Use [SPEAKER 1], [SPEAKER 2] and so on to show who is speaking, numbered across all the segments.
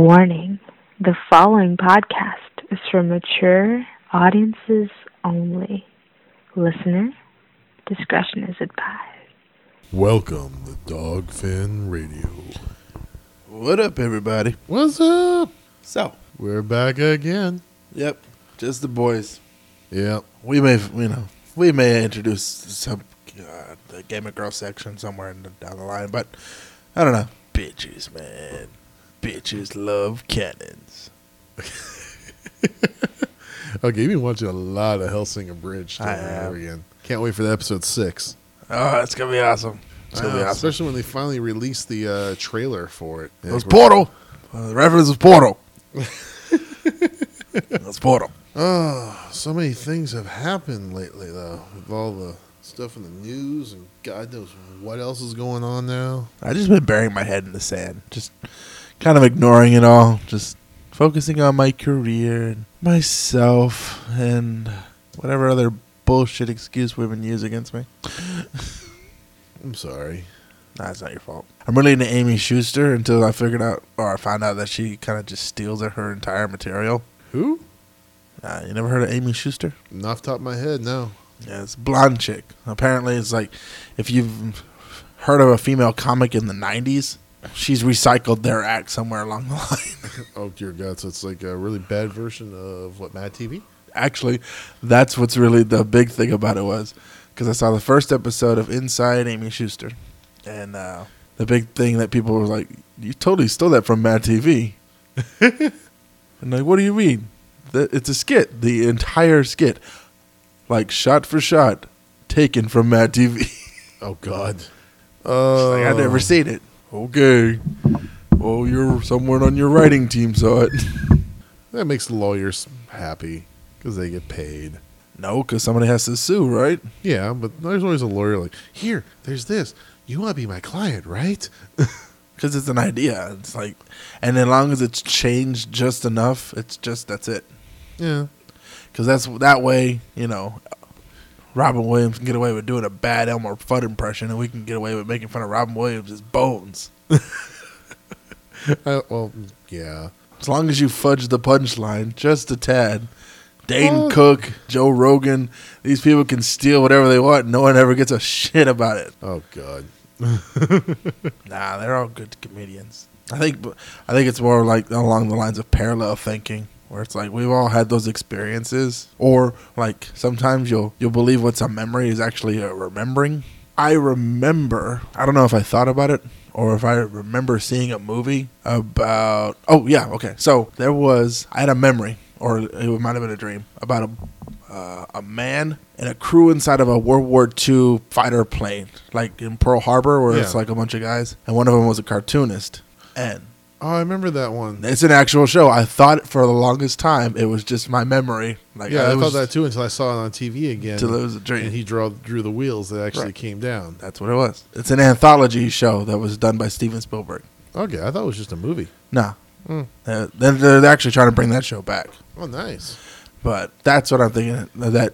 [SPEAKER 1] Warning the following podcast is for mature audiences only. Listener discretion is advised.
[SPEAKER 2] Welcome to Dogfin Radio.
[SPEAKER 3] What up, everybody?
[SPEAKER 2] What's up?
[SPEAKER 3] So,
[SPEAKER 2] We're back again.
[SPEAKER 3] yep, just the boys.
[SPEAKER 2] Yep.
[SPEAKER 3] We may, you know, we may introduce some uh, the Game and Girl section somewhere in the, down the line, but I don't know. Bitches, man, bitches love cannons.
[SPEAKER 2] Okay, you've Oh, been watching a lot of Hellsinger Bridge
[SPEAKER 3] I
[SPEAKER 2] time and
[SPEAKER 3] have.
[SPEAKER 2] over again. Can't wait for the episode six.
[SPEAKER 3] Oh, it's gonna be awesome. It's gonna
[SPEAKER 2] Wow,
[SPEAKER 3] be awesome.
[SPEAKER 2] especially when they finally released the uh, trailer for it.
[SPEAKER 3] It was Portal. Uh, the reference was Portal. it was Portal.
[SPEAKER 2] Oh, so many things have happened lately, though, with all the stuff in the news and God knows what else is going on now.
[SPEAKER 3] I just been burying my head in the sand, just kind of ignoring it all, just focusing on my career and myself and whatever other bullshit excuse women use against me.
[SPEAKER 2] I'm sorry.
[SPEAKER 3] Nah, it's not your fault. I'm really into Amy Schuster until I figured out or I found out that she kind of just steals her entire material.
[SPEAKER 2] Who?
[SPEAKER 3] Uh, you never heard of Amy Schuster?
[SPEAKER 2] Not off the top of my head, no.
[SPEAKER 3] Yeah, it's a blonde chick. Apparently, it's like if you've heard of a female comic in the '90s, she's recycled their act somewhere along the line.
[SPEAKER 2] Oh dear God! So it's like a really bad version of what Mad TV.
[SPEAKER 3] actually that's what's really the big thing about it was because i saw the first episode of inside amy schuster and uh, the big thing that people were like you totally stole that from mad tv and like what do you mean that it's a skit the entire skit like shot for shot taken from mad tv
[SPEAKER 2] Oh God!
[SPEAKER 3] She's
[SPEAKER 2] Oh,
[SPEAKER 3] like, i've never seen it okay well you're someone on your writing team saw it
[SPEAKER 2] That makes lawyers happy because they get paid.
[SPEAKER 3] no because somebody has to sue right
[SPEAKER 2] Yeah, but there's always a lawyer like, here, there's this. You want to be my client, right?
[SPEAKER 3] because it's an idea. It's like, and as long as it's changed just enough, it's just that's it.
[SPEAKER 2] Yeah.
[SPEAKER 3] Because that's that way, you know, Robin Williams can get away with doing a bad Elmer Fudd impression, and we can get away with making fun of Robin Williams' bones.
[SPEAKER 2] I, well, yeah.
[SPEAKER 3] As long as you fudge the punchline just a tad, Dane
[SPEAKER 2] Well-
[SPEAKER 3] Cook, Joe Rogan, these people can steal whatever they want. No one ever gets a shit about it.
[SPEAKER 2] Oh God.
[SPEAKER 3] Nah, they're all good comedians. I think I think it's more like along the lines of parallel thinking, where it's like we've all had those experiences, or like sometimes you'll you'll believe what's a memory is actually a remembering. I remember. I don't know if I thought about it or if I remember seeing a movie about. Oh yeah, okay. So there was I had a memory, or it might have been a dream about a uh, a man and a crew inside of a World War II fighter plane, like in Pearl Harbor, where it's
[SPEAKER 2] Yeah.
[SPEAKER 3] like a bunch of guys, and one of them was a cartoonist. And
[SPEAKER 2] Oh, I remember that one.
[SPEAKER 3] it's an actual show. I thought for the longest time it was just my memory. Like
[SPEAKER 2] yeah, I
[SPEAKER 3] it
[SPEAKER 2] thought
[SPEAKER 3] was,
[SPEAKER 2] that too until I saw it on TV again.
[SPEAKER 3] Till it was a dream.
[SPEAKER 2] and he draw drew the wheels that actually
[SPEAKER 3] Right.
[SPEAKER 2] came down.
[SPEAKER 3] That's what it was. It's an anthology show that was done by Steven Spielberg.
[SPEAKER 2] Okay, I thought it was just a movie.
[SPEAKER 3] Nah,
[SPEAKER 2] Mm.
[SPEAKER 3] Uh, they're, they're actually trying to bring that show back.
[SPEAKER 2] Oh, nice.
[SPEAKER 3] But that's what I'm thinking. That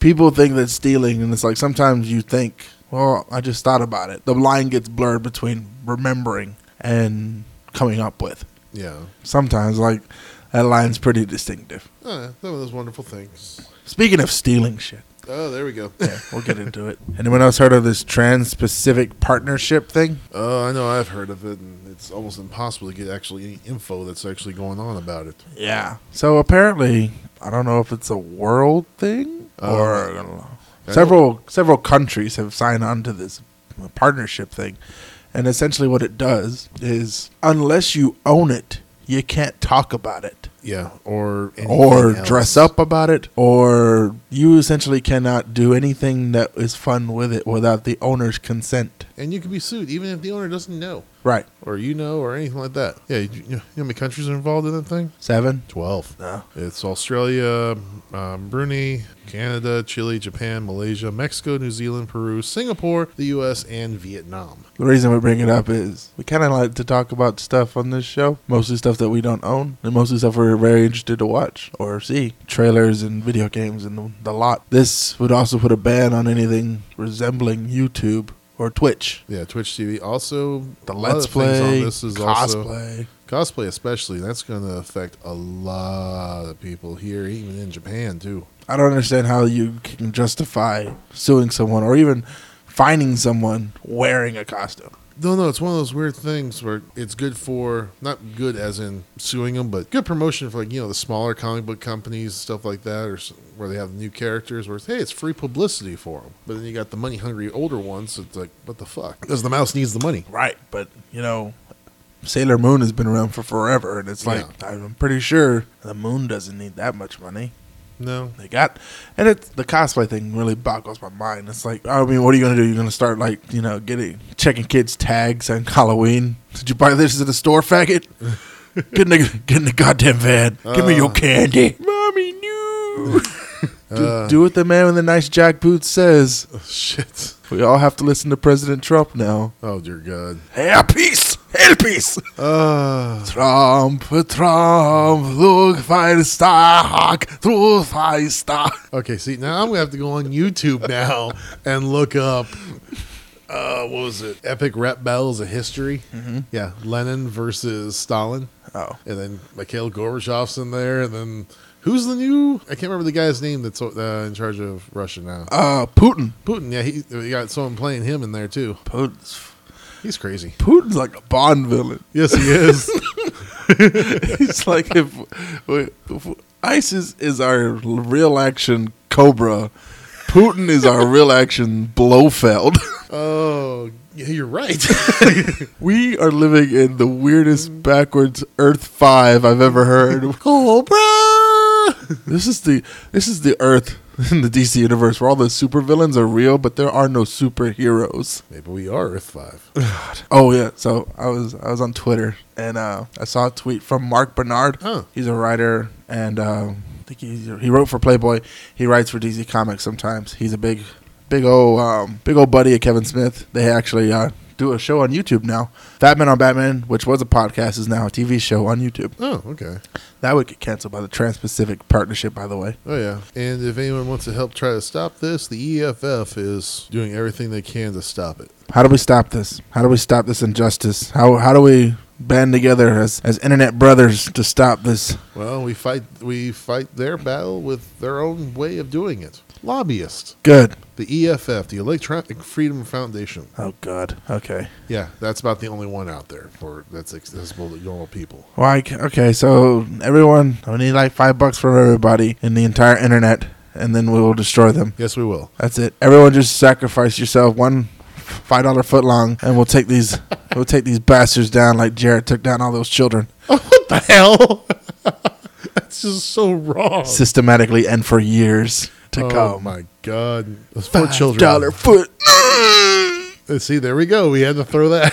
[SPEAKER 3] people think that's stealing, and it's like sometimes you think, "Well, I just thought about it." The line gets blurred between remembering and coming up with.
[SPEAKER 2] Yeah.
[SPEAKER 3] Sometimes, like that line's pretty distinctive.
[SPEAKER 2] Oh, that was wonderful things.
[SPEAKER 3] Speaking of stealing shit,
[SPEAKER 2] Oh, there we go.
[SPEAKER 3] yeah, we'll get into it. Anyone else heard of this Trans-Pacific Partnership thing?
[SPEAKER 2] Oh, I know. I've heard of it, and it's almost impossible to get actually any info that's actually going on about it.
[SPEAKER 3] Yeah. So apparently, I don't know if it's a world thing
[SPEAKER 2] Oh.
[SPEAKER 3] or I don't know.
[SPEAKER 2] I
[SPEAKER 3] several several countries have signed on to this partnership thing, and essentially what it does is unless you own it, you can't talk about it
[SPEAKER 2] Yeah, or
[SPEAKER 3] or
[SPEAKER 2] anything else.
[SPEAKER 3] dress up about it, or you essentially cannot do anything that is fun with it without the owner's consent.
[SPEAKER 2] and you can be sued even if the owner doesn't know,
[SPEAKER 3] Right.
[SPEAKER 2] or you know, or anything like that. Yeah, you, you know how many countries are involved in that thing?
[SPEAKER 3] Seven.
[SPEAKER 2] Twelve.
[SPEAKER 3] No.
[SPEAKER 2] It's Australia, um, Brunei, Canada, Chile, Japan, Malaysia, Mexico, New Zealand, Peru, Singapore, the U.S., and Vietnam.
[SPEAKER 3] The reason we bring it up is we kind of like to talk about stuff on this show, mostly stuff that we don't own, and mostly stuff we're very interested to watch or see. Trailers and video games and the lot. This would also put a ban on anything resembling YouTube or Twitch.
[SPEAKER 2] Yeah, Twitch TV. Also, a
[SPEAKER 3] The
[SPEAKER 2] lot
[SPEAKER 3] Let's
[SPEAKER 2] of things
[SPEAKER 3] Play,
[SPEAKER 2] on this is also
[SPEAKER 3] cosplay.
[SPEAKER 2] cosplay, especially. That's going to affect a lot of people here, even in Japan too.
[SPEAKER 3] I don't understand how you can justify suing someone or even finding someone wearing a costume.
[SPEAKER 2] No, no, it's one of those weird things where it's good for not good as in suing them, but good promotion for like you know the smaller comic book companies stuff like that, or s- where they have new characters. Where it's, hey, it's free publicity for them, but then you got the money hungry older ones. It's like what the fuck? Because the mouse needs the money.
[SPEAKER 3] Right, but you know, Sailor Moon has been around for forever, and it's like I'm pretty sure the moon doesn't need that much money.
[SPEAKER 2] No,
[SPEAKER 3] They got, and it's the cosplay thing really boggles my mind. It's like, I mean, what are you gonna do? You're gonna start like you know getting checking kids' tags on Halloween? Did you buy this at the store, faggot? get in the get in the goddamn van. Give me your
[SPEAKER 2] Uh.
[SPEAKER 3] candy, mommy. No. do,
[SPEAKER 2] Uh.
[SPEAKER 3] do what the man with the nice jack boots says.
[SPEAKER 2] shit.
[SPEAKER 3] We all have to listen to President Trump now.
[SPEAKER 2] Oh dear God.
[SPEAKER 3] Hail peace, hail peace.
[SPEAKER 2] Uh,
[SPEAKER 3] Trump, Trump, look, Feinstock, through Feinstock.
[SPEAKER 2] okay. See, now I'm gonna have to go on YouTube now and look up. Uh, what was it? Epic rap battles of history. Mm-hmm. Yeah, Lenin versus Stalin.
[SPEAKER 3] Oh.
[SPEAKER 2] and then Mikhail Gorbachev's in there, and then who's the new? I can't remember the guy's name that's uh, in charge of Russia now.
[SPEAKER 3] Uh, Putin.
[SPEAKER 2] Putin. Yeah, he, he got someone playing him in there too.
[SPEAKER 3] Putin's,
[SPEAKER 2] He's crazy.
[SPEAKER 3] Putin's like a Bond villain.
[SPEAKER 2] Yes, he is.
[SPEAKER 3] He's like if, if ISIS is our real action Cobra, Putin is our real action Blofeld.
[SPEAKER 2] oh, yeah, you're right.
[SPEAKER 3] we are living in the weirdest backwards Earth Five I've ever heard.
[SPEAKER 2] Cobra.
[SPEAKER 3] This is the this is the Earth in the DC universe where all the supervillains are real, but there are no superheroes.
[SPEAKER 2] Maybe we are Earth Five.
[SPEAKER 3] Oh yeah, so I was I was on Twitter and uh, I saw a tweet from Mark Bernard.
[SPEAKER 2] Huh.
[SPEAKER 3] He's a writer and um, I think he's, he wrote for Playboy. He writes for DC Comics sometimes. He's a big big old um, big old buddy of Kevin Smith. They actually uh, do a show on YouTube now. Batman on Batman, which was a podcast, is now a TV show on YouTube.
[SPEAKER 2] Oh, okay.
[SPEAKER 3] That would get canceled by the Trans-Pacific Partnership, by the way.
[SPEAKER 2] Oh yeah. And if anyone wants to help try to stop this, the EFF is doing everything they can to stop it.
[SPEAKER 3] How do we stop this? How do we stop this injustice? How how do we band together as, as internet brothers to stop this?
[SPEAKER 2] Well, we fight we fight their battle with their own way of doing it. Lobbyists.
[SPEAKER 3] Good.
[SPEAKER 2] The EFF, the Electronic Freedom Foundation.
[SPEAKER 3] Oh God. Okay.
[SPEAKER 2] Yeah, that's about the only one out there for that's accessible to normal people.
[SPEAKER 3] Like okay, so everyone, I need like five bucks from everybody in the entire internet, and then we will destroy them.
[SPEAKER 2] Yes, we will.
[SPEAKER 3] That's it. Everyone, just sacrifice yourself one five dollar foot long, and we'll take these we'll take these bastards down like Jared took down all those children
[SPEAKER 2] what the hell? that's just so wrong.
[SPEAKER 3] systematically and for years to
[SPEAKER 2] oh
[SPEAKER 3] come.
[SPEAKER 2] my god, those poor children. Uh,
[SPEAKER 3] dollar foot.
[SPEAKER 2] See, there we go. We had to throw that.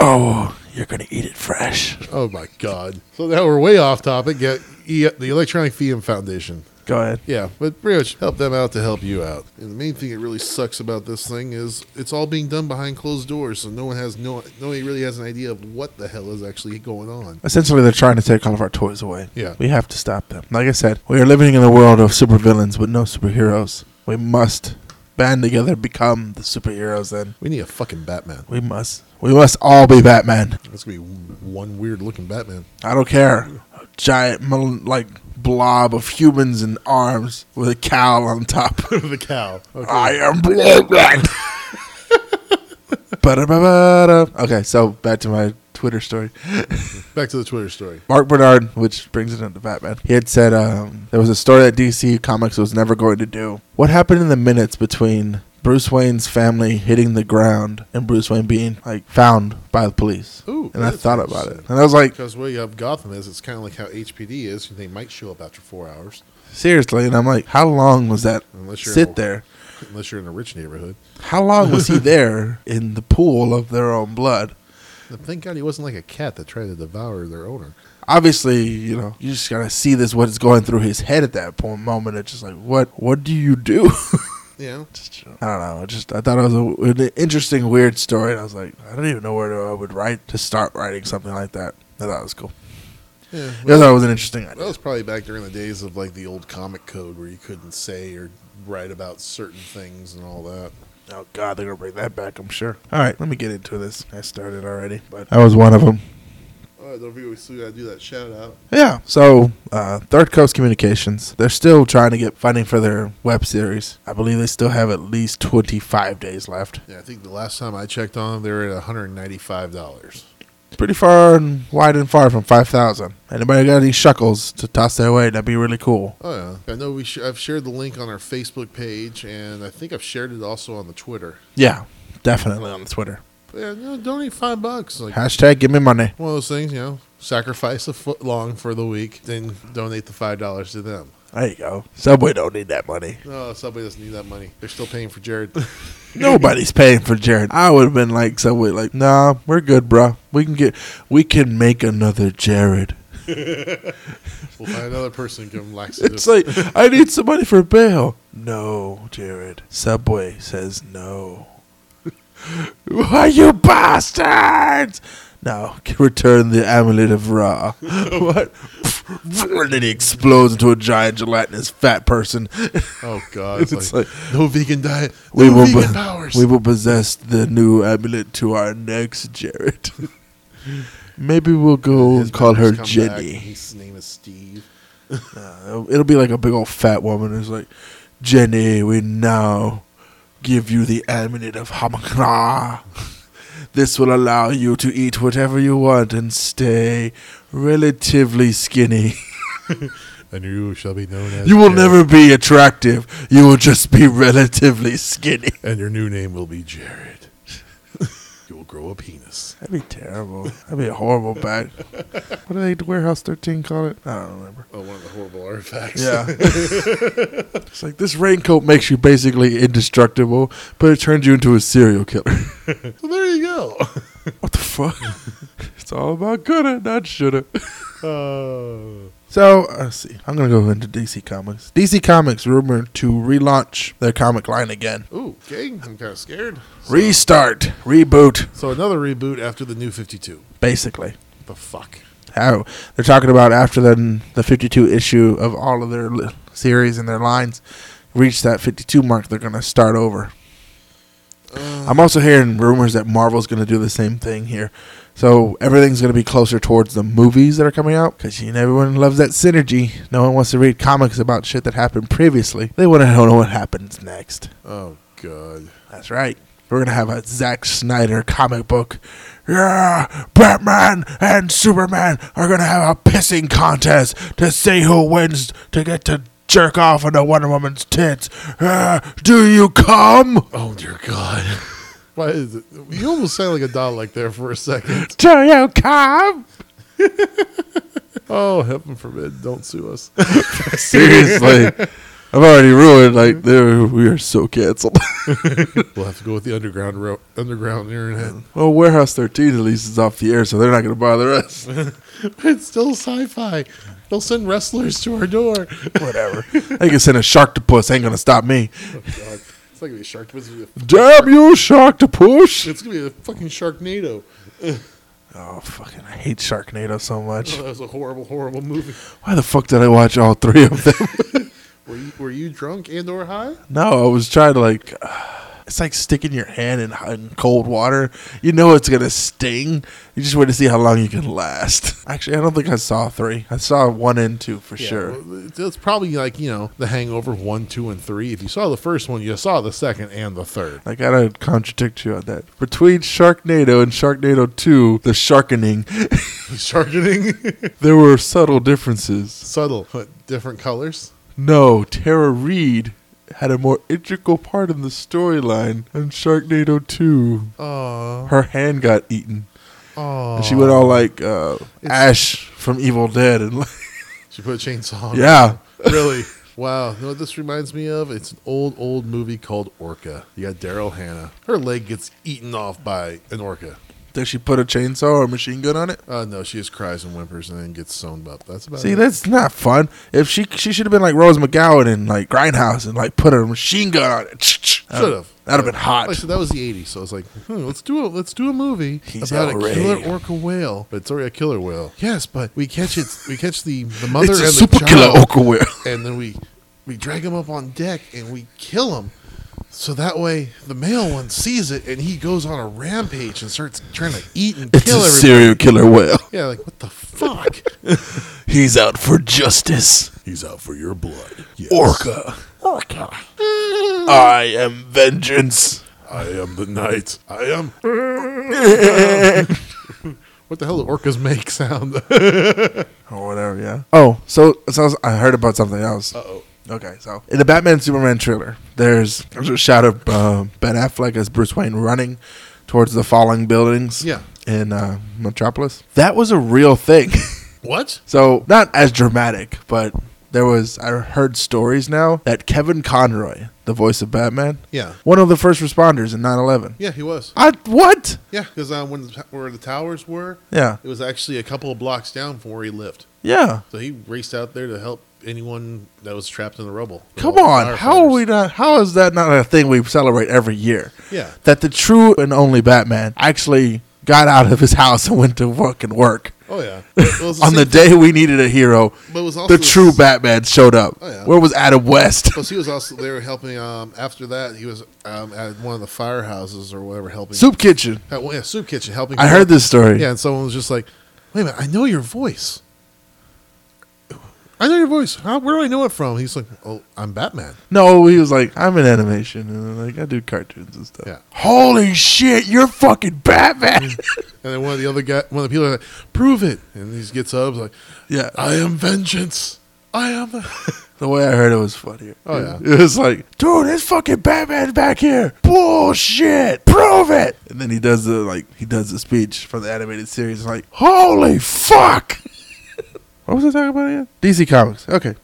[SPEAKER 3] Oh, you're gonna eat it fresh.
[SPEAKER 2] oh my god. So now we're way off topic. Get e- the Electronic Freedom Foundation.
[SPEAKER 3] Go ahead.
[SPEAKER 2] Yeah, but pretty much help them out to help you out. And the main thing that really sucks about this thing is it's all being done behind closed doors, so no one has no nobody really has an idea of what the hell is actually going on.
[SPEAKER 3] Essentially, they're trying to take all of our toys away.
[SPEAKER 2] Yeah.
[SPEAKER 3] We have to stop them. Like I said, we are living in a world of supervillains with no superheroes. We must band together, become the superheroes, and
[SPEAKER 2] We need a fucking Batman.
[SPEAKER 3] we must. We must all be Batman.
[SPEAKER 2] That's gonna be one weird looking Batman.
[SPEAKER 3] I don't care. A giant, mil- like, blob of humans in arms with a cowl on top.
[SPEAKER 2] the cow. Okay.
[SPEAKER 3] I am Batman. Ba-da-ba-ba-da. okay, so back to my Twitter story.
[SPEAKER 2] Back to the Twitter story.
[SPEAKER 3] Mark Bernard, which brings it into Batman, he had said um, there was a story that DC Comics was never going to do. What happened in the minutes between Bruce Wayne's family hitting the ground and Bruce Wayne being like found by the police?
[SPEAKER 2] Ooh,
[SPEAKER 3] and I
[SPEAKER 2] that's
[SPEAKER 3] thought about it, and I was like,
[SPEAKER 2] Because where you have Gotham is, it's kind of like how HPD is. They might show up after four hours,
[SPEAKER 3] seriously, and I'm like, how long was that
[SPEAKER 2] Unless you're-
[SPEAKER 3] sit there?
[SPEAKER 2] unless you're in a rich neighborhood.
[SPEAKER 3] How long was he there in the pool of their own blood?
[SPEAKER 2] And thank God he wasn't like a cat that tried to devour their owner.
[SPEAKER 3] Obviously, you know, you just gotta see this what is going through his head at that point moment. It's just like, what, what do you do?
[SPEAKER 2] Yeah.
[SPEAKER 3] I don't know. I just I thought it was a, an interesting, weird story, and I was like, I don't even know where to- I would write to start writing something like that. I thought it was cool.
[SPEAKER 2] Yeah.
[SPEAKER 3] I thought it was an interesting
[SPEAKER 2] That
[SPEAKER 3] idea.
[SPEAKER 2] was probably back during the days of like the old comic code where you couldn't say or write about certain things and all that.
[SPEAKER 3] Oh God, they're gonna bring that back, I'm sure. All right, let me get into this. I started already, but that was one of them.
[SPEAKER 2] All right, don't forget we still gotta do that shout out.
[SPEAKER 3] Yeah. So, uh, Third Coast Communications, they're still trying to get funding for their web series. I believe they still have at least 25 days left.
[SPEAKER 2] Yeah, I think the last time I checked on them, they were at one hundred ninety five dollars.
[SPEAKER 3] Pretty far and wide and far from 5,000. Anybody got any shuckles to toss their way? That'd be really cool.
[SPEAKER 2] Oh yeah, I know we. Sh- I've shared the link on our Facebook page, and I think I've shared it also on the Twitter.
[SPEAKER 3] Yeah, definitely on the Twitter.
[SPEAKER 2] Yeah, no, donate five bucks. Like
[SPEAKER 3] Hashtag give me money.
[SPEAKER 2] one of those things, you know, sacrifice a foot long for the week, then donate the five dollars to them.
[SPEAKER 3] There you go. Subway don't need that money.
[SPEAKER 2] No, Subway doesn't need that money. They're still paying for Jared.
[SPEAKER 3] Nobody's paying for Jared. I would have been like Subway, like, nah, we're good, bruh. We can get, we can make another Jared.
[SPEAKER 2] we'll find another person to give him laxative.
[SPEAKER 3] It's like I need somebody for bail. No, Jared. Subway says no. Why you bastards? No, return the amulet of Ra. what? And then he explodes into a giant gelatinous fat person.
[SPEAKER 2] oh god, it's,
[SPEAKER 3] It's
[SPEAKER 2] like, no vegan diet,
[SPEAKER 3] We
[SPEAKER 2] no
[SPEAKER 3] will,
[SPEAKER 2] vegan
[SPEAKER 3] po-
[SPEAKER 2] powers.
[SPEAKER 3] we will possess the new amulet to our next Jared. Maybe we'll go
[SPEAKER 2] His
[SPEAKER 3] and call her
[SPEAKER 2] brothers come back,
[SPEAKER 3] Jenny.
[SPEAKER 2] His name is Steve.
[SPEAKER 3] Uh, it'll be like a big old fat woman who's like, Jenny, we now give you the amulet of Hamakra. This will allow you to eat whatever you want and stay relatively skinny.
[SPEAKER 2] And you shall be known as
[SPEAKER 3] You will
[SPEAKER 2] Jared,
[SPEAKER 3] never be attractive. You will just be relatively skinny.
[SPEAKER 2] and your new name will be Jared. you will grow a penis.
[SPEAKER 3] That'd be terrible. That'd be a horrible back. What do they Warehouse 13 call it? I don't remember.
[SPEAKER 2] Oh, one of the horrible artifacts.
[SPEAKER 3] Yeah. it's like this raincoat makes you basically indestructible, but it turns you into a serial killer.
[SPEAKER 2] so there you go.
[SPEAKER 3] What the fuck? it's all about coulda, not shoulda.
[SPEAKER 2] Uh,
[SPEAKER 3] So, uh, let's see. I'm going to go into DC Comics. DC Comics rumored to relaunch their comic line again.
[SPEAKER 2] ooh, okay. I'm kind of scared.
[SPEAKER 3] Restart, reboot,
[SPEAKER 2] So another reboot after the new 52.
[SPEAKER 3] basically.
[SPEAKER 2] The fuck.
[SPEAKER 3] How they're talking about after the, the 52 issue of all of their li- series and their lines reach that 52 mark, they're going to start over. I'm also hearing rumors that Marvel's going to do the same thing here. So everything's going to be closer towards the movies that are coming out because you know, everyone loves that synergy. No one wants to read comics about shit that happened previously. They want to know what happens next.
[SPEAKER 2] Oh god.
[SPEAKER 3] That's right. We're going to have a Zack Snyder comic book. Yeah, Batman and Superman are going to have a pissing contest to see who wins to get to jerk off into Wonder Woman's tits. Yeah, do you come?
[SPEAKER 2] Oh dear god. Why is it? You almost sound like a Dalek there for a second.
[SPEAKER 3] Do you come?
[SPEAKER 2] Oh, heaven forbid! Don't sue us.
[SPEAKER 3] Seriously. I've already ruined, like, there- we are so canceled.
[SPEAKER 2] We'll have to go with the underground ro- underground internet.
[SPEAKER 3] well, Warehouse 13 at least is off the air, so they're not going to bother us.
[SPEAKER 2] It's still sci-fi. They'll send wrestlers to our door.
[SPEAKER 3] Whatever. They can send a shark to puss. Ain't going to stop me.
[SPEAKER 2] God. It's like gonna be a shark. It's gonna be a-
[SPEAKER 3] Damn you, shark to push.
[SPEAKER 2] It's gonna be a fucking Sharknado.
[SPEAKER 3] Oh, fucking, I hate Sharknado so much.
[SPEAKER 2] Oh, that was a horrible, horrible movie.
[SPEAKER 3] Why the fuck did I watch all three of them?
[SPEAKER 2] Were you, were you drunk and or high?
[SPEAKER 3] no, I was trying to, like, it's like sticking your hand in, in cold water. You know it's going to sting. You just want to see how long you can last. Actually, I don't think I saw three. I saw one and two for sure.
[SPEAKER 2] Well, it's- It's probably like you know the Hangover one, two, and three. If you saw the first one, you saw the second and the third.
[SPEAKER 3] I gotta contradict you on that. Between Sharknado and Sharknado 2, the sharkening,
[SPEAKER 2] Sharkening,
[SPEAKER 3] there were subtle differences.
[SPEAKER 2] subtle, but different colors.
[SPEAKER 3] No, Tara Reid had a more integral part in the storyline in Sharknado 2.
[SPEAKER 2] Oh,
[SPEAKER 3] Her hand got eaten.
[SPEAKER 2] oh.
[SPEAKER 3] And she went all like uh, Ash from Evil Dead and like,
[SPEAKER 2] She put a chainsaw. on
[SPEAKER 3] yeah.
[SPEAKER 2] really. Wow, you know what this reminds me of? It's an old, old movie called Orca. You got Daryl Hannah. Her leg gets eaten off by an orca.
[SPEAKER 3] Did she put a chainsaw or a machine gun on it?
[SPEAKER 2] Uh, no, she just cries and whimpers and then gets sewn up. That's about
[SPEAKER 3] See,
[SPEAKER 2] it.
[SPEAKER 3] that's not fun. If she she should have been like Rose McGowan and like Grindhouse and like put a machine gun on it. Should
[SPEAKER 2] Should've.
[SPEAKER 3] That'd have been hot.
[SPEAKER 2] Like I said, that was the '80s, so I was like, hmm, let's do a let's do a movie
[SPEAKER 3] He's
[SPEAKER 2] about
[SPEAKER 3] outraged.
[SPEAKER 2] a killer orca whale. But it's already a killer whale. Yes, but we catch it. We catch the the mother and the child,
[SPEAKER 3] whale.
[SPEAKER 2] and then we we drag him up on deck and we kill him. So that way, the male one sees it and he goes on a rampage and starts trying to eat and
[SPEAKER 3] It's
[SPEAKER 2] kill
[SPEAKER 3] a
[SPEAKER 2] everybody.
[SPEAKER 3] serial killer whale.
[SPEAKER 2] yeah, like what the fuck?
[SPEAKER 3] He's out for justice.
[SPEAKER 2] He's out for your blood.
[SPEAKER 3] Orca. Orca. I am vengeance.
[SPEAKER 2] I am the knight. I am. what the hell do orcas make sound?
[SPEAKER 3] Or whatever, yeah. Oh, so, so I was- I heard about something else.
[SPEAKER 2] Uh-oh.
[SPEAKER 3] Okay, so in the Batman Superman trailer, there's, there's a shot of uh, Ben Affleck as Bruce Wayne running towards the falling buildings
[SPEAKER 2] Yeah.
[SPEAKER 3] in uh, Metropolis. That was a real thing.
[SPEAKER 2] What?
[SPEAKER 3] so, not as dramatic, but there was, I heard stories now that Kevin Conroy, the voice of Batman,
[SPEAKER 2] Yeah.
[SPEAKER 3] one of the first responders in 9 11.
[SPEAKER 2] Yeah, he was.
[SPEAKER 3] I, what?
[SPEAKER 2] Yeah, because um, when the, where the towers were,
[SPEAKER 3] Yeah.
[SPEAKER 2] it was actually a couple of blocks down from where he lived.
[SPEAKER 3] Yeah.
[SPEAKER 2] So he raced out there to help anyone that was trapped in the rubble.
[SPEAKER 3] Come
[SPEAKER 2] All the
[SPEAKER 3] on, how are we
[SPEAKER 2] firefighters.
[SPEAKER 3] not? How is that not a thing we celebrate every year?
[SPEAKER 2] Yeah.
[SPEAKER 3] That the true and only Batman actually got out of his house and went to fucking work
[SPEAKER 2] Oh yeah. Well, it's
[SPEAKER 3] on the
[SPEAKER 2] same-
[SPEAKER 3] day we needed a hero.
[SPEAKER 2] But it was also
[SPEAKER 3] The true Batman showed up.
[SPEAKER 2] Oh, yeah.
[SPEAKER 3] Where was Adam West?
[SPEAKER 2] Plus, he was also they were helping. Um, after that, he was um, at one of the firehouses or whatever, helping
[SPEAKER 3] Soup Kitchen.
[SPEAKER 2] Uh, well, yeah, soup kitchen helping.
[SPEAKER 3] I heard this story.
[SPEAKER 2] Yeah, and someone was just like, "Wait a minute, I know your voice. I know your voice. How, where do I know it from?" He's like, "Oh, I'm Batman."
[SPEAKER 3] No, he was like, I'm in animation and like I do cartoons and stuff.
[SPEAKER 2] Yeah.
[SPEAKER 3] Holy shit, you're fucking Batman.
[SPEAKER 2] And then one of the other guy, one of the people, are like, "Prove it!" And he gets up, like,
[SPEAKER 3] yeah.
[SPEAKER 2] "I am vengeance. I am."
[SPEAKER 3] The way I heard it was funnier.
[SPEAKER 2] Oh, yeah.
[SPEAKER 3] It was like, dude, this fucking Batman back here. Bullshit. Prove it. And then he does the like he does the speech for the animated series. Like, holy fuck. what was I talking about again? DC Comics. Okay.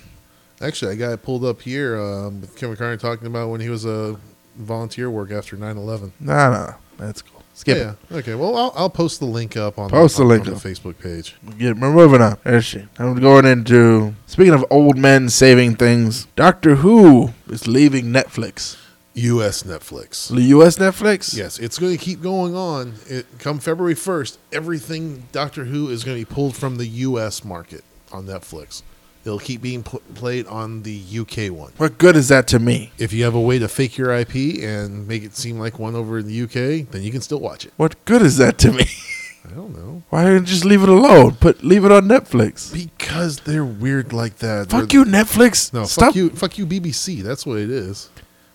[SPEAKER 2] Actually, I got it pulled up here um, with Kevin Carney talking about when he was a volunteer work after 9-11.
[SPEAKER 3] nah, nah, nah. That's cool. Skip
[SPEAKER 2] Yeah. Okay. Well, I'll, I'll post the link up on
[SPEAKER 3] Post the
[SPEAKER 2] on-
[SPEAKER 3] link
[SPEAKER 2] on the
[SPEAKER 3] up.
[SPEAKER 2] Facebook page.
[SPEAKER 3] it. Yeah, we're moving on. There she. I'm going into speaking of old men saving things. Doctor Who is leaving Netflix.
[SPEAKER 2] U.S. Netflix.
[SPEAKER 3] The U.S. Netflix.
[SPEAKER 2] Yes, it's going to keep going on. It, come February 1st, everything Doctor Who is going to be pulled from the US market on Netflix. It'll keep being pl- played on the UK one.
[SPEAKER 3] What good is that to me?
[SPEAKER 2] If you have a way to fake your IP and make it seem like one over in the UK, then you can still watch it.
[SPEAKER 3] What good is that to me?
[SPEAKER 2] I don't know.
[SPEAKER 3] Why didn't you just leave it alone? Put leave it on Netflix.
[SPEAKER 2] Because they're weird like that.
[SPEAKER 3] Fuck
[SPEAKER 2] They're-
[SPEAKER 3] you, Netflix.
[SPEAKER 2] No,
[SPEAKER 3] Stop.
[SPEAKER 2] fuck you. Fuck you, BBC. That's what it is.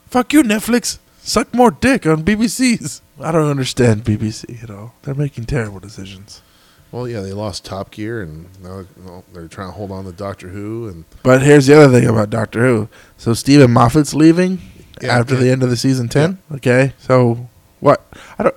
[SPEAKER 3] Fuck you, Netflix. Suck more dick on BBC's. I don't understand BBC at all. They're making terrible decisions.
[SPEAKER 2] Well, yeah, they lost Top Gear, and now well, they're trying to hold on to Doctor Who, and
[SPEAKER 3] But here's the other thing about Doctor Who. So Stephen Moffat's leaving
[SPEAKER 2] Yeah,
[SPEAKER 3] after
[SPEAKER 2] yeah.
[SPEAKER 3] the end of the season ten. Okay, so what? I don't.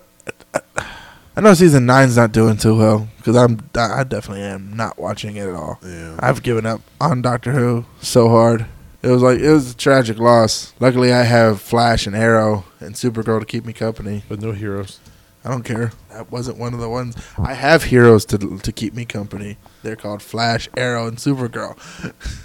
[SPEAKER 3] I know season nine's not doing too well because I'm. I definitely am not watching it at all.
[SPEAKER 2] yeah,
[SPEAKER 3] I've given up on Doctor Who so hard. It was like it was a tragic loss. Luckily, I have Flash and Arrow and Supergirl to keep me company.
[SPEAKER 2] but no heroes.
[SPEAKER 3] I don't care. That wasn't one of the ones I have heroes to to keep me company. They're called Flash, Arrow, and Supergirl.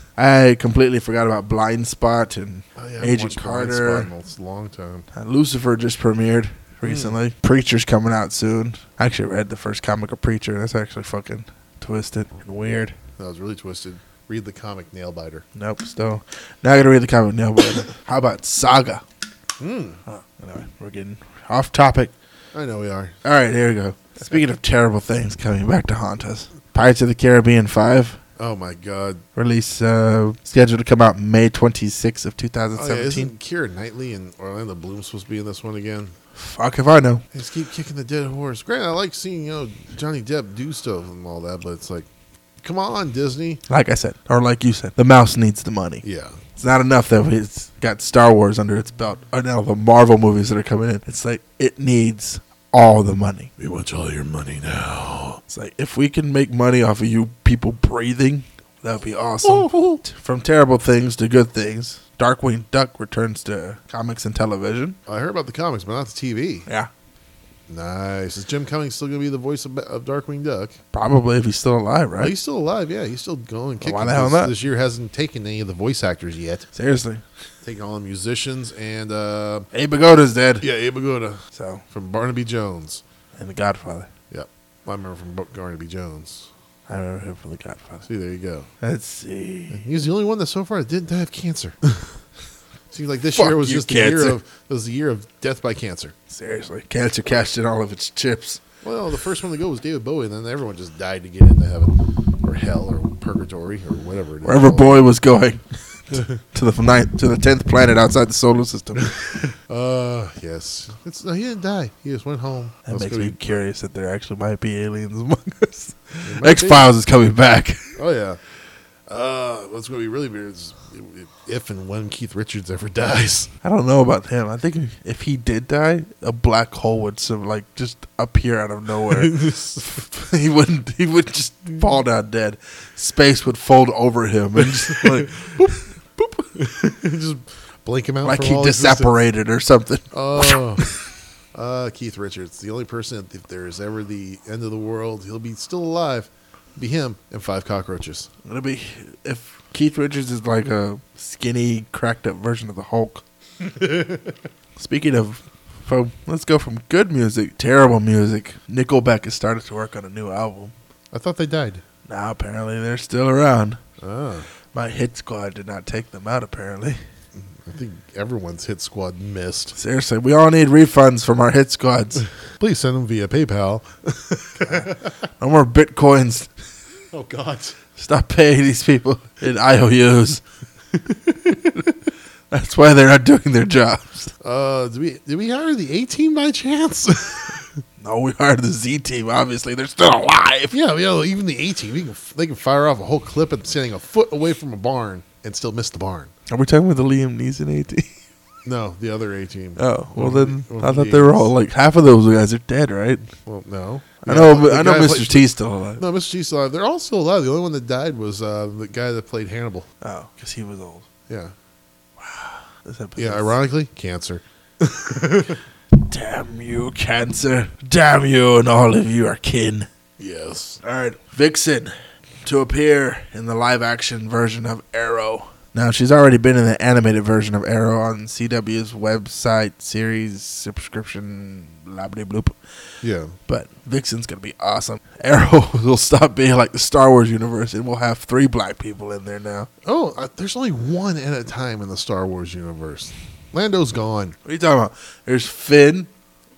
[SPEAKER 3] I completely forgot about Blind Spot and
[SPEAKER 2] Oh, yeah, I haven't
[SPEAKER 3] Agent
[SPEAKER 2] watched Blind
[SPEAKER 3] Carter.
[SPEAKER 2] Spot in a long time.
[SPEAKER 3] Uh, Lucifer just premiered recently. Preacher's coming out soon. I actually read the first comic of Preacher. That's actually fucking twisted and weird.
[SPEAKER 2] That was really twisted. Read the comic Nailbiter.
[SPEAKER 3] Nope, still. Now I gotta read the comic now, but how about Saga?
[SPEAKER 2] Hmm.
[SPEAKER 3] Huh, anyway, we're getting off topic.
[SPEAKER 2] I know we are.
[SPEAKER 3] All right, here we go. Speaking of terrible things coming back to haunt us, Pirates of the Caribbean 5
[SPEAKER 2] Oh my god.
[SPEAKER 3] release uh, scheduled to come out May 26th of
[SPEAKER 2] Oh, yeah,
[SPEAKER 3] 2017.
[SPEAKER 2] isn't Kira Knightley and Orlando Bloom supposed to be in this one again?
[SPEAKER 3] Fuck if I know.
[SPEAKER 2] They just keep kicking the dead horse. Granted, I like seeing you know Johnny Depp do stuff and all that, but it's like, come on, Disney.
[SPEAKER 3] Like I said, or like you said, the mouse needs the money.
[SPEAKER 2] Yeah,
[SPEAKER 3] It's not enough that it's got Star Wars under its belt, or now the Marvel movies that are coming in. It's like it needs all the money.
[SPEAKER 2] we want all your money now.
[SPEAKER 3] It's like if we can make money off of you people breathing, that would be awesome.
[SPEAKER 2] Oh,
[SPEAKER 3] From terrible things to good things, Darkwing Duck returns to comics and television.
[SPEAKER 2] I heard about the comics, but not the TV.
[SPEAKER 3] Yeah,
[SPEAKER 2] Nice. Is Jim Cummings still going to be the voice of, of Darkwing Duck?
[SPEAKER 3] probably if he's still alive, right?
[SPEAKER 2] Oh, he's still alive. Yeah, he's still going. Kicking.
[SPEAKER 3] why the hell
[SPEAKER 2] this,
[SPEAKER 3] not?
[SPEAKER 2] This year hasn't taken any of the voice actors yet.
[SPEAKER 3] Seriously,
[SPEAKER 2] Taking all the musicians and uh,
[SPEAKER 3] Abe Pagoda's dead.
[SPEAKER 2] yeah, Abe Aguda
[SPEAKER 3] So
[SPEAKER 2] from Barnaby Jones.
[SPEAKER 3] and The Godfather.
[SPEAKER 2] Yep. I remember from Bo- Barnaby Jones.
[SPEAKER 3] I remember him from The Godfather.
[SPEAKER 2] See, there you go.
[SPEAKER 3] Let's see.
[SPEAKER 2] He's the only one that so far didn't die of cancer. Seems like this
[SPEAKER 3] Fuck
[SPEAKER 2] year was
[SPEAKER 3] you,
[SPEAKER 2] just the year
[SPEAKER 3] cancer.
[SPEAKER 2] of it was the year of death by cancer.
[SPEAKER 3] Seriously, cancer cashed in all of its chips.
[SPEAKER 2] Well, the first one to go was David Bowie, and then everyone just died to get into heaven or hell or purgatory or whatever. It is.
[SPEAKER 3] Wherever boy was going to the ninth, to the tenth planet outside the solar system.
[SPEAKER 2] Uh, yes. It's no, he didn't die. He just went home.
[SPEAKER 3] That
[SPEAKER 2] Let's
[SPEAKER 3] makes
[SPEAKER 2] go
[SPEAKER 3] me
[SPEAKER 2] eat-
[SPEAKER 3] curious that there actually might be aliens among us.
[SPEAKER 2] It might
[SPEAKER 3] X
[SPEAKER 2] be.
[SPEAKER 3] Files is coming back.
[SPEAKER 2] Oh yeah. Uh, what's going to be really weird is if and when Keith Richards ever dies.
[SPEAKER 3] I don't know about him. I think if he did die, a black hole would some like just appear out of nowhere. he wouldn't. He would just fall down dead. Space would fold over him and just like,
[SPEAKER 2] just blink him out.
[SPEAKER 3] like
[SPEAKER 2] from
[SPEAKER 3] he
[SPEAKER 2] all existence.
[SPEAKER 3] disapparated or something.
[SPEAKER 2] Oh, uh, Keith Richards, the only person if there is ever the end of the world, he'll be still alive. Be him and five cockroaches.
[SPEAKER 3] It'll be if Keith Richards is like a skinny, cracked up version of the Hulk. Speaking of, from, let's go from good music, terrible music. Nickelback has started to work on a new album.
[SPEAKER 2] I thought they died.
[SPEAKER 3] Now apparently they're still around.
[SPEAKER 2] Ah,
[SPEAKER 3] My hit squad did not take them out apparently.
[SPEAKER 2] I think everyone's hit squad missed.
[SPEAKER 3] Seriously, we all need refunds from our hit squads.
[SPEAKER 2] Please send them via PayPal.
[SPEAKER 3] No more bitcoins.
[SPEAKER 2] Oh God.
[SPEAKER 3] Stop paying these people in IOUs. That's why they're not doing their jobs.
[SPEAKER 2] Uh, did we did we hire the A team by chance?
[SPEAKER 3] No, we hired the Z team. Obviously, they're still alive.
[SPEAKER 2] yeah, yeah. Even the A team, they can, they can fire off a whole clip and standing a foot away from a barn and still miss the barn.
[SPEAKER 3] Are we talking about the Liam Neeson AT?
[SPEAKER 2] No, the other A team.
[SPEAKER 3] Oh,
[SPEAKER 2] One
[SPEAKER 3] well
[SPEAKER 2] of
[SPEAKER 3] then,
[SPEAKER 2] the- one
[SPEAKER 3] I
[SPEAKER 2] of the
[SPEAKER 3] thought they were
[SPEAKER 2] A's.
[SPEAKER 3] all like half of those guys are dead, right?
[SPEAKER 2] Well, no.
[SPEAKER 3] I
[SPEAKER 2] Yeah,
[SPEAKER 3] know,
[SPEAKER 2] the
[SPEAKER 3] I know,
[SPEAKER 2] guy
[SPEAKER 3] Mr.
[SPEAKER 2] played-
[SPEAKER 3] T's still alive.
[SPEAKER 2] No, Mr. G's still alive. They're all still alive. The only one that died was uh, the guy that played Hannibal.
[SPEAKER 3] Oh, because he was old.
[SPEAKER 2] Yeah.
[SPEAKER 3] This episode.
[SPEAKER 2] Yeah, ironically, cancer.
[SPEAKER 3] Damn you, cancer! Damn you, and all of you are kin.
[SPEAKER 2] Yes.
[SPEAKER 3] All right, Vixen to appear in the live-action version of Arrow. Now she's already been in the animated version of Arrow on CW's website series subscription. Blah blah bloop.
[SPEAKER 2] Yeah.
[SPEAKER 3] But Vixen's gonna be awesome. Arrow will stop being like the Star Wars universe, and we'll have three black people in there now.
[SPEAKER 2] Oh, uh, there's only one at a time in the Star Wars universe. Lando's gone.
[SPEAKER 3] What are you talking about? There's Finn,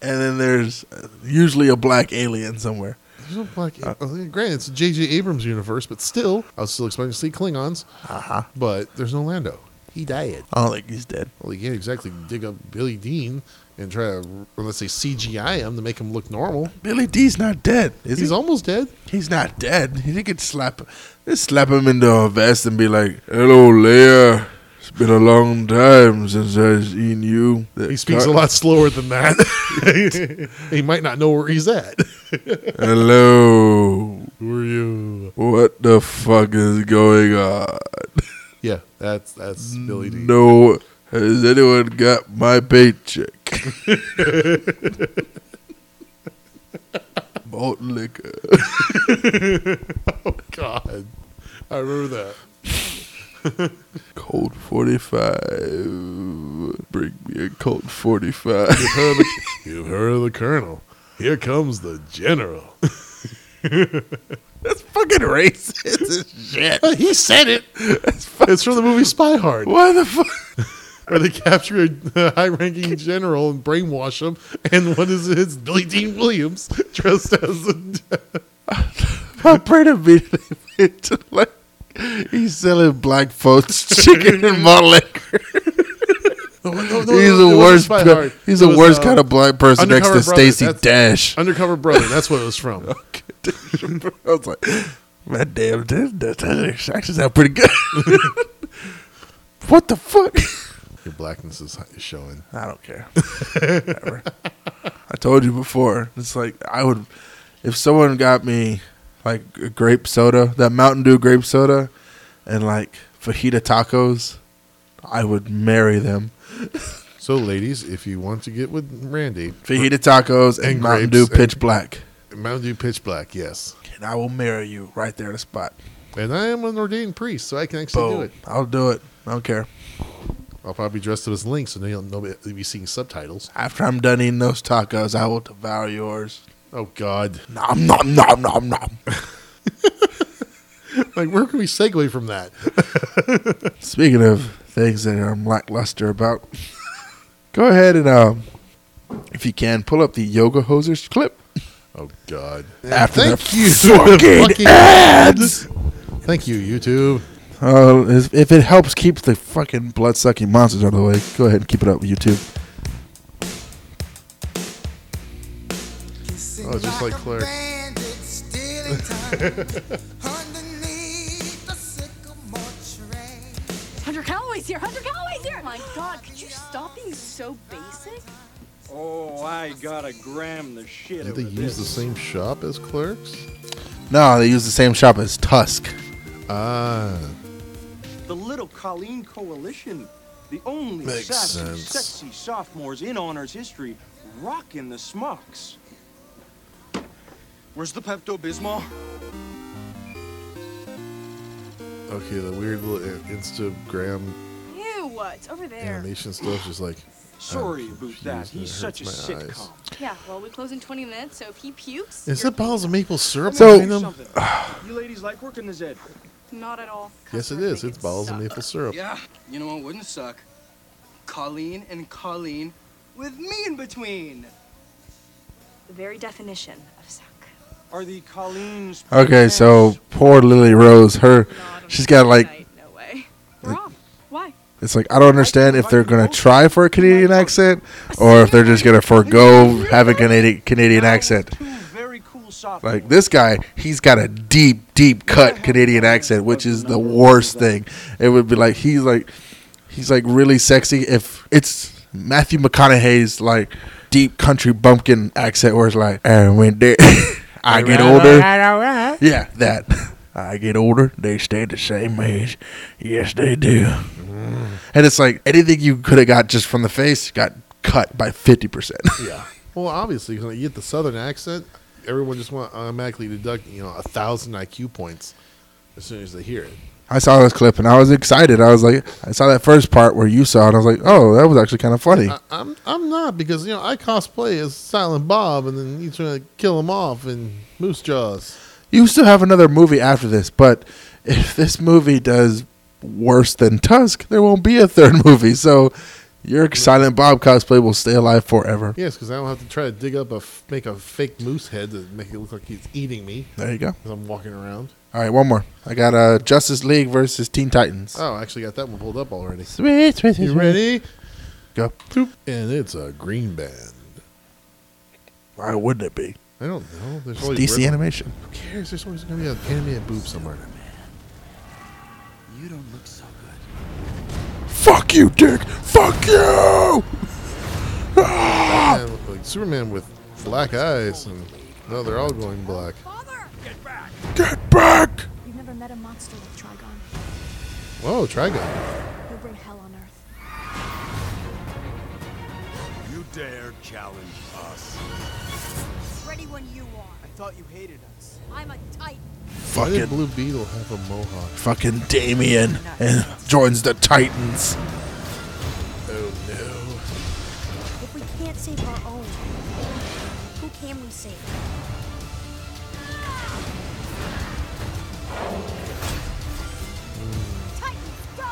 [SPEAKER 3] and then there's uh, usually a black alien somewhere.
[SPEAKER 2] There's no black. uh, granted, it's J.J. Abrams universe, but still, I was still expecting to see Klingons,
[SPEAKER 3] Uh huh.
[SPEAKER 2] but there's no Lando. Ah. He died.
[SPEAKER 3] I don't think he's dead.
[SPEAKER 2] Well, you can't exactly dig up Billy Dean and try to, or let's say, CGI him to make him look normal.
[SPEAKER 3] Billy D's not dead, is
[SPEAKER 2] He's
[SPEAKER 3] he?
[SPEAKER 2] almost dead.
[SPEAKER 3] He's not dead. He could slap, just slap him into a vest and be like, "Hello, Leia. It's been a long time since I've seen you."
[SPEAKER 2] He speaks a lot slower than that. he might not know where he's at.
[SPEAKER 3] Hello.
[SPEAKER 2] Who are you?
[SPEAKER 3] What the fuck is going on?
[SPEAKER 2] Yeah, that's that's Billy Dean.
[SPEAKER 3] No, has anyone got my paycheck? Malt liquor.
[SPEAKER 2] Oh, God, I remember that.
[SPEAKER 3] Cold 45. Bring me a cold 45.
[SPEAKER 2] You've heard, of, you've heard of the colonel. Here comes the general.
[SPEAKER 3] That's fucking racist as shit.
[SPEAKER 2] he said it.
[SPEAKER 3] That's fuck-
[SPEAKER 2] It's from the movie Spy Hard,
[SPEAKER 3] Why the fuck?
[SPEAKER 2] where they capture a high-ranking general and brainwash him. And what is it? It's Billy Dean Williams dressed as a.
[SPEAKER 3] My brain immediately went to like, he's selling black folks chicken and malt liquor.
[SPEAKER 2] No, no, no, no,
[SPEAKER 3] He's
[SPEAKER 2] it
[SPEAKER 3] the
[SPEAKER 2] wasn't
[SPEAKER 3] worst.
[SPEAKER 2] Spy
[SPEAKER 3] co-
[SPEAKER 2] Hard.
[SPEAKER 3] He's
[SPEAKER 2] It
[SPEAKER 3] the
[SPEAKER 2] was,
[SPEAKER 3] worst
[SPEAKER 2] uh,
[SPEAKER 3] kind of black person next to
[SPEAKER 2] Undercover Brother,
[SPEAKER 3] Stacy
[SPEAKER 2] that's-
[SPEAKER 3] Dash.
[SPEAKER 2] Undercover Brother. That's what it was from.
[SPEAKER 3] I was like, man, damn, that, that, that actually sound pretty good. what the fuck?
[SPEAKER 2] Your blackness is is showing.
[SPEAKER 3] I don't care. Whatever. I told you before. It's like I would, if someone got me like a grape soda, that Mountain Dew grape soda, and like fajita tacos, I would marry them.
[SPEAKER 2] So, ladies, if you want to get with Randy,
[SPEAKER 3] Fajita tacos and,
[SPEAKER 2] And
[SPEAKER 3] Mountain Dew
[SPEAKER 2] grapes and-
[SPEAKER 3] Pitch Black,
[SPEAKER 2] Mountain Dew Pitch Black, yes.
[SPEAKER 3] and I will marry you right there in the spot.
[SPEAKER 2] And I am an ordained priest, so I can actually do
[SPEAKER 3] Boom.
[SPEAKER 2] it.
[SPEAKER 3] I'll do it. I don't care.
[SPEAKER 2] I'll probably be dressed up as Link, so you'll nobody you'll be seeing subtitles.
[SPEAKER 3] After I'm done eating those tacos, I will devour yours.
[SPEAKER 2] Oh God!
[SPEAKER 3] Nom nom nom nom nom.
[SPEAKER 2] Like, where can we segue from that?
[SPEAKER 3] Speaking of things that I'm lackluster about, go ahead and um, if you can, pull up the yoga hosers clip.
[SPEAKER 2] Oh God!
[SPEAKER 3] After
[SPEAKER 2] thank
[SPEAKER 3] the
[SPEAKER 2] you,
[SPEAKER 3] fucking ads!
[SPEAKER 2] Thank you, YouTube.
[SPEAKER 3] Uh, if if it helps keep the fucking blood sucking monsters out of the way, go ahead and keep it up, YouTube.
[SPEAKER 2] Oh, just like Claire.
[SPEAKER 4] Hunter Calloway's here! Hunter Calloway's here! Oh my god, could you stop being so basic?
[SPEAKER 5] Oh, I gotta gram the shit.
[SPEAKER 2] Did they
[SPEAKER 5] out of
[SPEAKER 2] use the
[SPEAKER 5] this.
[SPEAKER 2] same shop as Clerks?
[SPEAKER 3] No, they use the same shop as Tusk.
[SPEAKER 2] Ah,
[SPEAKER 5] The little Colleen Coalition, the only
[SPEAKER 2] Makes
[SPEAKER 5] sassy,
[SPEAKER 2] sense.
[SPEAKER 5] sexy sophomores in honors history, rocking the smocks. Where's the Pepto Bismol?
[SPEAKER 2] okay. The weird little Instagram
[SPEAKER 4] Ew, what? It's over there.
[SPEAKER 2] animation stuff, just like
[SPEAKER 5] Sorry
[SPEAKER 2] I'm
[SPEAKER 5] about
[SPEAKER 2] confused.
[SPEAKER 5] that.
[SPEAKER 2] It
[SPEAKER 5] He's such a
[SPEAKER 2] Oh, hurts my eyes.
[SPEAKER 5] sitcom.
[SPEAKER 4] Yeah, well, we close in 20 minutes, so if he pukes.
[SPEAKER 2] is
[SPEAKER 4] you're
[SPEAKER 2] that bottles of maple syrup
[SPEAKER 3] So-
[SPEAKER 2] between them?
[SPEAKER 5] Something. you ladies like working the Zed?
[SPEAKER 4] Not at all.
[SPEAKER 2] Yes, it
[SPEAKER 4] Customer
[SPEAKER 2] is. It's
[SPEAKER 4] tickets
[SPEAKER 2] bottles of
[SPEAKER 4] suck.
[SPEAKER 2] maple syrup.
[SPEAKER 5] Yeah, you know what wouldn't suck? Colleen and Colleen with me in between.
[SPEAKER 4] The very definition of suck.
[SPEAKER 5] Are the Colleens.
[SPEAKER 3] Okay, so poor Lily Rose, her, she's got like,
[SPEAKER 4] No way. We're off. Why?
[SPEAKER 3] it's like I don't understand if they're gonna try for a Canadian accent or if they're just gonna forego having Canadian Canadian accent.
[SPEAKER 5] Two very cool sophomores.
[SPEAKER 3] Like this guy, he's got a deep, deep cut Canadian accent, which is the worst thing. It would be like he's like, he's like really sexy. If it's Matthew McConaughey's like deep country bumpkin accent, where it's like, and when they, I get older, yeah, that. I get older, they stay the same age. Yes, they do. And it's like anything you could have got just from the face got cut by fifty percent.
[SPEAKER 2] Yeah. Well, obviously, 'cause when you get the southern accent, everyone just want automatically deduct you know a thousand IQ points as soon as they hear it.
[SPEAKER 3] I saw this clip and I was excited. I was like, I saw that first part where you saw it. I was like, oh, that was actually kind of funny.
[SPEAKER 2] I, I'm I'm not because you know I cosplay as Silent Bob and then you trying to kill him off in Moose Jaws.
[SPEAKER 3] You still have another movie after this, but if this movie does worse than Tusk, there won't be a third movie. So your Silent Bob cosplay will stay alive forever.
[SPEAKER 2] Yes, because I don't have to try to dig up a f- make a fake moose head to make it look like he's eating me
[SPEAKER 3] There you go.
[SPEAKER 2] as I'm walking around.
[SPEAKER 3] All right, one more. I got uh, Justice League versus Teen Titans.
[SPEAKER 2] Oh, I actually got that one pulled up already.
[SPEAKER 3] Sweet, sweet, sweet,
[SPEAKER 2] You
[SPEAKER 3] sweet.
[SPEAKER 2] ready?
[SPEAKER 3] Go.
[SPEAKER 2] And it's a green band.
[SPEAKER 3] Why wouldn't it be?
[SPEAKER 2] I don't know. There's
[SPEAKER 3] It's
[SPEAKER 2] always
[SPEAKER 3] DC
[SPEAKER 2] red-
[SPEAKER 3] animation.
[SPEAKER 2] Who cares? There's always gonna be an animated boob somewhere.
[SPEAKER 5] You don't look so good.
[SPEAKER 3] Fuck you, Dick. Fuck you. Ah,
[SPEAKER 2] Man, look like Superman with black eyes, and no, they're all going black.
[SPEAKER 4] Father!
[SPEAKER 3] Get back.
[SPEAKER 6] You've never met a monster like Trigon.
[SPEAKER 2] Whoa, Trigon.
[SPEAKER 6] He'll bring hell on earth.
[SPEAKER 7] You dare challenge us?
[SPEAKER 6] Ready when you are.
[SPEAKER 5] I thought you hated us.
[SPEAKER 6] I'm a titan.
[SPEAKER 2] Why did
[SPEAKER 3] Fucking
[SPEAKER 2] Blue Beetle have a mohawk?
[SPEAKER 3] fucking Damien and joins the Titans.
[SPEAKER 2] Oh no.
[SPEAKER 6] If we can't save our own, who can we save? Titan, go!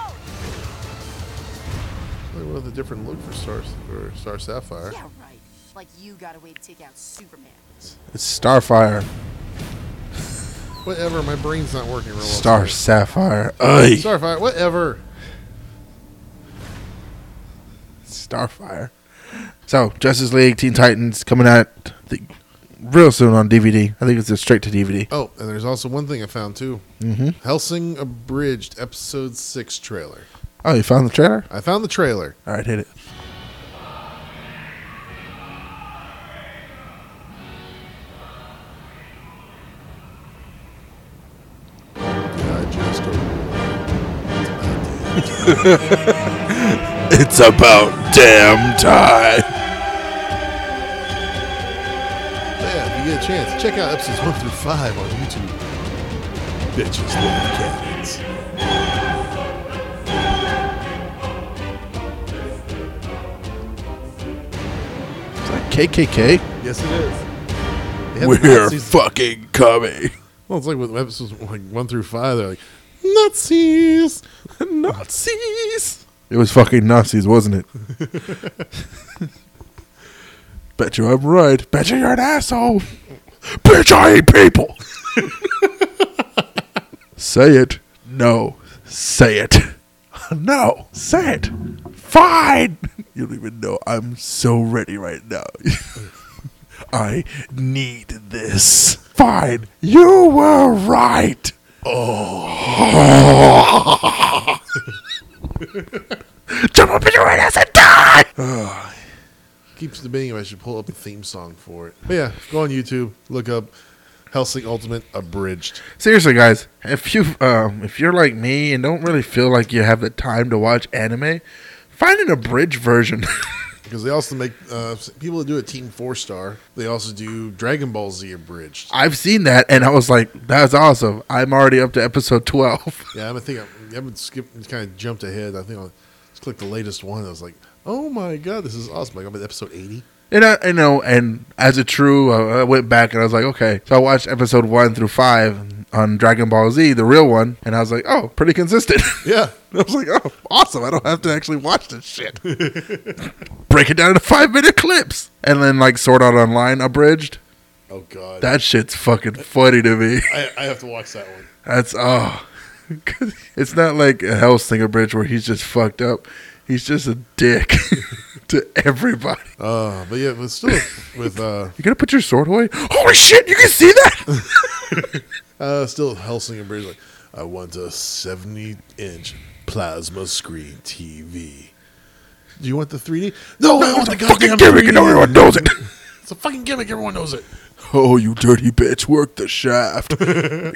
[SPEAKER 2] They went with a different look for Star for Star Sapphire.
[SPEAKER 8] Yeah, right. Like you got a way to take out Superman.
[SPEAKER 3] It's Starfire.
[SPEAKER 2] Whatever, my brain's not working real well.
[SPEAKER 3] Star
[SPEAKER 2] tonight.
[SPEAKER 3] Sapphire. Ay.
[SPEAKER 2] Starfire, whatever.
[SPEAKER 3] Starfire. So, Justice League, Teen Titans coming out the, real soon on DVD. I think it's a straight to DVD.
[SPEAKER 2] Oh, and there's also one thing I found too. Mm-hmm. Helsing Abridged Episode 6 trailer.
[SPEAKER 3] Oh, you found the trailer?
[SPEAKER 2] I found the trailer.
[SPEAKER 3] All right, hit it.
[SPEAKER 2] I just
[SPEAKER 3] It's about damn time.
[SPEAKER 2] Yeah, if you get a chance, check out episodes 1 through 5 on YouTube. Bitches love cannons.
[SPEAKER 3] It's like KKK.
[SPEAKER 2] Yes, it is. They had the
[SPEAKER 3] We're
[SPEAKER 2] Nazis-
[SPEAKER 3] fucking coming.
[SPEAKER 2] Well, it's like with episodes like 1 through 5, they're like, Nazis!
[SPEAKER 3] Nazis. It was fucking Nazis, wasn't it? Bet you I'm right. Bet you you're an asshole. Bitch, I hate people. say it. No. Say it. No. Say it. Fine. You don't even know. I'm so ready right now. I need this. Fine. You were right. Oh. Jump up in your ass and die.
[SPEAKER 2] Keeps debating if I should pull up a theme song for it. But yeah, go on YouTube, look up Helsing Ultimate Abridged.
[SPEAKER 3] Seriously, guys, if you um, if you're like me and don't really feel like you have the time to watch anime, find an abridged version.
[SPEAKER 2] Because they also make uh, people that do a Team Four Star. They also do Dragon Ball Z Abridged.
[SPEAKER 3] I've seen that and I was like, that's awesome. I'm already up to episode twelve.
[SPEAKER 2] Yeah, I'm thinking. I haven't skipped. Kind of jumped ahead. I think I just clicked the latest one. I was like, "Oh my god, this is awesome!" Like I'm at episode eighty.
[SPEAKER 3] And I, I know, and as a true, uh, I went back and I was like, okay. So I watched episode one through five on Dragon Ball Z, the real one, and I was like, oh, pretty consistent.
[SPEAKER 2] Yeah,
[SPEAKER 3] I was like, oh, awesome. I don't have to actually watch this shit. Break it down into five minute clips. And then, like, Sword Art Online abridged.
[SPEAKER 2] Oh god,
[SPEAKER 3] That shit's fucking funny to me.
[SPEAKER 2] I, I have to watch that one.
[SPEAKER 3] That's, oh. 'Cause it's not like a Hellsing abridged where he's just fucked up. He's just a dick to everybody.
[SPEAKER 2] Uh, but yeah, but still with uh,
[SPEAKER 3] You gonna put your sword away? Holy shit, you can see that?
[SPEAKER 2] uh still Helsing and Bridge. Like I want a seventy-inch plasma screen TV. Do you want the three D? No, I want the goddamn
[SPEAKER 3] gimmick
[SPEAKER 2] 3D.
[SPEAKER 3] and everyone knows it.
[SPEAKER 2] It's a fucking gimmick. Everyone knows it.
[SPEAKER 3] Oh, you dirty bitch, work the shaft.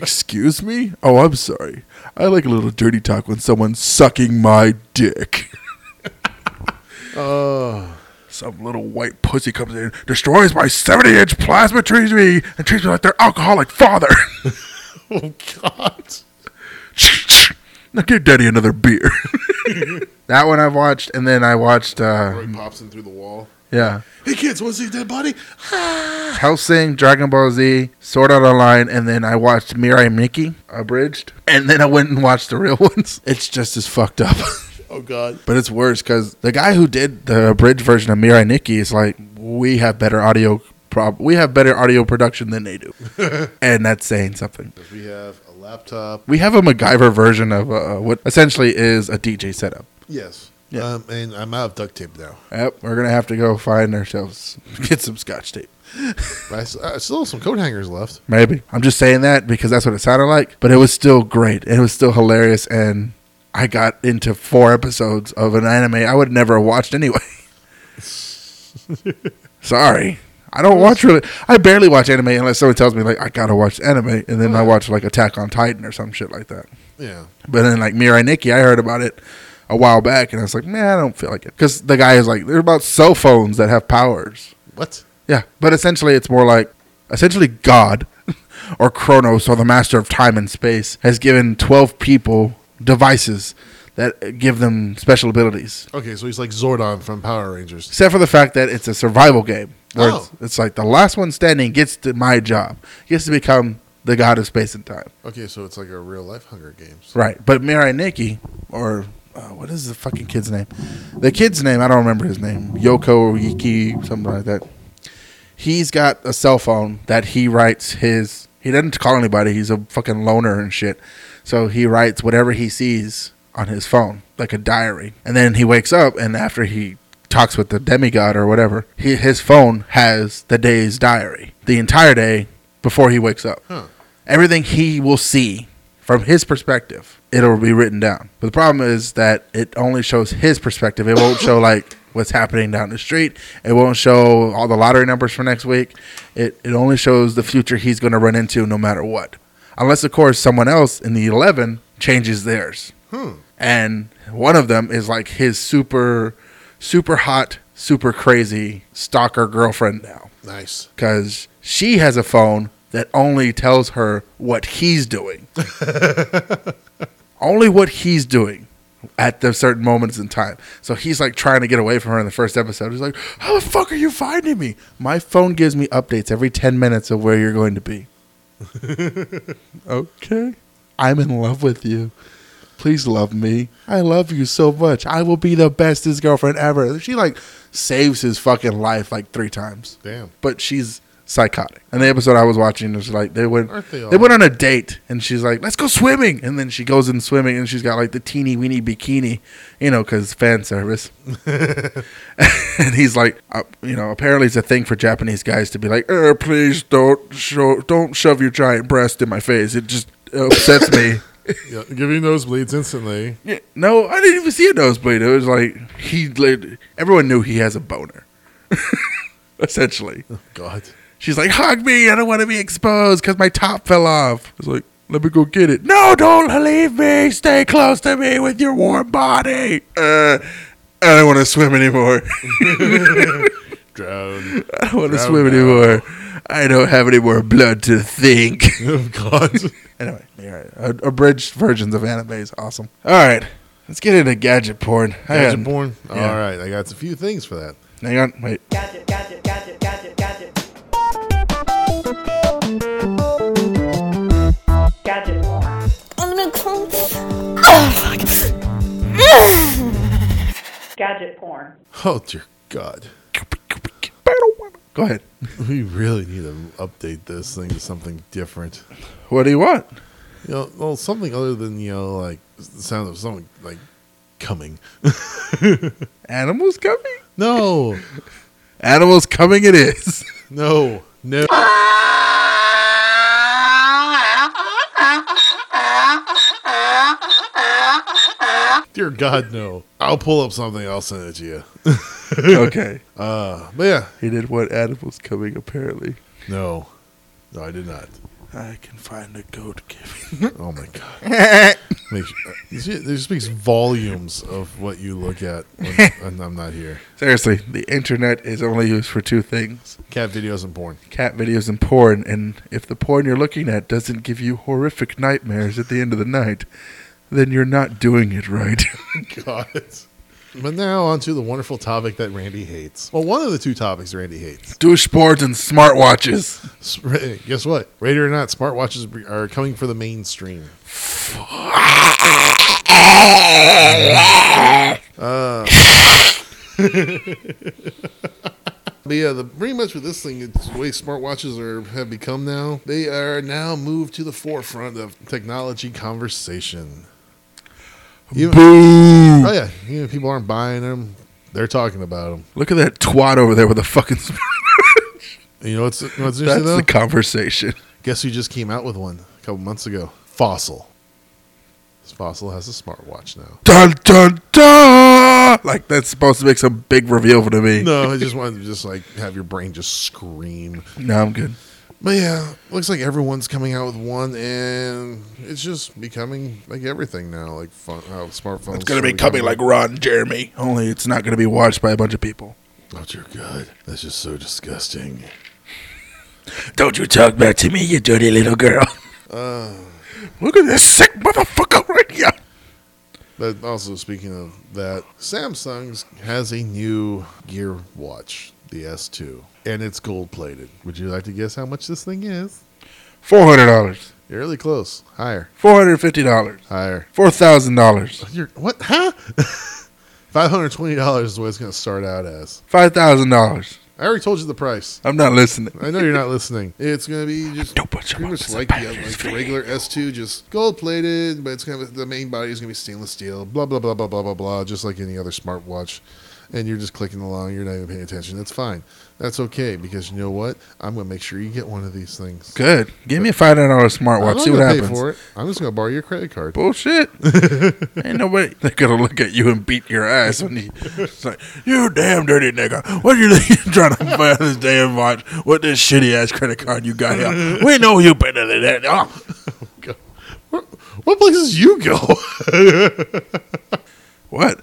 [SPEAKER 3] Excuse me? Oh, I'm sorry. I like a little dirty talk when someone's sucking my dick. Oh. Some little white pussy comes in, destroys my 70 inch plasma TV, and treats me like their alcoholic father.
[SPEAKER 2] Oh god.
[SPEAKER 3] now give daddy another beer. that one I've watched, and then I watched, uh,
[SPEAKER 2] Roy pops in through the wall.
[SPEAKER 3] yeah.
[SPEAKER 2] Hey kids, want to see a dead body?
[SPEAKER 3] Hellsing, Dragon Ball Z, Sword Art Online, and then I watched Mirai Nikki abridged, and then I went and watched the real ones. It's just as fucked up,
[SPEAKER 2] Oh god.
[SPEAKER 3] but it's worse because the guy who did the abridged version of Mirai Nikki is like, we have better audio. Prob- we have better audio production than they do, and that's saying something.
[SPEAKER 2] We have a laptop.
[SPEAKER 3] We have a MacGyver version of uh, what essentially is a DJ setup.
[SPEAKER 2] Yes.
[SPEAKER 3] Yeah.
[SPEAKER 2] Um, and I'm out of duct tape now.
[SPEAKER 3] Yep, we're gonna have to go find ourselves get some scotch tape.
[SPEAKER 2] I, s- I still have some coat hangers left.
[SPEAKER 3] Maybe. I'm just saying that because that's what it sounded like. But it was still great. It was still hilarious. And I got into four episodes of an anime I would never have watched anyway. Sorry. I don't watch really. I barely watch anime unless someone tells me, like, I gotta watch anime. And then I watch, like, Attack on Titan or some shit like that.
[SPEAKER 2] Yeah.
[SPEAKER 3] But then, like, Mirai Nikki, I heard about it a while back. And I was like, man, I don't feel like it. Because the guy is like, they're about cell phones that have powers.
[SPEAKER 2] What?
[SPEAKER 3] Yeah, but essentially, it's more like essentially God or Chronos or the master of time and space has given 12 people devices that give them special abilities.
[SPEAKER 2] Okay, so he's like Zordon from Power Rangers.
[SPEAKER 3] Except for the fact that it's a survival game where it's,
[SPEAKER 2] Oh.
[SPEAKER 3] it's like the last one standing gets to my job, gets to become the God of space and time.
[SPEAKER 2] Okay, so it's like a real life Hunger Games.
[SPEAKER 3] Right. But Mirai Nikki, or uh, what is the fucking kid's name? The kid's name, I don't remember his name. Yoko or Yiki, something like that. He's got a cell phone that he writes his. He doesn't call anybody. He's a fucking loner and shit. So he writes whatever he sees on his phone, like a diary. And then he wakes up, and after he talks with the demigod or whatever, he, his phone has the day's diary, the entire day before he wakes up. Everything he will see from his perspective, it'll be written down. But the problem is that it only shows his perspective. It won't show like what's happening down the street. It won't show all the lottery numbers for next week. It it only shows the future he's going to run into no matter what. Unless of course someone else in the 11 changes theirs. And one of them is like his super super hot, super crazy stalker girlfriend now
[SPEAKER 2] Nice.
[SPEAKER 3] because she has a phone that only tells her what he's doing. only what he's doing at the certain moments in time. So he's like trying to get away from her in the first episode. He's like, How the fuck are you finding me? My phone gives me updates every 10 minutes of where you're going to be. okay. I'm in love with you. Please love me. I love you so much. I will be the bestest girlfriend ever. And she like saves his fucking life like three times.
[SPEAKER 2] Damn.
[SPEAKER 3] But she's psychotic. And the episode I was watching was like they went
[SPEAKER 2] Aren't they
[SPEAKER 3] they,
[SPEAKER 2] all?
[SPEAKER 3] went on a date and she's like, "Let's go swimming." And then she goes in swimming and she's got like the teeny weeny bikini, you know, cuz fan service. and he's like, uh, you know, apparently it's a thing for Japanese guys to be like, "Er, please don't show don't shove your giant breast in my face. It just upsets me."
[SPEAKER 2] Yeah, give you nosebleeds instantly.
[SPEAKER 3] Yeah, no, I didn't even see a nosebleed. It was like he lit. Everyone knew he has a boner, essentially.
[SPEAKER 2] God.
[SPEAKER 3] She's like, "Hug me! I don't want to be exposed because my top fell off." It's like, "Let me go get it." No, don't leave me. Stay close to me with your warm body. Uh, I don't want to swim anymore.
[SPEAKER 2] Drown.
[SPEAKER 3] I don't want to
[SPEAKER 2] Drown
[SPEAKER 3] swim
[SPEAKER 2] now.
[SPEAKER 3] anymore. I don't have any more blood to think.
[SPEAKER 2] Oh, God.
[SPEAKER 3] anyway, all right. Abridged versions of anime is awesome. All right, let's get into gadget porn. I
[SPEAKER 2] Gadget
[SPEAKER 3] got-
[SPEAKER 2] porn.
[SPEAKER 3] Yeah.
[SPEAKER 2] All right. I got a few things for that.
[SPEAKER 3] Hang on, wait.
[SPEAKER 6] I'm gonna come.
[SPEAKER 2] Oh, dear God.
[SPEAKER 3] Go ahead.
[SPEAKER 2] We really need to update this thing to something different.
[SPEAKER 3] What do you want?
[SPEAKER 2] You know, well, something other than, you know, like the sound of something like coming.
[SPEAKER 3] Animals coming?
[SPEAKER 2] No.
[SPEAKER 3] Animals coming it is.
[SPEAKER 2] No. No. Dear God, no. I'll pull up something. I'll send it to you.
[SPEAKER 3] okay.
[SPEAKER 2] Uh, but yeah,
[SPEAKER 3] He did what animals coming apparently.
[SPEAKER 2] no, no, I did not.
[SPEAKER 3] I can find a goat giving.
[SPEAKER 2] Oh my God! uh, Make sure, this speaks volumes of what you look at when, when I'm not here.
[SPEAKER 3] Seriously, the internet is only used for two things.
[SPEAKER 2] Cat videos and porn.
[SPEAKER 3] Cat videos and porn, and if the porn you're looking at doesn't give you horrific nightmares at the end of the night, then you're not doing it right.
[SPEAKER 2] God. But now onto the wonderful topic that Randy hates. Well, one of the two topics Randy hates.
[SPEAKER 3] Douche boards and smartwatches.
[SPEAKER 2] S- Ra- Guess what? Rated or not, smartwatches be- are coming for the mainstream. Uh. but yeah, the, pretty much with this thing, it's the way smartwatches are have become now. They are now moved to the forefront of technology conversation. Even- Oh yeah, you know, people aren't buying them; they're talking about them.
[SPEAKER 3] Look at that twat over there with a fucking. Smart-
[SPEAKER 2] You know what's, what's interesting
[SPEAKER 3] That's
[SPEAKER 2] though?
[SPEAKER 3] the conversation.
[SPEAKER 2] Guess who just came out with one a couple months ago? Fossil. Fossil has a smartwatch now.
[SPEAKER 3] dun dun dun. Like that's supposed to make some big reveal to me.
[SPEAKER 2] No, I just wanted to just like have your brain just scream.
[SPEAKER 3] No, I'm good.
[SPEAKER 2] But yeah, looks like everyone's coming out with one, and it's just becoming like everything now. Like fun, how smartphones.
[SPEAKER 3] It's gonna
[SPEAKER 2] are
[SPEAKER 3] be coming
[SPEAKER 2] becoming-
[SPEAKER 3] like Ron Jeremy. Only it's not gonna be watched by a bunch of people.
[SPEAKER 2] Oh dear God, that's just so disgusting.
[SPEAKER 3] Don't you talk back to me, you dirty little girl. Uh. Look at this sick motherfucker right here.
[SPEAKER 2] But also speaking of that, Samsung's has a new Gear watch, the S2, and it's gold plated. Would you like to guess how much this thing is?
[SPEAKER 3] Four hundred dollars.
[SPEAKER 2] You're really close. Higher.
[SPEAKER 3] Four hundred fifty dollars.
[SPEAKER 2] Higher.
[SPEAKER 3] Four thousand dollars.
[SPEAKER 2] You're what? Huh? Five hundred twenty dollars is what it's going to start out as.
[SPEAKER 3] Five thousand dollars.
[SPEAKER 2] I already told you the price.
[SPEAKER 3] I'm not listening.
[SPEAKER 2] I know you're not listening. It's going to be just
[SPEAKER 3] Don't put your
[SPEAKER 2] pretty much
[SPEAKER 3] mouth
[SPEAKER 2] like
[SPEAKER 3] in
[SPEAKER 2] the,
[SPEAKER 3] my
[SPEAKER 2] like the regular S2, just gold plated, but it's going to the main body is going to be stainless steel. Blah blah blah blah blah blah blah, just like any other smartwatch. And you're just clicking along. You're not even paying attention. That's fine. That's okay because you know what? I'm going to make sure you get one of these things.
[SPEAKER 3] Good. Give me a five hundred dollar
[SPEAKER 2] I'm
[SPEAKER 3] smartwatch.
[SPEAKER 2] not
[SPEAKER 3] See what
[SPEAKER 2] gonna pay
[SPEAKER 3] happens.
[SPEAKER 2] for it. I'm just going to borrow your credit card.
[SPEAKER 3] bullshit. Ain't nobody. They're gonna look at you and beat your ass when you. It's like you damn dirty nigga. What do you think you're trying to buy this damn watch with this shitty ass credit card you got here? We know you better than that. Oh.
[SPEAKER 2] What places you go?
[SPEAKER 3] What?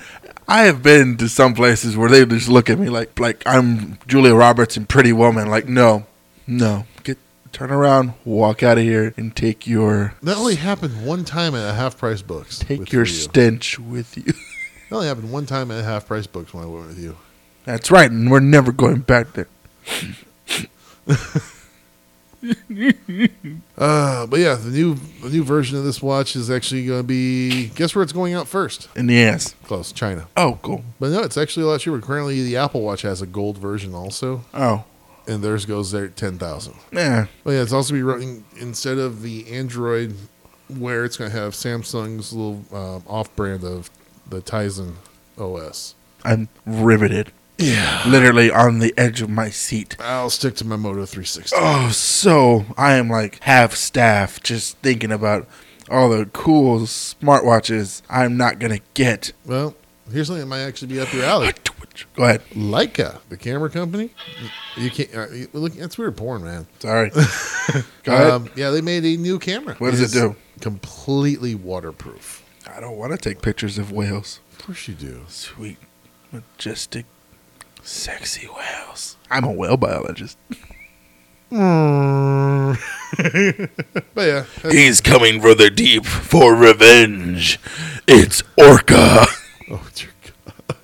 [SPEAKER 3] I have been to some places where they just look at me like like I'm Julia Roberts in Pretty Woman. Like no, no, get turn around, walk out of here, and take your
[SPEAKER 2] That only happened one time at a half price books.
[SPEAKER 3] take
[SPEAKER 2] with
[SPEAKER 3] your
[SPEAKER 2] you.
[SPEAKER 3] stench with you.
[SPEAKER 2] That only happened one time at a half price books when I went with you.
[SPEAKER 3] That's right, and we're never going back there.
[SPEAKER 2] Uh, but yeah, the new the new version of this watch is actually going to be. Guess where it's going out first?
[SPEAKER 3] In the ass.
[SPEAKER 2] Close, China.
[SPEAKER 3] Oh, cool.
[SPEAKER 2] But no, it's actually a lot cheaper. Currently, the Apple Watch has a gold version also,
[SPEAKER 3] Oh,
[SPEAKER 2] and theirs goes there at ten thousand.
[SPEAKER 3] yeah.
[SPEAKER 2] But yeah, it's also be running instead of the Android, where it's going to have Samsung's little um, off-brand of the Tizen OS.
[SPEAKER 3] I'm riveted.
[SPEAKER 2] Yeah,
[SPEAKER 3] Literally on the edge of my seat.
[SPEAKER 2] I'll stick to my Moto 360.
[SPEAKER 3] Oh, so I am like half staff just thinking about all the cool smartwatches I'm not going to get.
[SPEAKER 2] Well, here's something that might actually be up your alley.
[SPEAKER 3] Go ahead.
[SPEAKER 2] Leica, the camera company. You can't uh, you- look. That's weird porn, man.
[SPEAKER 3] Sorry. Go ahead.
[SPEAKER 2] Um, yeah, they made a new camera.
[SPEAKER 3] What does it
[SPEAKER 2] is
[SPEAKER 3] do?
[SPEAKER 2] Completely waterproof.
[SPEAKER 3] I don't want to take pictures of whales.
[SPEAKER 2] Of course you do.
[SPEAKER 3] Sweet, majestic, sexy whales. I'm a whale biologist.
[SPEAKER 2] But yeah, that's-
[SPEAKER 3] He's coming for the deep for revenge. It's Orca.
[SPEAKER 2] oh dear God.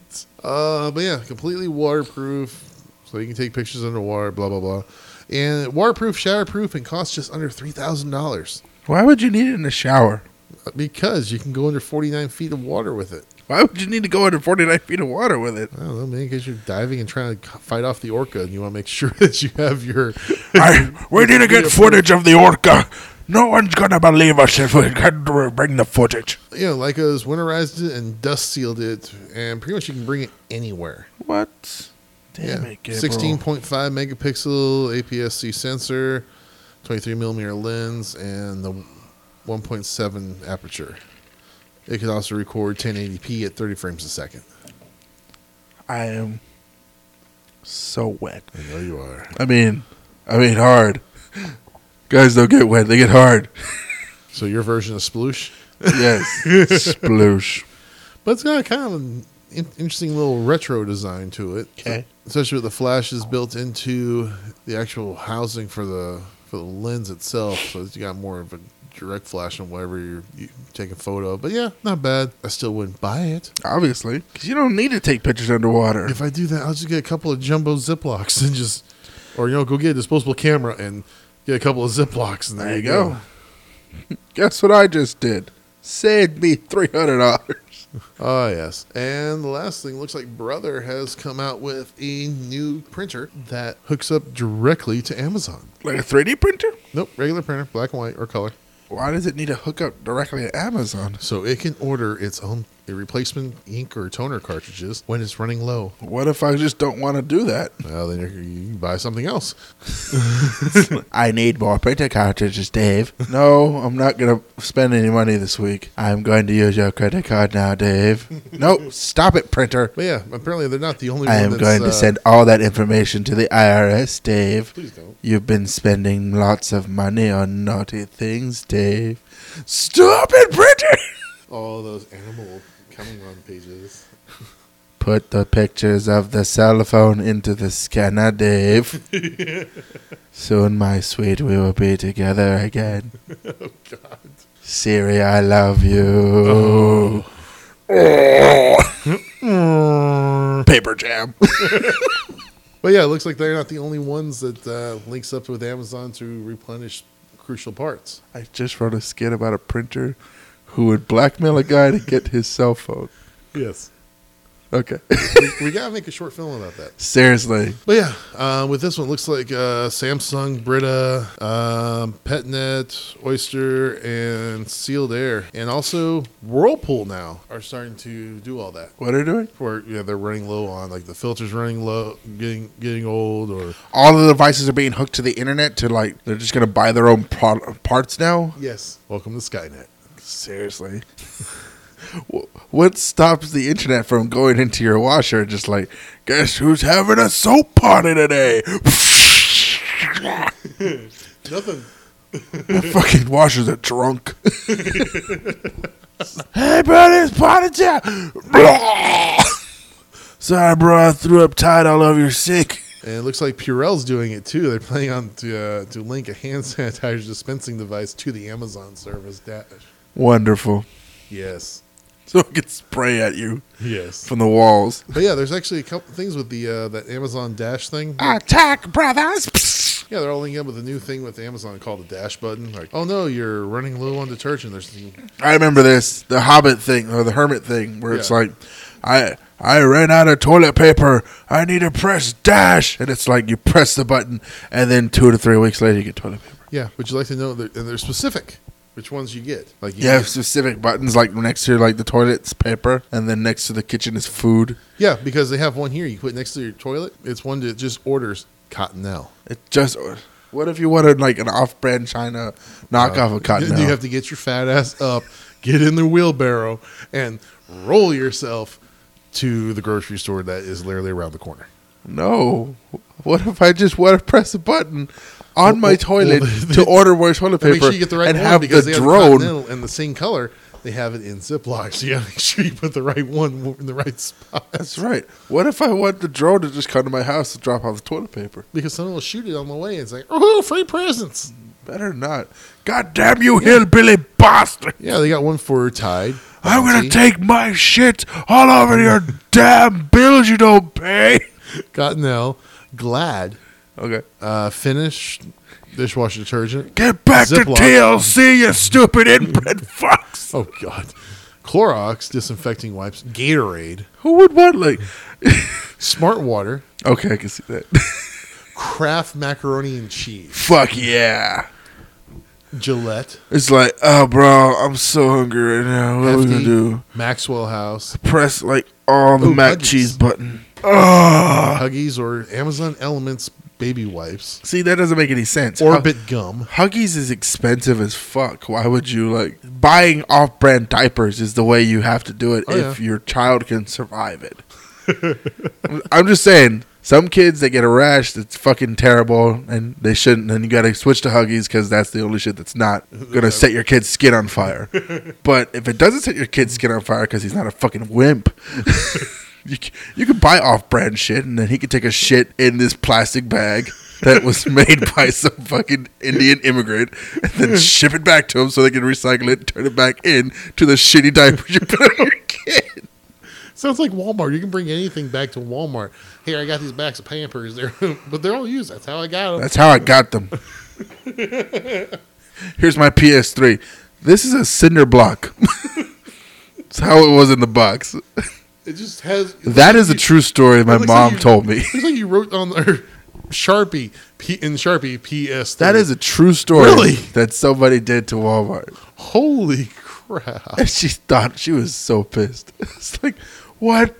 [SPEAKER 2] Uh, but yeah, completely waterproof, so you can take pictures underwater. Blah blah blah. And waterproof, shatterproof, and costs just under three thousand dollars uh,
[SPEAKER 3] Why would you need it in the shower?
[SPEAKER 2] because you can go under forty nine feet of water with it.
[SPEAKER 3] Why would you need to go under 49 feet of water with it?
[SPEAKER 2] I don't know, man. In case you're diving and trying to fight off the orca, and you want to make sure that you have your
[SPEAKER 3] I, we need to get footage of the orca. No one's gonna believe us if we can bring the footage.
[SPEAKER 2] you know, Leica's winterized it and dust sealed it, and pretty much you can bring it anywhere.
[SPEAKER 3] What? Damn it, Gabriel.
[SPEAKER 2] sixteen point five megapixel APS-C sensor, twenty three millimeter lens, and the one point seven aperture. It can also record 1080p at 30 frames a second.
[SPEAKER 3] I am so wet.
[SPEAKER 2] I know you are.
[SPEAKER 3] I mean, I mean hard. Guys don't get wet; they get hard.
[SPEAKER 2] So your version of Sploosh,
[SPEAKER 3] Yes, sploosh.
[SPEAKER 2] but it's got kind of an in- interesting little retro design to it.
[SPEAKER 3] Okay.
[SPEAKER 2] especially with the flash is built into the actual housing for the for the lens itself, so that you got more of a direct flash on whatever you're you taking photo of. But yeah, not bad. I still wouldn't buy it.
[SPEAKER 3] Obviously, because you don't need to take pictures underwater.
[SPEAKER 2] If I do that, I'll just get a couple of jumbo Ziplocs and just, or you know, go get a disposable camera and get a couple of Ziplocs and there,
[SPEAKER 3] there you go. Guess what I just did? Saved me three hundred dollars.
[SPEAKER 2] Oh yes. And the last thing looks like Brother has come out with a new printer that hooks up directly to Amazon.
[SPEAKER 3] Like a three D printer?
[SPEAKER 2] Nope, regular printer, black and white or color.
[SPEAKER 3] Why does it need to hook up directly to Amazon?
[SPEAKER 2] So it can order its own a replacement ink or toner cartridges when it's running low.
[SPEAKER 3] What if I just don't want to do that?
[SPEAKER 2] Well, then you're, you can buy something else.
[SPEAKER 3] I need more printer cartridges, Dave. No, I'm not going to spend any money this week. I'm going to use your credit card now, Dave. no, stop it, printer.
[SPEAKER 2] But yeah, apparently they're not the only.
[SPEAKER 3] I
[SPEAKER 2] one
[SPEAKER 3] am
[SPEAKER 2] that's,
[SPEAKER 3] going
[SPEAKER 2] uh,
[SPEAKER 3] to send all that information to the IRS, Dave.
[SPEAKER 2] Please don't.
[SPEAKER 3] You've been spending lots of money on naughty things, Dave. Stop it, printer!
[SPEAKER 2] all those animal coming on pages.
[SPEAKER 3] Put the pictures of the cell phone into the scanner, Dave. Soon, my sweet, we will be together again. oh, God. Siri, I love you. Oh. Paper jam.
[SPEAKER 2] But yeah, it looks like they're not the only ones that uh, links up with Amazon to replenish crucial parts.
[SPEAKER 3] I just wrote a skit about a printer who would blackmail a guy to get his cell phone.
[SPEAKER 2] Yes,
[SPEAKER 3] Okay.
[SPEAKER 2] we, we gotta make a short film about that.
[SPEAKER 3] Seriously.
[SPEAKER 2] But yeah, uh, with this one, it looks like uh, Samsung, Brita, um, PetNet, Oyster, and Sealed Air, and also Whirlpool now are starting to do all that.
[SPEAKER 3] What are you doing?
[SPEAKER 2] Where yeah, they're running low on like the filters running low, getting getting old, or
[SPEAKER 3] All the devices are being hooked to the internet to like, they're just going to buy their own pro- parts now?
[SPEAKER 2] yes, welcome to Skynet.
[SPEAKER 3] Seriously. Wh- what stops the internet from going into your washer and just like, guess who's having a soap party today?
[SPEAKER 2] Nothing.
[SPEAKER 3] the fucking washers are drunk. hey, bro, it's party time. Blah. Sorry, bro, I threw up tide all over your sink.
[SPEAKER 2] And it looks like Purell's doing it too. They're planning on to, uh, to link a hand sanitizer dispensing device to the Amazon service. That,
[SPEAKER 3] Wonderful.
[SPEAKER 2] yes,
[SPEAKER 3] So it can spray at you
[SPEAKER 2] yes.
[SPEAKER 3] from the walls.
[SPEAKER 2] But yeah, there's actually a couple things with the uh, that Amazon Dash thing.
[SPEAKER 3] Attack, brothers.
[SPEAKER 2] Yeah, they're all linking up with a new thing with Amazon called the dash button. Like, oh no, you're running low on detergent. There's
[SPEAKER 3] I remember this the Hobbit thing or the Hermit thing where it's
[SPEAKER 2] Yeah.
[SPEAKER 3] like, I I ran out of toilet paper. I need to press dash, and it's like you press the button, and then two to three weeks later you get toilet paper.
[SPEAKER 2] yeah. Would you like to know? They're, and they're specific. Which ones you get? Like, you
[SPEAKER 3] You have
[SPEAKER 2] get-
[SPEAKER 3] specific buttons like next to like the toilet's paper, and then next to the kitchen is food.
[SPEAKER 2] yeah, because they have one here. You put next to your toilet. It's one that just orders Cottonelle.
[SPEAKER 3] It just what if you wanted like an off-brand China knockoff of
[SPEAKER 2] Then
[SPEAKER 3] cotton?
[SPEAKER 2] You have to get your fat ass up, get in the wheelbarrow, and roll yourself to the grocery store that is literally around the corner.
[SPEAKER 3] no. What if I just want to press a button on my
[SPEAKER 2] well,
[SPEAKER 3] toilet
[SPEAKER 2] well,
[SPEAKER 3] to order more toilet
[SPEAKER 2] And
[SPEAKER 3] paper
[SPEAKER 2] make sure you get the right
[SPEAKER 3] and
[SPEAKER 2] one
[SPEAKER 3] have the
[SPEAKER 2] because they
[SPEAKER 3] drone?
[SPEAKER 2] have the and the same color. They have it in Ziploc, so you gotta make sure you put the right one in the right spot
[SPEAKER 3] That's right. What if I want the drone to just come to my house to drop off the toilet paper?
[SPEAKER 2] because someone will shoot it on the way. And it's like, oh, free presents.
[SPEAKER 3] Better not. God damn you, hillbilly bastard!
[SPEAKER 2] Yeah, they got one for Tide.
[SPEAKER 3] I'm gonna
[SPEAKER 2] Bounty,
[SPEAKER 3] take my shit all over your damn bills you don't pay.
[SPEAKER 2] Cottonelle, Glad,
[SPEAKER 3] Okay.
[SPEAKER 2] uh, Finish dishwasher detergent.
[SPEAKER 3] Get back to
[SPEAKER 2] Ziploc.
[SPEAKER 3] TLC, you stupid inbred fox.
[SPEAKER 2] Oh God, Clorox disinfecting wipes, Gatorade,
[SPEAKER 3] Who would want like?
[SPEAKER 2] Smart Water,
[SPEAKER 3] okay, I can see that.
[SPEAKER 2] Kraft macaroni and cheese,
[SPEAKER 3] Fuck yeah.
[SPEAKER 2] Gillette,
[SPEAKER 3] It's like, oh, bro, I'm so hungry right now. What are we gonna
[SPEAKER 2] Hefty,
[SPEAKER 3] do?
[SPEAKER 2] Maxwell House,
[SPEAKER 3] Press like all the
[SPEAKER 2] Ooh,
[SPEAKER 3] mac
[SPEAKER 2] Huggies.
[SPEAKER 3] cheese button. Ugh.
[SPEAKER 2] Huggies, or Amazon Elements baby wipes,
[SPEAKER 3] See, that doesn't make any sense.
[SPEAKER 2] Orbit gum.
[SPEAKER 3] Huggies is expensive as fuck. Why would you like buying off-brand diapers is the way you have to do it
[SPEAKER 2] Oh,
[SPEAKER 3] if
[SPEAKER 2] yeah.
[SPEAKER 3] your child can survive it. I'm- I'm just saying, some kids they get a rash that's fucking terrible and they shouldn't and you got to switch to Huggies cuz that's the only shit that's not going to set your kid's skin on fire. but if it doesn't set your kid's skin on fire cuz he's not a fucking wimp. You, c- you could buy off-brand shit, and then he could take a shit in this plastic bag that was made by some fucking Indian immigrant, and then ship it back to him so they can recycle it, and turn it back in to the shitty diapers you put on your kid.
[SPEAKER 2] Sounds like Walmart. You can bring anything back to Walmart. Here, I got these bags of Pampers. They're but they're all used. That's how I got them.
[SPEAKER 3] That's how I got them. Here's my PS3. This is a cinder block. That's how it was in the box.
[SPEAKER 2] It just has. it
[SPEAKER 3] That
[SPEAKER 2] looks
[SPEAKER 3] is a
[SPEAKER 2] like
[SPEAKER 3] true story
[SPEAKER 2] you- it
[SPEAKER 3] my
[SPEAKER 2] looks like
[SPEAKER 3] mom
[SPEAKER 2] you-
[SPEAKER 3] told me.
[SPEAKER 2] It looks like you wrote on the Sharpie P, in Sharpie PS.
[SPEAKER 3] That is a true story
[SPEAKER 2] Really?
[SPEAKER 3] that somebody did to Walmart.
[SPEAKER 2] holy crap.
[SPEAKER 3] And she thought she was so pissed. It's like, what?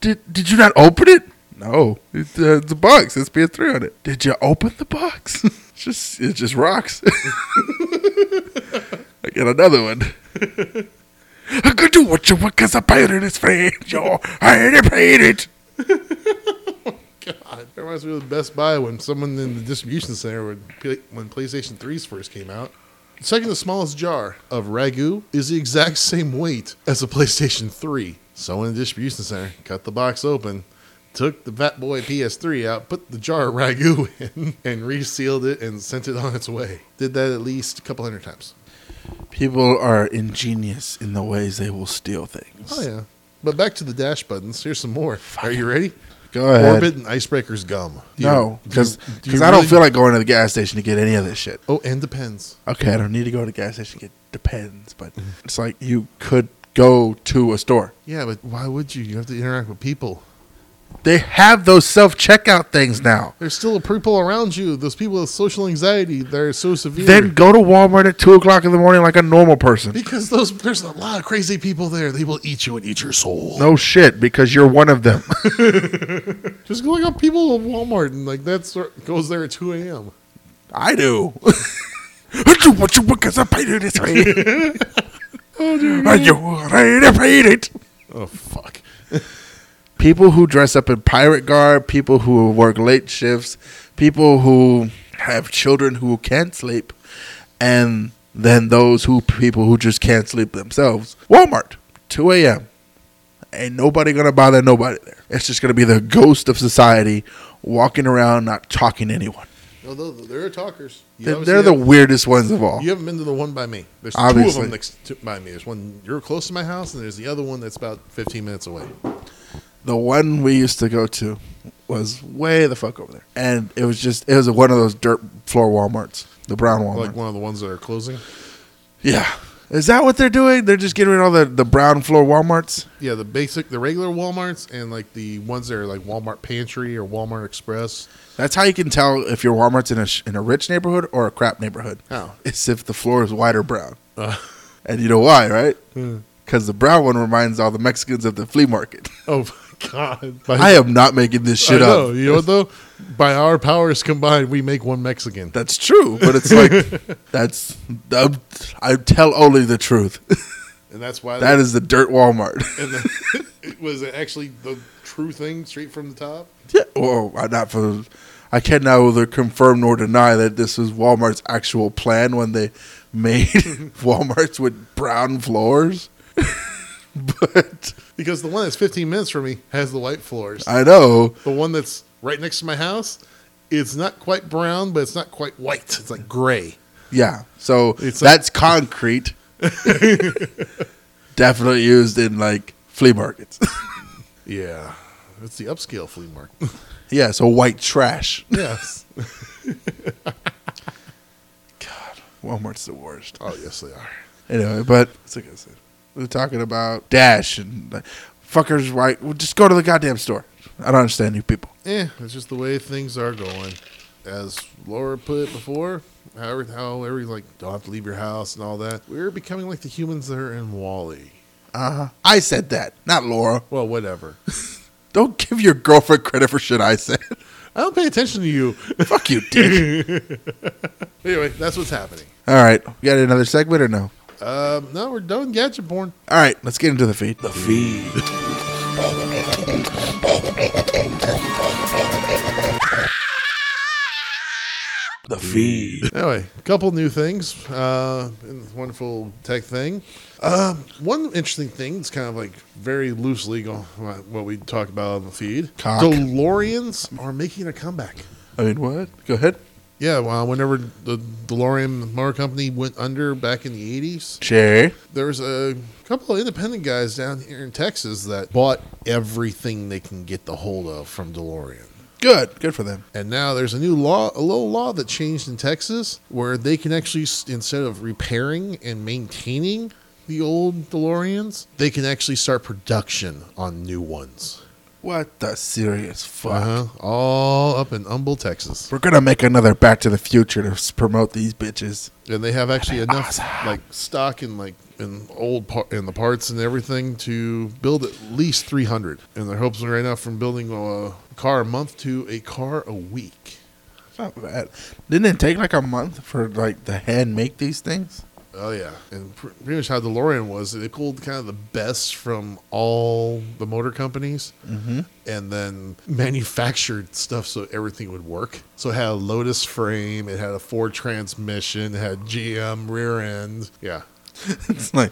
[SPEAKER 3] Did did you not open it? No, it's, uh, it's a box. It's PS3 on it. Did you open the box? It's just it just rocks. I get another one. I could do what you want because I paid it. It's free. Yo, I already paid it.
[SPEAKER 2] God, that reminds me of Best Buy when someone in the distribution center would pla- when PlayStation 3s first came out. The Second, the smallest jar of ragu is the exact same weight as a PlayStation 3. Someone in the distribution center cut the box open, took the Fat Boy PS3 out, put the jar of ragu in, and resealed it and sent it on its way. Did that at least a couple hundred times.
[SPEAKER 3] People are ingenious in the ways they will steal things.
[SPEAKER 2] Oh yeah. But back to the dash buttons. Here's some more. Are you ready?
[SPEAKER 3] Go ahead.
[SPEAKER 2] Orbit and Icebreaker's gum. Do you-
[SPEAKER 3] No,
[SPEAKER 2] do you-
[SPEAKER 3] because
[SPEAKER 2] do you
[SPEAKER 3] I don't
[SPEAKER 2] really-
[SPEAKER 3] feel like going to the gas station to get any of this shit.
[SPEAKER 2] Oh, and depends.
[SPEAKER 3] okay, I don't need to go to the gas station. It depends, but it's like you could go to a store.
[SPEAKER 2] Yeah, but why would you? You have to interact with people.
[SPEAKER 3] They have those self checkout things now.
[SPEAKER 2] There's still people around you. Those people with social anxiety, they're so severe.
[SPEAKER 3] Then go to Walmart at two o'clock in the morning like a normal person.
[SPEAKER 2] because those there's a lot of crazy people there. They will eat you and eat your soul.
[SPEAKER 3] No shit, because you're one of them.
[SPEAKER 2] Just going up people at Walmart and like that's goes there at 2 a.m.
[SPEAKER 3] I do. I do what you want because I paid it this way. Are you already paid it?
[SPEAKER 2] Oh fuck.
[SPEAKER 3] people who dress up in pirate garb, people who work late shifts, people who have children who can't sleep, and then those who people who just can't sleep themselves. Walmart, 2 a.m. Ain't nobody gonna bother nobody there. It's just gonna be the ghost of society walking around not talking to anyone.
[SPEAKER 2] Although they're talkers. You
[SPEAKER 3] They're,
[SPEAKER 2] obviously
[SPEAKER 3] they're the
[SPEAKER 2] have-
[SPEAKER 3] weirdest ones of all.
[SPEAKER 2] You haven't been to the one by me. There's two of
[SPEAKER 3] Obviously.
[SPEAKER 2] them next to, by me. There's one you're close to my house, and there's the other one that's about 15 minutes away.
[SPEAKER 3] The one we used to go to was way the fuck over there, and it was just it was one of those dirt floor WalMarts, the brown Walmart.
[SPEAKER 2] Like one of the ones that are closing.
[SPEAKER 3] yeah, is that what they're doing? They're just getting rid of all the the brown floor WalMarts.
[SPEAKER 2] Yeah, the basic, the regular WalMarts, and like the ones that are like Walmart Pantry or Walmart Express.
[SPEAKER 3] That's how you can tell if your Walmart's in a sh- in a rich neighborhood or a crap neighborhood.
[SPEAKER 2] How? Uh.
[SPEAKER 3] It's if the floor is white or brown. and you know why, right?
[SPEAKER 2] Hmm.
[SPEAKER 3] Because the brown one reminds all the Mexicans of the flea market.
[SPEAKER 2] Oh my god!
[SPEAKER 3] I am not making this shit
[SPEAKER 2] I know.
[SPEAKER 3] up.
[SPEAKER 2] You know what though? By our powers combined, we make one Mexican.
[SPEAKER 3] That's true, but it's like that's I'm, I tell only the truth.
[SPEAKER 2] And that's why
[SPEAKER 3] that is the dirt Walmart.
[SPEAKER 2] and the, it was actually the true thing straight from the top.
[SPEAKER 3] yeah. Well, I uh, not for. I can neither confirm nor deny that this was Walmart's actual plan when they made Walmart's with brown floors. but
[SPEAKER 2] Because the one that's 15 minutes from me has the white floors.
[SPEAKER 3] I know
[SPEAKER 2] the one that's right next to my house, it's not quite brown, but it's not quite white. It's like gray.
[SPEAKER 3] Yeah. So
[SPEAKER 2] It's like-
[SPEAKER 3] that's concrete. Definitely used in like flea markets.
[SPEAKER 2] Yeah, it's the upscale flea market.
[SPEAKER 3] yeah, so white trash.
[SPEAKER 2] yes.
[SPEAKER 3] Walmart's the worst.
[SPEAKER 2] Oh yes, they are.
[SPEAKER 3] Anyway, but it's like I said. We're talking about Dash and like, fuckers right well, just go to the goddamn store. I don't understand you people.
[SPEAKER 2] Eh, it's just the way things are going. As Laura put it before, however, how every like don't have to leave your house and all that. We're becoming like the humans that are in Wally.
[SPEAKER 3] Uh-huh. I said that, not Laura.
[SPEAKER 2] Well, whatever.
[SPEAKER 3] Don't give your girlfriend credit for shit I said.
[SPEAKER 2] I don't pay attention to you.
[SPEAKER 3] Fuck you, dick.
[SPEAKER 2] anyway, that's what's happening.
[SPEAKER 3] All right. We got another segment or no?
[SPEAKER 2] Um, no, we're done with gadget porn.
[SPEAKER 3] All right, let's get into the feed. The feed. the feed.
[SPEAKER 2] Anyway, a couple new things. Uh, in this wonderful tech thing. Um, one interesting thing that's kind of like very loosely going what we talk about on the feed.
[SPEAKER 3] Cock.
[SPEAKER 2] DeLoreans are making a comeback.
[SPEAKER 3] I mean, what? Go ahead.
[SPEAKER 2] Yeah, well, whenever the DeLorean Motor Company went under back in the 80s,
[SPEAKER 3] Sure.
[SPEAKER 2] there was a couple of independent guys down here in Texas that bought everything they can get the hold of from DeLorean.
[SPEAKER 3] Good. Good for them.
[SPEAKER 2] And now there's a new law, a little law that changed in Texas where they can actually, s- instead of repairing and maintaining the old DeLoreans, they can actually start production on new ones.
[SPEAKER 3] What the serious fuck?
[SPEAKER 2] Uh-huh. All up in Humble, Texas.
[SPEAKER 3] We're gonna make another Back to the Future to s- promote these bitches.
[SPEAKER 2] and they have actually enough like stock in like in old par- in the parts and everything to build at least 300 and their hopes are right now from building a car a month to a car a week
[SPEAKER 3] It's not bad. Didn't it take like a month for like the hand make these things?
[SPEAKER 2] oh yeah and pr- pretty much how delorean was they pulled kind of the best from all the motor companies and then manufactured stuff so everything would work so it had a lotus frame it had a ford transmission it had gm rear end yeah
[SPEAKER 3] it's like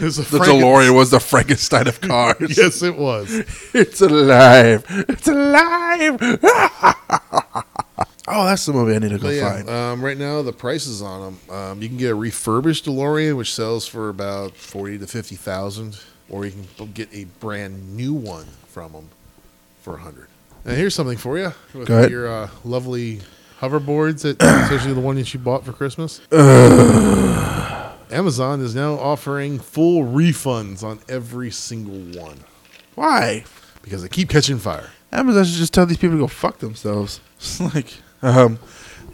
[SPEAKER 2] it was a
[SPEAKER 3] the
[SPEAKER 2] Franken-
[SPEAKER 3] DeLorean was the Frankenstein of cars.
[SPEAKER 2] yes it was
[SPEAKER 3] It's alive. It's alive. oh, that's the movie I need to go
[SPEAKER 2] But yeah,
[SPEAKER 3] find.
[SPEAKER 2] um, right now the prices on them. Um, you can get a refurbished DeLorean, which sells for about forty to fifty thousand, or you can b- get a brand new one from them for a hundred. And here's something for you with
[SPEAKER 3] Go ahead.
[SPEAKER 2] your uh, lovely hoverboards that especially the one that you bought for Christmas. Amazon is now offering full refunds on every single one
[SPEAKER 3] Why?
[SPEAKER 2] because they keep catching fire.
[SPEAKER 3] Amazon should just tell these people to go fuck themselves. It's like, um,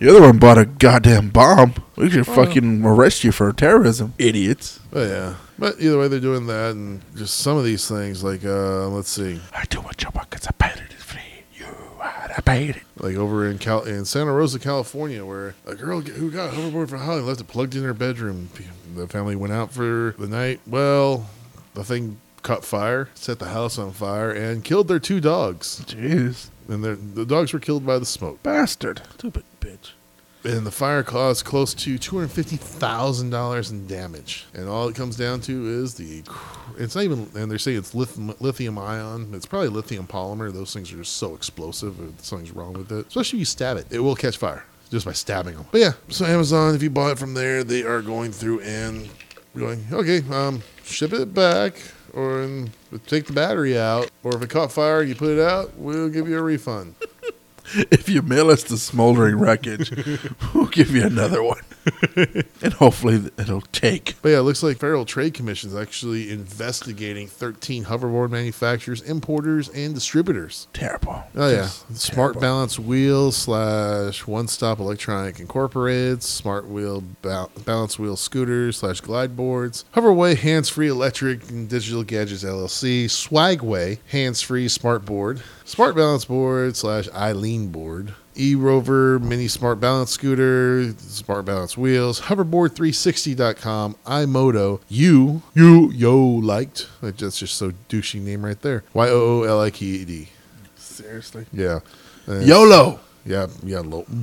[SPEAKER 3] the other one bought a goddamn bomb. We
[SPEAKER 2] Oh.
[SPEAKER 3] should fucking arrest you for terrorism, idiots.
[SPEAKER 2] But yeah, but either way, they're doing that, and just some of these things like uh, let's see.
[SPEAKER 3] I do what you want 'cause I paid it. It's free. You are the paid it.
[SPEAKER 2] like over in Cal in Santa Rosa, California, where a girl g- who got a hoverboard for Holly left it plugged in her bedroom. P- The family went out for the night. Well, the thing caught fire, set the house on fire, and killed their two dogs.
[SPEAKER 3] Jeez,
[SPEAKER 2] And their, the dogs were killed by the smoke.
[SPEAKER 3] bastard, stupid bitch.
[SPEAKER 2] And the fire caused close to two hundred fifty thousand dollars in damage. And all it comes down to is the. cr- It's not even, and they're saying it's lithium, lithium ion. It's probably lithium polymer. Those things are just so explosive. If something's wrong with it, especially if you stab it, it will catch fire just by stabbing them. But yeah, so Amazon, if you bought it from there, they are going through and going, okay, um, ship it back. or in, take the battery out, or if it caught fire, you put it out, we'll give you a refund.
[SPEAKER 3] If you mail us the smoldering wreckage, we'll give you another one. and hopefully it'll take.
[SPEAKER 2] But yeah, it looks like Federal Trade Commission is actually investigating 13 hoverboard manufacturers, importers, and distributors.
[SPEAKER 3] Terrible.
[SPEAKER 2] Oh yeah,
[SPEAKER 3] Just
[SPEAKER 2] Smart
[SPEAKER 3] terrible.
[SPEAKER 2] Balance Wheel slash One Stop Electronic Incorporated, Smart Wheel ba- Balance Wheel Scooters slash Glide Boards, Hoverway Hands Free Electric and Digital Gadgets LLC, Swagway Hands Free Smart Board, Smart Balance Board slash Eileen Board. E Rover Mini Smart Balance Scooter, Smart Balance Wheels, Hoverboard360.com, iMoto, You, You, Yo Liked. Like, That's just so douchey name right there. Y O O L I K E D.
[SPEAKER 3] Seriously.
[SPEAKER 2] Yeah. Uh,
[SPEAKER 3] YOLO.
[SPEAKER 2] Yeah, yeah, low.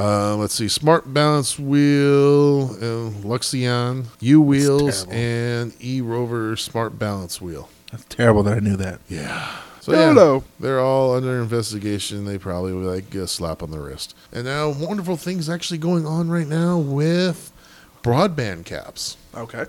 [SPEAKER 2] Uh, let's see. Smart Balance Wheel, uh, Luxion, U Wheels,
[SPEAKER 3] terrible.
[SPEAKER 2] and E Rover Smart Balance Wheel.
[SPEAKER 3] That's terrible that I knew that.
[SPEAKER 2] Yeah. So,
[SPEAKER 3] Hello.
[SPEAKER 2] they're all under investigation. They probably would like a slap on the wrist. And now, wonderful things actually going on right now with broadband caps
[SPEAKER 3] Okay.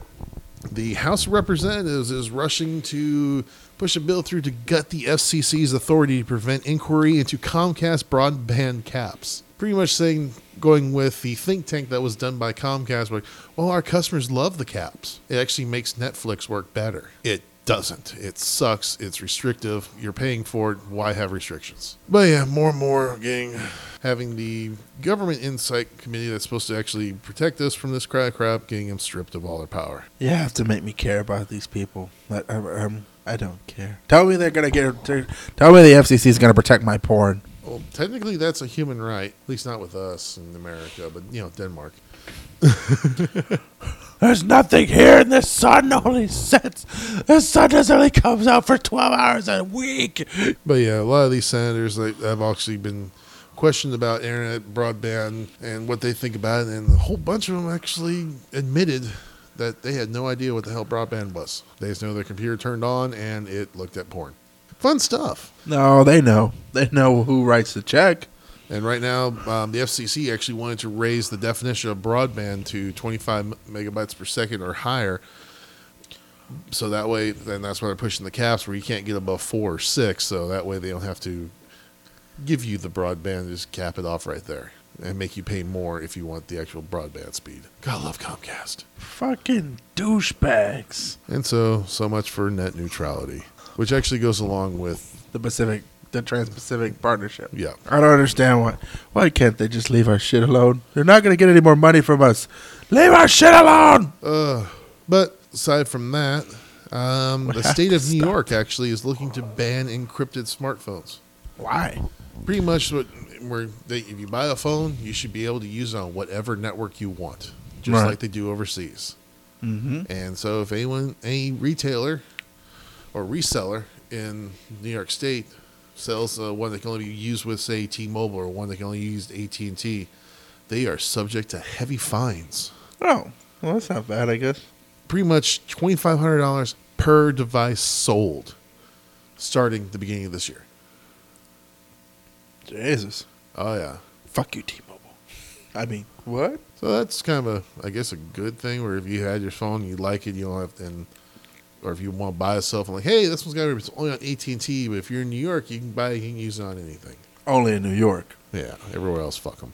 [SPEAKER 2] the House of Representatives is rushing to push a bill through to gut the FCC's authority to prevent inquiry into Comcast broadband caps. Pretty much saying, going with the think tank that was done by Comcast, like, well, our customers love the caps. It actually makes Netflix work better. It doesn't. It sucks. It's restrictive. You're paying for it. Why have restrictions? But yeah, more and more getting having the government insight committee that's supposed to actually protect us from this crap, crap getting them stripped of all their power.
[SPEAKER 3] You have to make me care about these people. I, I, I'm, I don't care. Tell me they're going to get. they're- Tell me the FCC is going to protect my porn.
[SPEAKER 2] Well, technically, that's a human right. At least not with us in America, but you know, Denmark.
[SPEAKER 3] There's nothing here, and the sun only sets. The sun just only comes out for 12 hours a week.
[SPEAKER 2] But yeah, a lot of these senators like, have actually been questioned about internet broadband and what they think about it, and a whole bunch of them actually admitted that they had no idea what the hell broadband was. They just know their computer turned on and it looked at porn. Fun stuff.
[SPEAKER 3] No, they know. They know who writes the check.
[SPEAKER 2] And right now, um, the FCC actually wanted to raise the definition of broadband to 25 megabytes per second or higher. So that way, then that's why they're pushing the caps where you can't get above four or six. So that way, they don't have to give you the broadband, just cap it off right there and make you pay more if you want the actual broadband speed. God love Comcast.
[SPEAKER 3] Fucking douchebags.
[SPEAKER 2] And so, so much for net neutrality, which actually goes along with,
[SPEAKER 3] The Pacific, the Trans-Pacific Partnership.
[SPEAKER 2] yeah.
[SPEAKER 3] I don't understand why. Why can't they just leave our shit alone? They're not going to get any more money from us. Leave our shit alone.
[SPEAKER 2] But aside from that, um, the state of New York actually is looking to ban encrypted smartphones.
[SPEAKER 3] Why?
[SPEAKER 2] Pretty much what where they, if you buy a phone, you should be able to use it on whatever network you want, just
[SPEAKER 3] Right.
[SPEAKER 2] like they do overseas.
[SPEAKER 3] Mm-hmm.
[SPEAKER 2] And so, if anyone, any retailer or reseller in New York State sells uh, one that can only be used with, say, T-Mobile, or one that can only be used AT and T, they are subject to heavy fines.
[SPEAKER 3] Oh, well, that's not bad, I guess.
[SPEAKER 2] pretty much twenty five hundred dollars per device sold, starting the beginning of this year.
[SPEAKER 3] Jesus.
[SPEAKER 2] Oh yeah,
[SPEAKER 3] Fuck you, T-Mobile. I mean, what?
[SPEAKER 2] so that's kind of a I guess a good thing. Where if you had your phone, you like it, you don't have to, and or if you want to buy a cell phone, like hey, this one's got to be it's only on AT and T, but if you're in New York, you can buy it, you can use it on anything.
[SPEAKER 3] Only in New York.
[SPEAKER 2] Yeah, everywhere else, fuck them.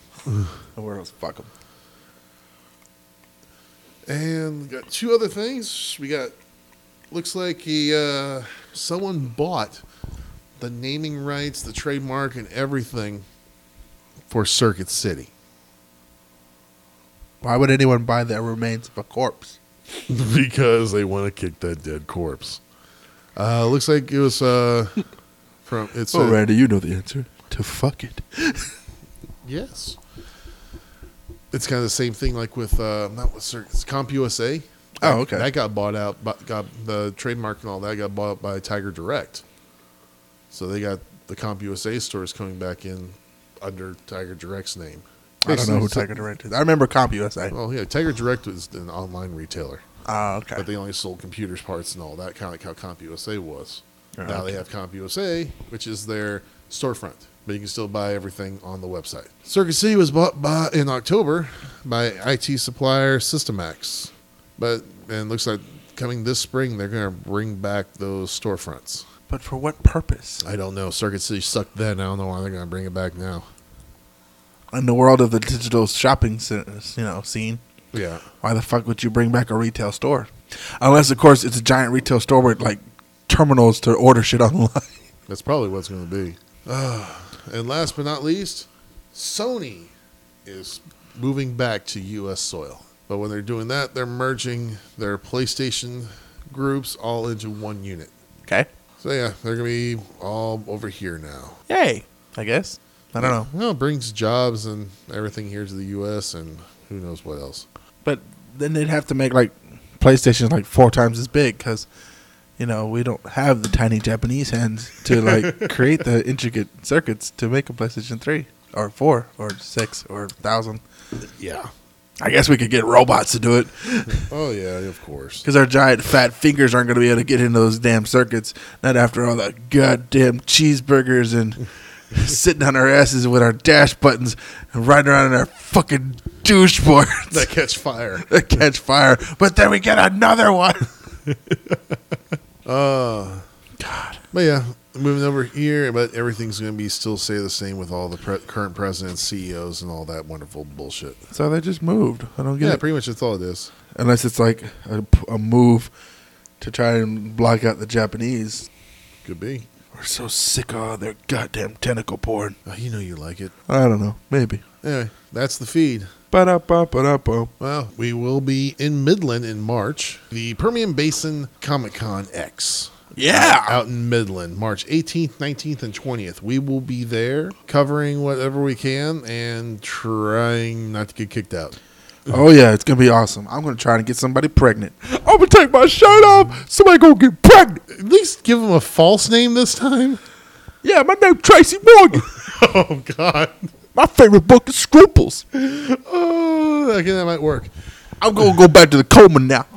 [SPEAKER 3] Nowhere else. Fuck them.
[SPEAKER 2] And we got two other things. We got looks like he uh, someone bought the naming rights, the trademark, and everything for Circuit City.
[SPEAKER 3] Why would anyone buy the remains of a corpse?
[SPEAKER 2] because they want to kick that dead corpse. Uh, looks like it was uh, from it's a-
[SPEAKER 3] Oh, you know the answer. To fuck it.
[SPEAKER 2] yes. It's kind of the same thing, like with uh, not with Cir- it's CompUSA.
[SPEAKER 3] Oh, okay.
[SPEAKER 2] That got bought out, but got the trademark and all that got bought out by Tiger Direct. So they got the CompUSA stores coming back in under Tiger Direct's name.
[SPEAKER 3] I don't know who
[SPEAKER 2] Basically,
[SPEAKER 3] Tiger Durant is. I remember CompUSA.
[SPEAKER 2] Well, yeah, Tiger Direct was an online retailer.
[SPEAKER 3] Ah, okay.
[SPEAKER 2] but they only sold computers parts and all that kind of like how CompUSA was.
[SPEAKER 3] Yeah,
[SPEAKER 2] now
[SPEAKER 3] okay.
[SPEAKER 2] they have CompUSA, which is their storefront, but you can still buy everything on the website. Circuit City was bought by, in October by IT supplier Systemax, but and it looks like coming this spring, they're going to bring back those storefronts.
[SPEAKER 3] But for what purpose?
[SPEAKER 2] I don't know. Circuit City sucked then. I don't know why they're going to bring it back now.
[SPEAKER 3] In the world of the digital shopping, cen- you know, scene,
[SPEAKER 2] Yeah.
[SPEAKER 3] why the fuck would you bring back a retail store? Unless, of course, it's a giant retail store with like terminals to order shit online.
[SPEAKER 2] That's probably what it's going to be. Uh, and last but not least, Sony is moving back to U.S. soil. But when they're doing that, they're merging their PlayStation groups all into one unit.
[SPEAKER 3] Okay.
[SPEAKER 2] So yeah, they're going to be all over here now.
[SPEAKER 3] Yay. I guess. I don't know.
[SPEAKER 2] Well, it brings jobs and everything here to the U.S. and who knows what else.
[SPEAKER 3] But then they'd have to make like PlayStation like four times as big because, you know, we don't have the tiny Japanese hands to like create the intricate circuits to make a PlayStation 3 or 4 or 6 or 1000.
[SPEAKER 2] Yeah.
[SPEAKER 3] I guess we could get robots to do it
[SPEAKER 2] Oh yeah, of course.
[SPEAKER 3] because our giant fat fingers aren't going to be able to get into those damn circuits. Not after all the goddamn cheeseburgers and sitting on our asses with our dash buttons and riding around in our fucking doucheboards.
[SPEAKER 2] That catch fire.
[SPEAKER 3] that catch fire. But then we get another one.
[SPEAKER 2] But yeah, moving over here, but everything's going to be still stay the same with all the pre- current presidents, CEOs, and all that wonderful bullshit.
[SPEAKER 3] So they just moved. I don't get
[SPEAKER 2] Yeah,
[SPEAKER 3] it.
[SPEAKER 2] pretty much that's all it is.
[SPEAKER 3] Unless it's like a, p- a move to try and block out the Japanese.
[SPEAKER 2] Could be.
[SPEAKER 3] We're so sick of all their goddamn tentacle porn.
[SPEAKER 2] Oh, you know you like it.
[SPEAKER 3] I don't know. Maybe.
[SPEAKER 2] Anyway, that's the feed.
[SPEAKER 3] Ba-da-ba-ba-da-ba.
[SPEAKER 2] Well, we will be in Midland in March, the Permian Basin Comic Con X.
[SPEAKER 3] Yeah.
[SPEAKER 2] Out in Midland, March 18th, 19th, and 20th. We will be there covering whatever we can and trying not to get kicked out.
[SPEAKER 3] Oh yeah, it's gonna be awesome. I'm gonna try to get somebody pregnant. I'm gonna take my shirt off. Somebody gonna get pregnant.
[SPEAKER 2] At least give them a false name this time.
[SPEAKER 3] Yeah, my name Tracy Morgan.
[SPEAKER 2] Oh, God.
[SPEAKER 3] My favorite book is Scruples.
[SPEAKER 2] Oh, okay, that might work.
[SPEAKER 3] I'm gonna go back to the Coleman now.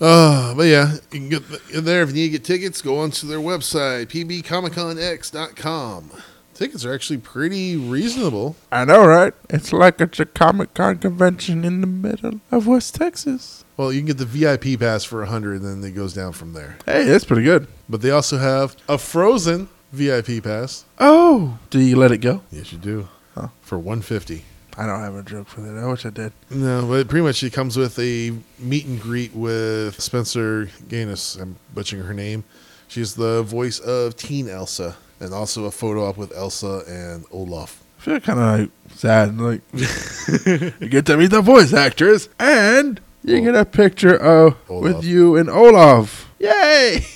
[SPEAKER 2] Uh, but yeah, you can get th- there if you need to get tickets. Go onto their website, pbcomicconx.com. Tickets are actually pretty reasonable.
[SPEAKER 3] I know, right? It's like it's a Comic Con convention in the middle of West Texas.
[SPEAKER 2] Well, you can get the VIP pass for a hundred, and then it goes down from there.
[SPEAKER 3] Hey, that's pretty good.
[SPEAKER 2] But they also have a Frozen VIP pass.
[SPEAKER 3] Oh, do you let it go?
[SPEAKER 2] Yes, you do
[SPEAKER 3] Huh.
[SPEAKER 2] for one fifty.
[SPEAKER 3] I don't have a joke for that. I wish I did.
[SPEAKER 2] No, but pretty much it comes with a meet and greet with Spencer Gaines. I'm butchering her name. She's the voice of Teen Elsa, and also a photo op with Elsa and Olaf.
[SPEAKER 3] I feel kind of like sad. Like you get to meet the voice actress, and you get a picture of
[SPEAKER 2] Olaf.
[SPEAKER 3] with you and Olaf. Yay!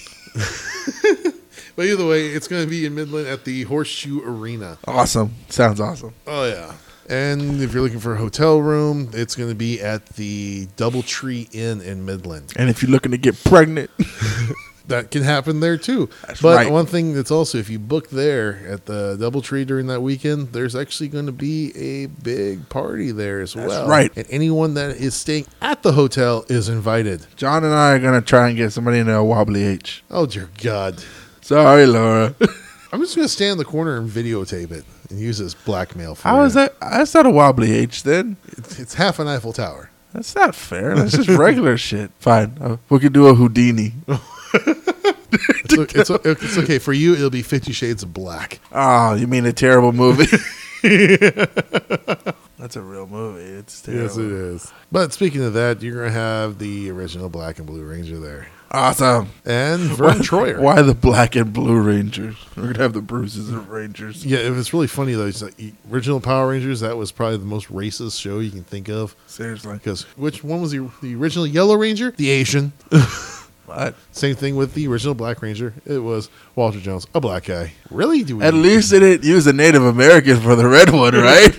[SPEAKER 2] But either way, it's going to be in Midland at the Horseshoe Arena.
[SPEAKER 3] Awesome. Sounds awesome.
[SPEAKER 2] Oh yeah. And if you're looking for a hotel room, it's going to be at the Doubletree Inn in Midland.
[SPEAKER 3] And if you're looking to get pregnant,
[SPEAKER 2] That can happen there too.
[SPEAKER 3] That's
[SPEAKER 2] but
[SPEAKER 3] right.
[SPEAKER 2] one thing that's also, if you book there at the Doubletree during that weekend, there's actually going to be a big party there as well.
[SPEAKER 3] right.
[SPEAKER 2] And anyone that is staying at the hotel is invited.
[SPEAKER 3] John and I are gonna try and get somebody into a wobbly H.
[SPEAKER 2] Oh dear God.
[SPEAKER 3] Sorry, Laura.
[SPEAKER 2] I'm just going to stand in the corner and videotape it and use it as blackmail for
[SPEAKER 3] How
[SPEAKER 2] you.
[SPEAKER 3] is that? That's not a wobbly H then.
[SPEAKER 2] It's, it's half an Eiffel Tower.
[SPEAKER 3] That's not fair. That's just regular shit. Fine. Uh, we could do a Houdini.
[SPEAKER 2] It's, o- it's, o- it's okay for you. It'll be Fifty Shades of Black.
[SPEAKER 3] Oh, you mean a terrible movie? That's a real movie. It's terrible.
[SPEAKER 2] is. But speaking of that, you're gonna have the original Black and Blue Ranger there,
[SPEAKER 3] Awesome.
[SPEAKER 2] and Vern Troyer.
[SPEAKER 3] Why the black and blue Rangers? We're going to have the Bruises and Rangers.
[SPEAKER 2] Yeah, it was really funny though. It's like, the original Power Rangers. That was probably the most racist show you can think of.
[SPEAKER 3] Seriously.
[SPEAKER 2] Because which one was the the original Yellow Ranger? The Asian.
[SPEAKER 3] What?
[SPEAKER 2] Same thing with the original Black Ranger. It was Walter Jones, a black guy. Really? Do we
[SPEAKER 3] At least they didn't use a Native American for the red one, right?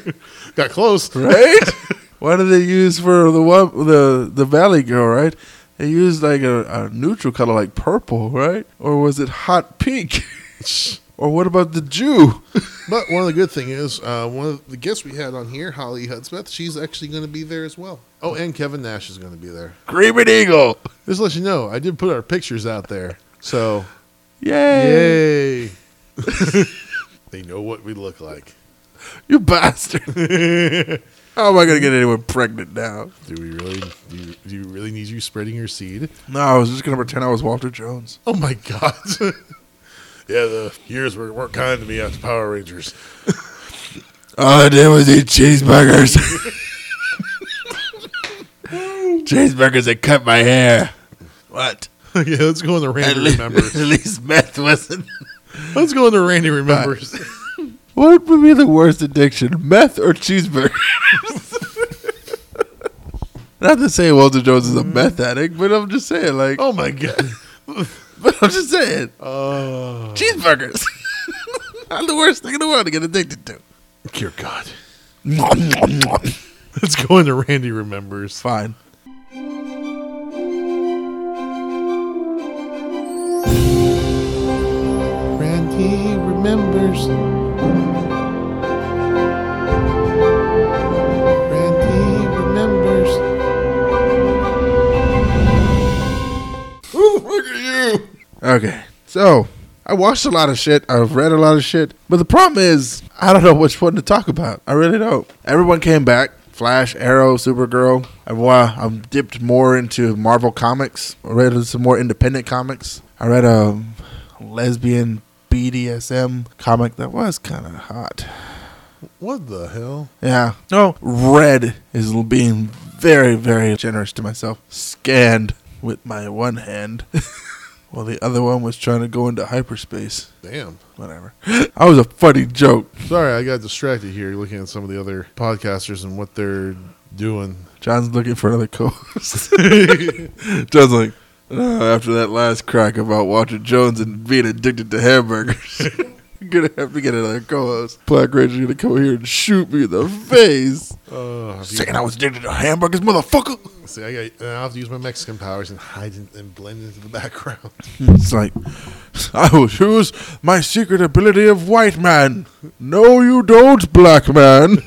[SPEAKER 2] got close?
[SPEAKER 3] right? What did they use for the one, the the Valley Girl, right? They used like a, a neutral color, like purple, right? Or was it hot pink? or what about the Jew?
[SPEAKER 2] But one of the good thing is, uh, one of the guests we had on here, Holly Hudspeth, she's actually going to be there as well. Oh, and Kevin Nash is going to be there.
[SPEAKER 3] Green Eagle.
[SPEAKER 2] Just to let you know, I did put our pictures out there, so
[SPEAKER 3] Yay.
[SPEAKER 2] yay! they know what we look like.
[SPEAKER 3] You bastard. How am I gonna get anyone pregnant now?
[SPEAKER 2] Do we really? Do you, do you really need you spreading your seed?
[SPEAKER 3] No, I was just gonna pretend I was Walter Jones.
[SPEAKER 2] Oh my god! yeah, the years were, weren't kind to me after Power Rangers.
[SPEAKER 3] All Oh, I did was eat cheeseburgers. cheeseburgers that cut my hair. What?
[SPEAKER 2] yeah, let's go on the
[SPEAKER 3] At,
[SPEAKER 2] Randy
[SPEAKER 3] le- at
[SPEAKER 2] remembers.
[SPEAKER 3] least meth wasn't.
[SPEAKER 2] Let's go on the Randy remembers.
[SPEAKER 3] What would be the worst addiction, meth or cheeseburgers? Not to say Walter Jones is a meth addict, but I'm just saying, like,
[SPEAKER 2] oh my god!
[SPEAKER 3] but I'm just saying,
[SPEAKER 2] Oh,
[SPEAKER 3] cheeseburgers. Not the worst thing in the world to get addicted to.
[SPEAKER 2] dear God!
[SPEAKER 3] Nom, nom, nom.
[SPEAKER 2] Let's go on the Randy remembers.
[SPEAKER 3] Fine.
[SPEAKER 2] Randy remembers. Randy remembers. Ooh, look at you!
[SPEAKER 3] Okay. So, I watched a lot of shit. I've read a lot of shit. But the problem is, I don't know which one to talk about. I really don't. Everyone came back Flash, Arrow, Supergirl. I've, wa- I'm dipped more into Marvel comics. I read some more independent comics. I read a lesbian BDSM comic that was kind of hot.
[SPEAKER 2] What the hell?
[SPEAKER 3] Yeah. No. Red is l- being very, very generous to myself. Scanned with my one hand. While the other one was trying to go into hyperspace.
[SPEAKER 2] Damn.
[SPEAKER 3] Whatever. I was a funny joke.
[SPEAKER 2] Sorry, I got distracted here looking at some of the other podcasters and what they're doing.
[SPEAKER 3] John's looking for another co-host. John's like, "Uh, after that last crack about Walter Jones and being addicted to hamburgers, you're gonna have to get another co-host. Black Ranger gonna come here and shoot me in the face.
[SPEAKER 2] Uh, if you-
[SPEAKER 3] Saying I was addicted to hamburgers, motherfucker.
[SPEAKER 2] see, I got. I have to use my Mexican powers and hide in, and blend into the background.
[SPEAKER 3] It's like, I will use my secret ability of white man. No, you don't, black man.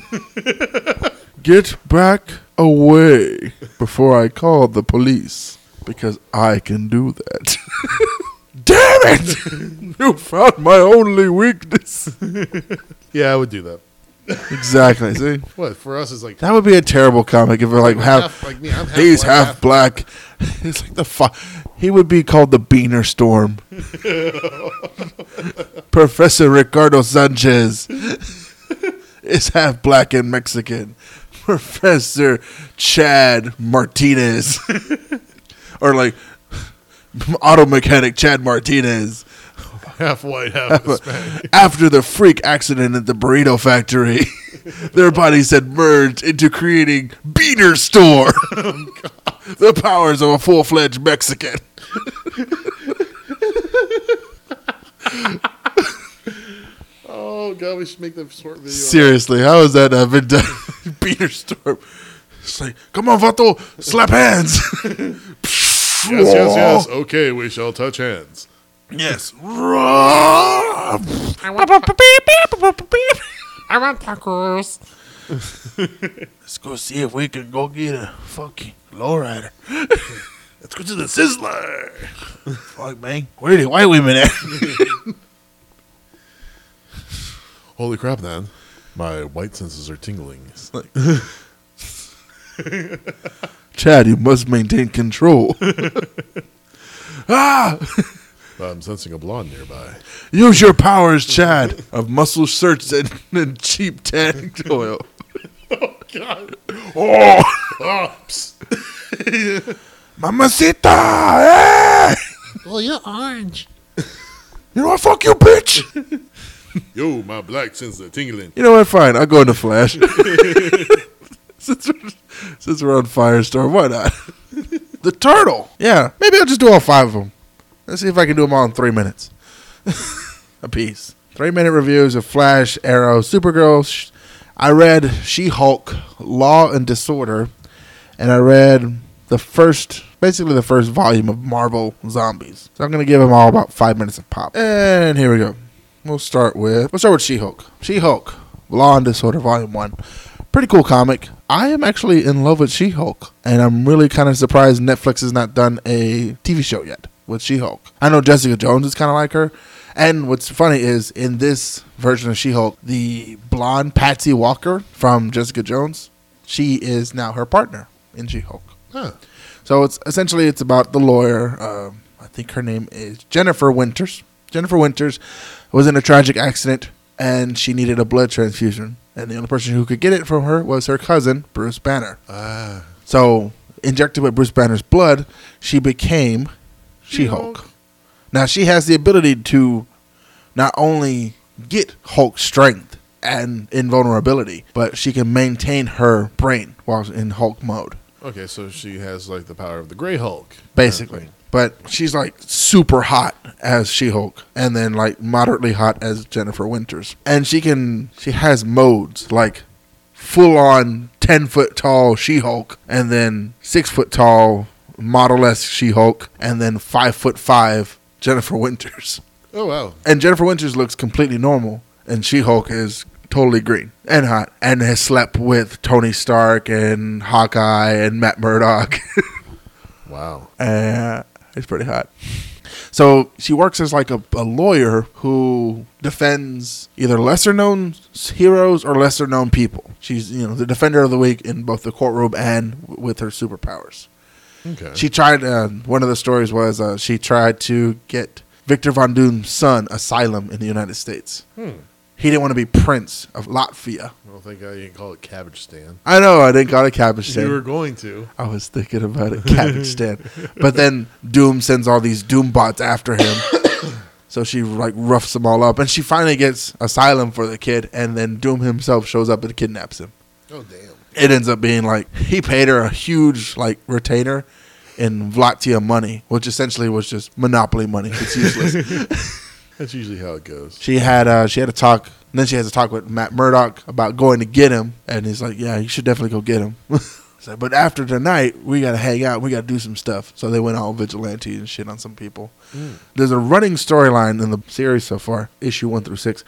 [SPEAKER 3] Get back away before I call the police because I can do that. Damn it! You found my only weakness.
[SPEAKER 2] Yeah, I would do that.
[SPEAKER 3] exactly. See,
[SPEAKER 2] What for us is like
[SPEAKER 3] that would be a terrible comic if we're like half.
[SPEAKER 2] half- like me, I'm half
[SPEAKER 3] he's
[SPEAKER 2] white,
[SPEAKER 3] half,
[SPEAKER 2] half-
[SPEAKER 3] black. It's like the fu- He would be called the Beaner Storm. Professor Ricardo Sanchez is half black and Mexican. Professor Chad Martinez, or like auto mechanic Chad Martinez
[SPEAKER 2] half white, half Hispanic.
[SPEAKER 3] after the freak accident at the burrito factory, their bodies had merged into creating Beater Store, the powers of a full fledged Mexican.
[SPEAKER 2] Oh god, we should make that short video.
[SPEAKER 3] Seriously, how has that not been done? Beater Store. It's like, come on, Vato, slap hands.
[SPEAKER 2] Yes, yes, yes. Okay, we shall touch hands.
[SPEAKER 3] Yes. I want tacos. Let's go see if we can go get a fucking lowrider. Let's go to the Sizzler. Fuck, man. Where the white women at?
[SPEAKER 2] Holy crap, man! My white senses are tingling.
[SPEAKER 3] Chad, you must maintain control. ah!
[SPEAKER 2] I'm sensing a blonde nearby.
[SPEAKER 3] Use your powers, Chad, of muscle shirts and, and cheap tanning oil. oh, God.
[SPEAKER 2] Oh, psst.
[SPEAKER 3] Mamacita! Hey!
[SPEAKER 2] well, you're orange.
[SPEAKER 3] eh? You know what? Fuck you, bitch!
[SPEAKER 2] Yo, my black senses are tingling.
[SPEAKER 3] You know what? Fine. I'll go into Flash. since, we're, since we're on Firestorm, why not? the Turtle. Yeah. Maybe I'll just do all five of them. Let's see if I can do them all in three minutes. A piece. Three minute reviews of Flash, Arrow, Supergirl. Sh- I read She Hulk, Law and Disorder, and I read the first, basically the first volume of Marvel Zombies. So I'm going to give them all about five minutes of pop. And here we go. We'll start with we'll start with She Hulk. She Hulk, Law and Disorder, Volume One. Pretty cool comic. I am actually in love with She Hulk, and I'm really kind of surprised Netflix has not done a TV show yet with She Hulk. I know Jessica Jones is kind of like her. And what's funny is in this version of She Hulk, the blonde Patsy Walker from Jessica Jones she is now her partner in She Hulk.
[SPEAKER 2] Huh.
[SPEAKER 3] So it's essentially it's about the lawyer. Um, I think her name is Jennifer Winters. Jennifer Winters was in a tragic accident and she needed a blood transfusion, and the only person who could get it from her was her cousin Bruce Banner.
[SPEAKER 2] Ah.
[SPEAKER 3] So injected with Bruce Banner's blood, she became She Hulk. Now she has the ability to not only get Hulk strength and invulnerability, but she can maintain her brain while in Hulk mode
[SPEAKER 2] Okay, so she has like the power of the Grey Hulk.
[SPEAKER 3] basically. But she's like super hot as She Hulk, and then like moderately hot as Jennifer Winters. And she can, she has modes like full on 10 foot tall She Hulk, and then 6 foot tall model esque She Hulk, and then 5 foot 5 Jennifer Winters.
[SPEAKER 2] Oh wow.
[SPEAKER 3] And Jennifer Winters looks completely normal, and She Hulk is totally green and hot, and has slept with Tony Stark and Hawkeye and Matt Murdock.
[SPEAKER 2] Wow.
[SPEAKER 3] Uh, it's pretty hot. So she works as like a, a lawyer who defends either lesser known s- heroes or lesser known people. She's you know the defender of the week in both the courtroom and w- with her superpowers.
[SPEAKER 2] Okay.
[SPEAKER 3] She tried. Uh, one of the stories was uh, she tried to get Victor Von Doom's son asylum in the United States.
[SPEAKER 2] Hmm.
[SPEAKER 3] He didn't want to be prince of Latvia.
[SPEAKER 2] I don't think I can call it Cabbage Stand.
[SPEAKER 3] I know I didn't got a cabbage.
[SPEAKER 2] You
[SPEAKER 3] stand.
[SPEAKER 2] were going to.
[SPEAKER 3] I was thinking about it, cabbage stand. But then Doom sends all these Doom bots after him. so she like roughs them all up and she finally gets asylum for the kid and then Doom himself shows up and kidnaps him.
[SPEAKER 2] Oh damn.
[SPEAKER 3] It ends up being like he paid her a huge like retainer in Vlatia money, which essentially was just monopoly money. It's useless.
[SPEAKER 2] That's usually how it goes.
[SPEAKER 3] she had uh she had a talk and then she has a talk with Matt Murdock about going to get him and he's like, Yeah, you should definitely go get him. He's like, but after tonight, we gotta hang out, we gotta do some stuff. So they went all vigilante and shit on some people. Mm. There's a running storyline in the series so far, issue one through six,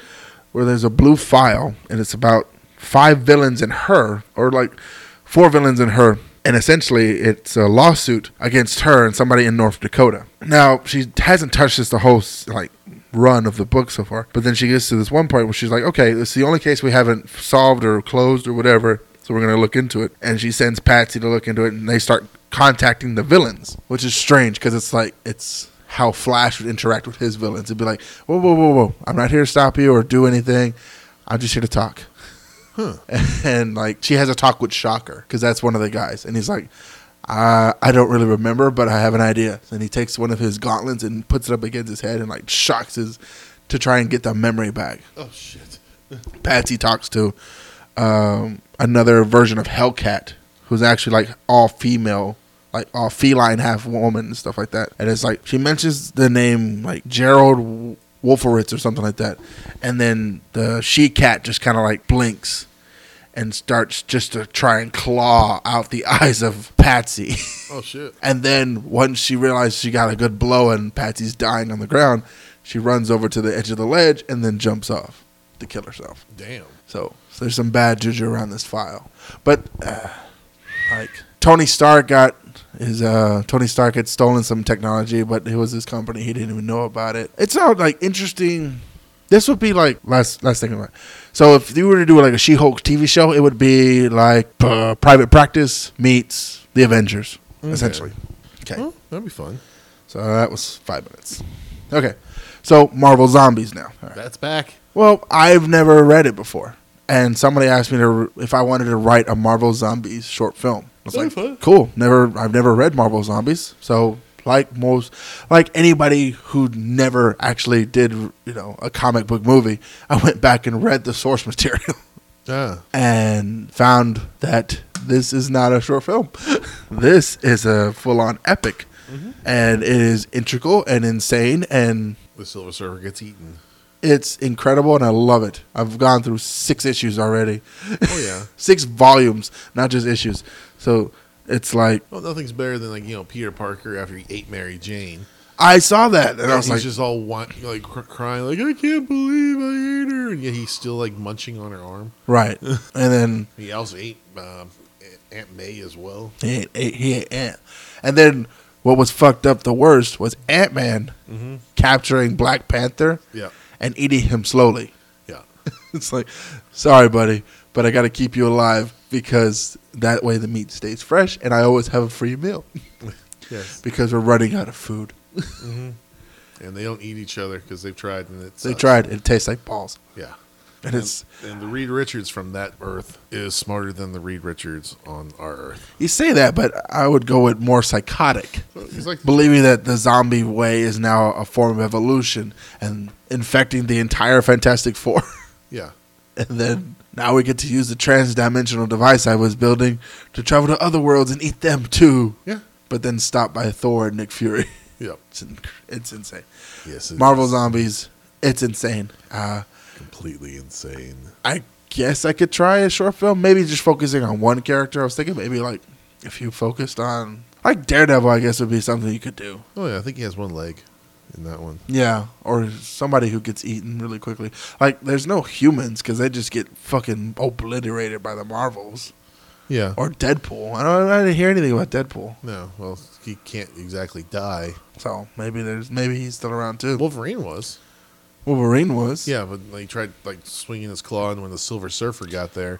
[SPEAKER 3] where there's a blue file and it's about five villains and her, or like four villains and her. And essentially, it's a lawsuit against her and somebody in North Dakota. Now, she hasn't touched this the whole s- like run of the book so far, but then she gets to this one point where she's like, "Okay, it's the only case we haven't solved or closed or whatever, so we're gonna look into it." And she sends Patsy to look into it, and they start contacting the villains, which is strange because it's like it's how Flash would interact with his villains. It'd be like, "Whoa, whoa, whoa, whoa! I'm not here to stop you or do anything. I'm just here to talk." and like she has a talk with Shocker because that's one of the guys, and he's like, uh, "I don't really remember, but I have an idea." And he takes one of his gauntlets and puts it up against his head and like shocks his to try and get the memory back.
[SPEAKER 2] Oh shit.
[SPEAKER 3] Patsy talks to um, another version of Hellcat, who's actually like all female, like all feline, half woman and stuff like that. And it's like she mentions the name like Gerald Wolferitz or something like that, and then the she cat just kind of like blinks and starts just to try and claw out the eyes of Patsy.
[SPEAKER 2] Oh shit.
[SPEAKER 3] And then once she realizes she got a good blow and Patsy's dying on the ground, she runs over to the edge of the ledge and then jumps off to kill herself.
[SPEAKER 2] Damn.
[SPEAKER 3] So, so there's some bad juju around this file. But uh, like Tony Stark got his uh, Tony Stark had stolen some technology, but it was his company. He didn't even know about it. It's not like interesting. This would be like last last thing about. it. So if you were to do like a She-Hulk TV show, it would be like uh, Private Practice meets The Avengers, essentially. Okay.
[SPEAKER 2] Well, that'd be fun.
[SPEAKER 3] So that was five minutes. Okay. So Marvel Zombies now. All right.
[SPEAKER 2] That's back.
[SPEAKER 3] Well, I've never read it before, and somebody asked me to if I wanted to write a Marvel Zombies short film. I was
[SPEAKER 2] That'd
[SPEAKER 3] like,
[SPEAKER 2] be fun.
[SPEAKER 3] cool. Never, I've never read Marvel Zombies, so like most, like anybody who never actually did, you know, a comic book movie, I went back and read the source material
[SPEAKER 2] Ah.
[SPEAKER 3] and found that this is not a short film. this is a full-on epic, and it is integral and insane and
[SPEAKER 2] The Silver Surfer gets eaten.
[SPEAKER 3] it's incredible and I love it. I've gone through six issues already.
[SPEAKER 2] Oh yeah.
[SPEAKER 3] six volumes, not just issues. So it's like
[SPEAKER 2] Well, nothing's better than like you know Peter Parker after he ate Mary Jane.
[SPEAKER 3] I saw that and I
[SPEAKER 2] And
[SPEAKER 3] was
[SPEAKER 2] he's
[SPEAKER 3] like
[SPEAKER 2] just all want, like cr- crying, like I can't believe I ate her, and yet he's still like munching on her arm.
[SPEAKER 3] right. and then
[SPEAKER 2] He also ate um, A- Aunt May as well.
[SPEAKER 3] he ate, ate- he ate Ant. And then what was fucked up the worst was Ant Man capturing Black Panther
[SPEAKER 2] Mm-hmm. Yeah.
[SPEAKER 3] and eating him slowly.
[SPEAKER 2] Yeah.
[SPEAKER 3] It's like, sorry, buddy, but I got to keep you alive. because that way the meat stays fresh and I always have a free meal
[SPEAKER 2] Yes.
[SPEAKER 3] because we're running out of food.
[SPEAKER 2] And they don't eat each other because they've tried and it's uh,
[SPEAKER 3] They tried. It tastes like balls.
[SPEAKER 2] Yeah.
[SPEAKER 3] And it's
[SPEAKER 2] And the Reed Richards from that Earth is smarter than the Reed Richards on our Earth.
[SPEAKER 3] you say that, but I would go with more psychotic,
[SPEAKER 2] He's like
[SPEAKER 3] believing that the zombie way is now a form of evolution and infecting the entire Fantastic Four.
[SPEAKER 2] yeah.
[SPEAKER 3] and then now we get to use the trans-dimensional device I was building to travel to other worlds and eat them too.
[SPEAKER 2] Yeah.
[SPEAKER 3] But then stopped by Thor and Nick Fury.
[SPEAKER 2] Yep.
[SPEAKER 3] It's, in, it's insane.
[SPEAKER 2] Yes. it
[SPEAKER 3] Marvel
[SPEAKER 2] is
[SPEAKER 3] zombies. It's insane. Uh,
[SPEAKER 2] completely insane.
[SPEAKER 3] I guess I could try a short film, maybe just focusing on one character. I was thinking maybe like if you focused on like Daredevil, I guess would be something you could do.
[SPEAKER 2] Oh yeah, I think he has one leg in that one.
[SPEAKER 3] Yeah, or somebody who gets eaten really quickly. Like there's no humans because they just get fucking obliterated by the Marvels
[SPEAKER 2] Yeah.
[SPEAKER 3] or Deadpool. I don't. I didn't hear anything about Deadpool,
[SPEAKER 2] no. Well, he can't exactly die.
[SPEAKER 3] so maybe there's maybe he's still around too.
[SPEAKER 2] Wolverine was.
[SPEAKER 3] Wolverine was.
[SPEAKER 2] Yeah, but like, he tried like swinging his claw, and when the Silver Surfer got there,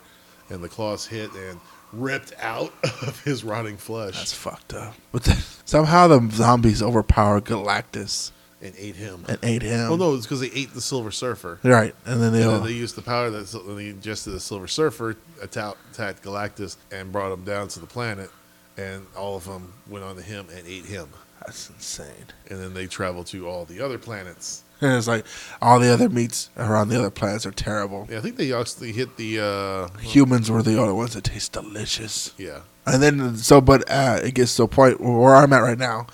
[SPEAKER 2] and the claws hit and ripped out of his rotting flesh
[SPEAKER 3] That's fucked up. But then, somehow the zombies overpower Galactus
[SPEAKER 2] and ate him.
[SPEAKER 3] and ate him.
[SPEAKER 2] Well, no, it's because they ate the Silver Surfer.
[SPEAKER 3] Right, and then they,
[SPEAKER 2] And
[SPEAKER 3] all
[SPEAKER 2] then they used the power that and they ingested the Silver Surfer, attacked, attacked Galactus, and brought him down to the planet. And all of them went on to him and ate him.
[SPEAKER 3] That's insane.
[SPEAKER 2] And then they traveled to all the other planets.
[SPEAKER 3] And it's like all the other meats around the other planets are terrible.
[SPEAKER 2] Yeah, I think they actually hit the. Uh,
[SPEAKER 3] Humans were the only ones that taste delicious.
[SPEAKER 2] yeah.
[SPEAKER 3] And then so, but uh, it gets to a point where, where I'm at right now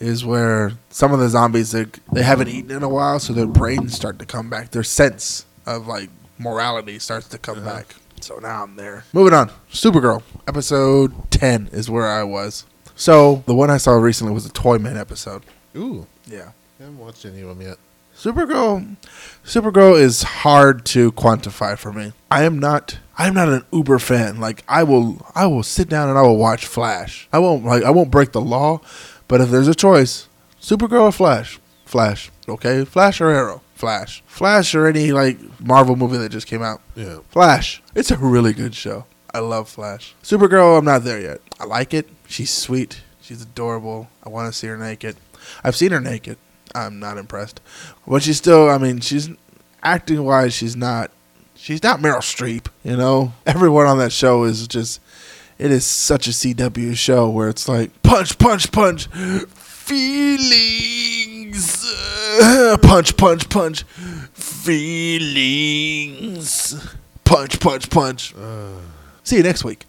[SPEAKER 3] is where some of the zombies they, they haven't eaten in a while, so their brains start to come back. Their sense of like morality starts to come back. So now I'm there. Moving on, Supergirl episode ten is where I was. So the one I saw recently was a Toyman episode.
[SPEAKER 2] Ooh.
[SPEAKER 3] Yeah.
[SPEAKER 2] I haven't watched any of them yet.
[SPEAKER 3] Supergirl Supergirl is hard to quantify for me. I am not I'm not an Uber fan. Like I will I will sit down and I will watch Flash. I won't like I won't break the law, but if there's a choice, Supergirl or Flash? Flash. Okay? Flash or Arrow? Flash. Flash or any like Marvel movie that just came out.
[SPEAKER 2] Yeah.
[SPEAKER 3] Flash. It's a really good show. I love Flash. Supergirl, I'm not there yet. I like it. She's sweet. She's adorable. I want to see her naked. I've seen her naked. I'm not impressed. But she's still, I mean, she's acting wise, she's not, she's not Meryl Streep, you know? Everyone on that show is just, it is such a CW show where it's like punch, punch, punch, feelings, punch, punch, punch, feelings, punch, punch, punch. See you next week.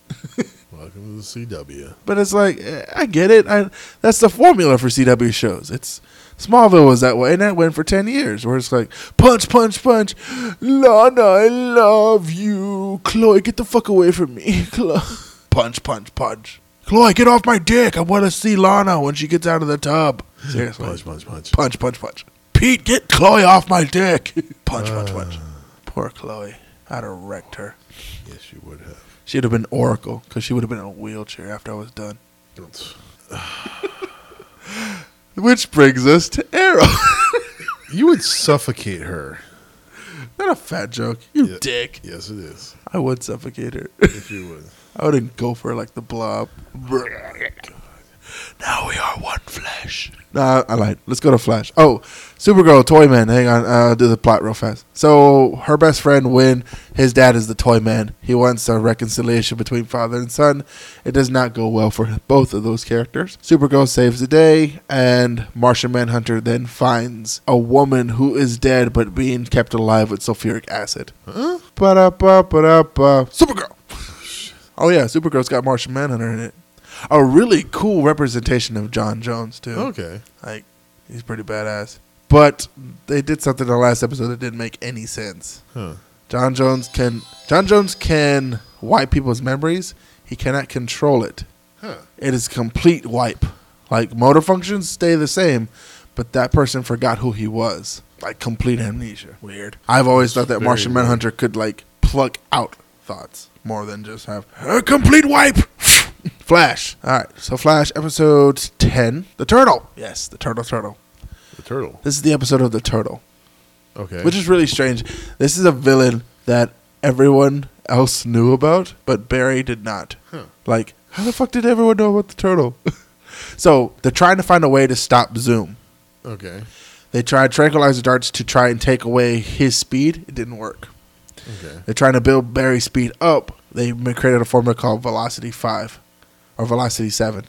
[SPEAKER 2] Welcome to the CW.
[SPEAKER 3] But it's like eh, I get it. I that's the formula for CW shows. It's Smallville was that way, and that went for ten years. Where it's like punch, punch, punch. Lana, I love you. Chloe, get the fuck away from me. Chloe. Punch, punch, punch. Chloe, get off my dick. I want to see Lana when she gets out of the tub. Seriously,
[SPEAKER 2] Punch, punch, punch.
[SPEAKER 3] punch, punch, punch. Pete, get Chloe off my dick. Punch, punch,
[SPEAKER 2] Uh.
[SPEAKER 3] punch. Poor Chloe. I'd have wrecked her.
[SPEAKER 2] Yes, you would have.
[SPEAKER 3] She'd have been Oracle because she would have been in a wheelchair after I was done. Which brings us to Arrow.
[SPEAKER 2] You would suffocate her.
[SPEAKER 3] Not a fat joke. You
[SPEAKER 2] Yeah.
[SPEAKER 3] dick.
[SPEAKER 2] Yes, it is.
[SPEAKER 3] I would suffocate her.
[SPEAKER 2] If you would.
[SPEAKER 3] I wouldn't go for her like the blob. Now we are one flesh. Nah, I lied. Let's go to Flash. Oh, Supergirl, Toyman. Hang on, uh, I'll do the plot real fast. So her best friend, Win, his dad is the Toyman. He wants a reconciliation between father and son. It does not go well for both of those characters. Supergirl saves the day, and Martian Manhunter then finds a woman who is dead but being kept alive with sulfuric acid. Huh? Ba-da-ba, ba-da-ba. Supergirl. Oh yeah, Supergirl's got Martian Manhunter in it. A really cool representation of John Jones too.
[SPEAKER 2] Okay.
[SPEAKER 3] like he's pretty badass. But they did something in the last episode that didn't make any sense.
[SPEAKER 2] Huh.
[SPEAKER 3] John Jones can John Jones can wipe people's memories. He cannot control it.
[SPEAKER 2] Huh.
[SPEAKER 3] It is complete wipe. Like motor functions stay the same, but that person forgot who he was. Like complete amnesia. Weird. I've always thought that
[SPEAKER 2] Very
[SPEAKER 3] Martian
[SPEAKER 2] weird.
[SPEAKER 3] Manhunter could like pluck out thoughts more than just have a complete wipe. Flash. All right. So Flash episode 10, The Turtle. Yes, The Turtle Turtle.
[SPEAKER 2] The turtle.
[SPEAKER 3] This is the episode of The Turtle
[SPEAKER 2] Okay.
[SPEAKER 3] which is really strange. This is a villain that everyone else knew about, but Barry did not. Like, how the fuck did everyone know about the turtle? so they're trying to find a way to stop Zoom.
[SPEAKER 2] Okay.
[SPEAKER 3] They tried tranquilizer darts to try and take away his speed. It didn't work.
[SPEAKER 2] Okay.
[SPEAKER 3] They're trying to build Barry's speed up. They ma- created a formula called Velocity 5 or Velocity 7.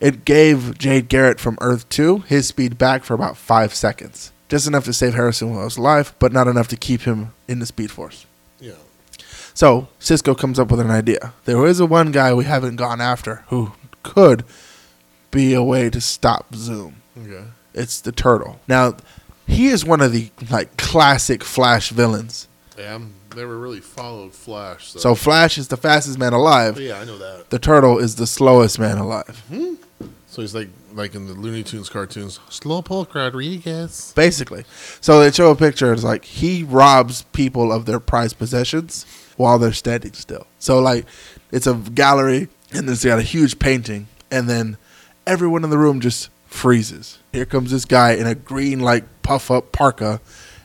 [SPEAKER 3] It gave Jade Garrett from Earth 2 his speed back for about 5 seconds. Just enough to save Harrison while he was alive, but not enough to keep him in the Speed Force.
[SPEAKER 2] Yeah.
[SPEAKER 3] So Cisco comes up with an idea. There is a one guy we haven't gone after who could be a way to stop Zoom.
[SPEAKER 2] Okay.
[SPEAKER 3] It's the turtle. Now, he is one of the like classic Flash villains.
[SPEAKER 2] Yeah, I'm never really followed Flash. So,
[SPEAKER 3] So Flash is the fastest man alive.
[SPEAKER 2] yeah, I know that.
[SPEAKER 3] The turtle is the slowest man alive.
[SPEAKER 2] So he's like like in the Looney Tunes cartoons, Slowpoke Rodriguez.
[SPEAKER 3] Basically. So they show a picture. It's like he robs people of their prized possessions while they're standing still. So, like, it's a gallery and it's got a huge painting. And then everyone in the room just freezes. Here comes this guy in a green, like, puff up parka.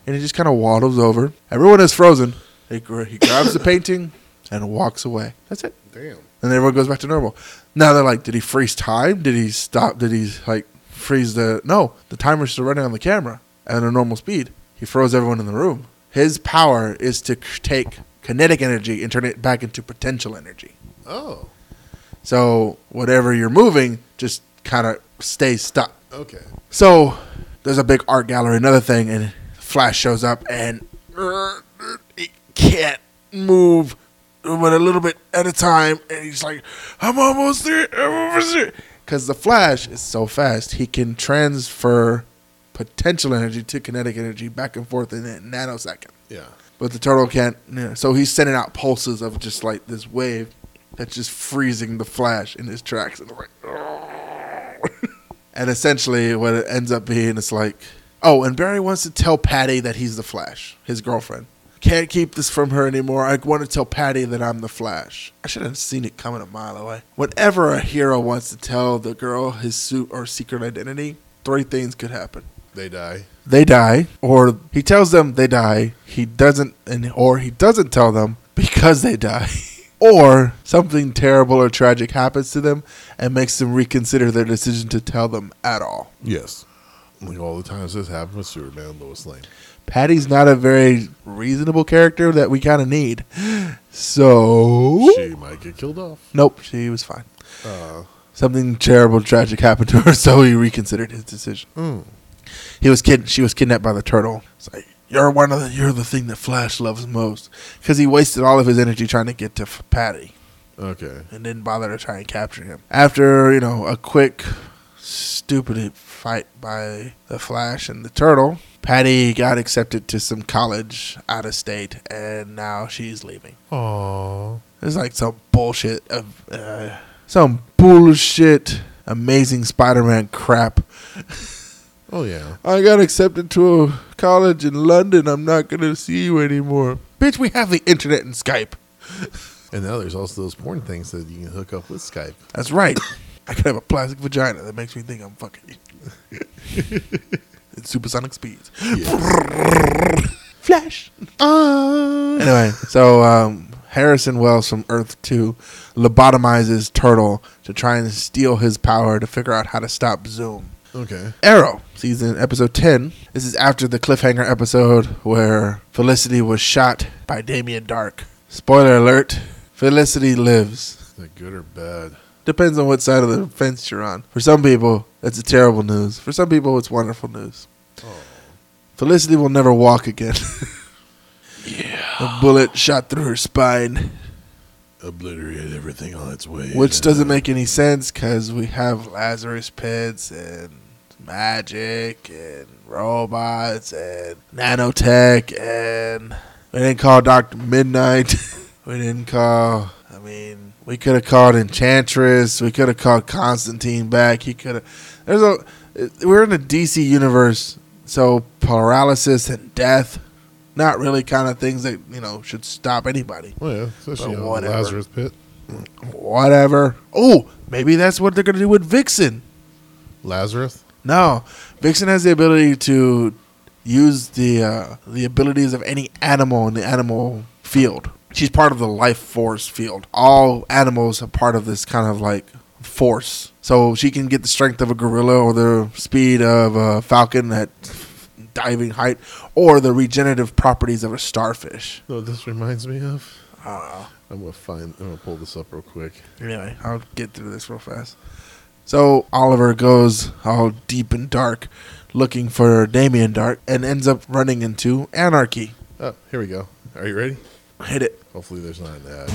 [SPEAKER 3] And he just kind of waddles over. Everyone is frozen. He, gr- he grabs the painting and walks away. That's it.
[SPEAKER 2] Damn.
[SPEAKER 3] and everyone goes back to normal. Now they're like, did he freeze time? Did he stop? Did he like freeze the? No, the timer's still running on the camera at a normal speed. He froze everyone in the room. His power is to c- take kinetic energy and turn it back into potential energy.
[SPEAKER 2] Oh.
[SPEAKER 3] So whatever you're moving, just kind of stays stuck.
[SPEAKER 2] Okay.
[SPEAKER 3] So there's a big art gallery, another thing, and Flash shows up and uh, he can't move but a little bit at a time, and he's like, "I'm almost there, I'm almost there," because the Flash is so fast, he can transfer potential energy to kinetic energy back and forth in a nanosecond.
[SPEAKER 2] Yeah.
[SPEAKER 3] But the turtle can't. yeah, So he's sending out pulses of just like this wave that's just freezing the Flash in his tracks. And, I'm like, and essentially, what it ends up being is like, oh, and Barry wants to tell Patty that he's the Flash, his girlfriend. Can't keep this from her anymore. I want to tell Patty that I'm the Flash. I should have seen it coming a mile away. Whenever a hero wants to tell the girl his suit or secret identity, three things could happen
[SPEAKER 2] They die.
[SPEAKER 3] they die or he tells them they die he doesn't and or he doesn't tell them because they die or something terrible or tragic happens to them and makes them reconsider their decision to tell them at all
[SPEAKER 2] Yes. Like all the times this happened with Superman and Lois Lane.
[SPEAKER 3] patty's not a very reasonable character that we kind of need so
[SPEAKER 2] She might get killed off. Uh,
[SPEAKER 3] nope she was fine something terrible tragic happened to her so he reconsidered his decision
[SPEAKER 2] mm.
[SPEAKER 3] he was kid she was kidnapped by the turtle it's like you're one of the you're the thing that flash loves most because he wasted all of his energy trying to get to F- patty
[SPEAKER 2] Okay.
[SPEAKER 3] and didn't bother to try and capture him after you know a quick stupid fight by the flash and the turtle patty got accepted to some college out of state and now she's leaving
[SPEAKER 2] Aww.
[SPEAKER 3] it's like some bullshit of uh, some bullshit amazing Spider-Man crap.
[SPEAKER 2] Oh yeah.
[SPEAKER 3] I got accepted to a college in London. I'm not gonna see you anymore, bitch. We have the internet and Skype.
[SPEAKER 2] And now there's also those porn things that you can hook up with Skype.
[SPEAKER 3] That's right. I could have a plastic vagina that makes me think I'm fucking you. At supersonic speeds. Flash. Anyway, so um, Harrison Wells from Earth 2 lobotomizes Turtle to try and steal his power to figure out how to stop Zoom.
[SPEAKER 2] Okay.
[SPEAKER 3] Arrow, season episode 10. This is after the cliffhanger episode where Felicity was shot by Damien Dark. Spoiler alert Felicity lives
[SPEAKER 2] Is that good or bad?
[SPEAKER 3] depends on what side of the fence you're on. For some people, that's a terrible news. For some people, it's wonderful news. Felicity will never walk again. yeah. A bullet shot through her spine,
[SPEAKER 2] Obliterate everything on its way.
[SPEAKER 3] which doesn't make any sense because we have Lazarus pits and magic and robots and nanotech and we didn't call Doctor Midnight. we didn't call. I mean, we could have called Enchantress. We could have called Constantine back. He could have. There's a. We're in a DC universe, so paralysis and death, not really kind of things that you know should stop anybody
[SPEAKER 2] Oh yeah, especially on
[SPEAKER 3] But
[SPEAKER 2] the
[SPEAKER 3] whatever.
[SPEAKER 2] Lazarus Pit.
[SPEAKER 3] whatever. Oh, maybe that's what they're gonna do with Vixen.
[SPEAKER 2] Lazarus.
[SPEAKER 3] No, Vixen has the ability to use the uh, the abilities of any animal in the animal field. she's part of the life force field. All animals are part of this kind of like force. So she can get the strength of a gorilla or the speed of a falcon at diving height or the regenerative properties of a starfish.
[SPEAKER 2] No, this reminds me of. I'm gonna find. I'm gonna pull this up real quick.
[SPEAKER 3] Anyway, I'll get through this real fast. So Oliver goes all deep and dark looking for Damien Dark and ends up running into anarchy.
[SPEAKER 2] Oh, here we go. Are you ready?
[SPEAKER 3] Hit it.
[SPEAKER 2] Hopefully, there's not an ad.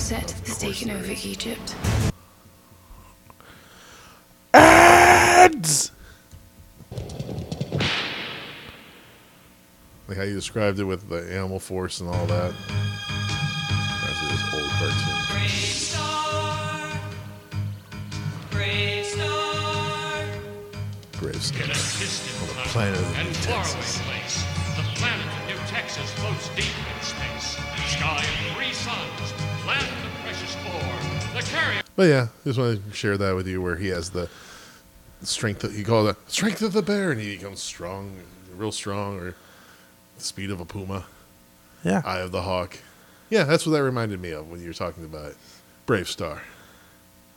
[SPEAKER 9] Set has taken over Egypt.
[SPEAKER 3] Ads!
[SPEAKER 2] Like how you described it with the animal force and all that. Reminds me of this old cartoon. Grave Stones. On the planet of New Texas.
[SPEAKER 10] place. The planet of New Texas floats deep in space. Sky of three suns, land of precious ore, the carrier.
[SPEAKER 2] But yeah, just want to share that with you where he has the strength that he calls the strength of the bear and he becomes strong, real strong, or the speed of a puma,
[SPEAKER 3] Yeah.
[SPEAKER 2] eye of the hawk. Yeah, that's what that reminded me of when you were talking about it. Brave Star.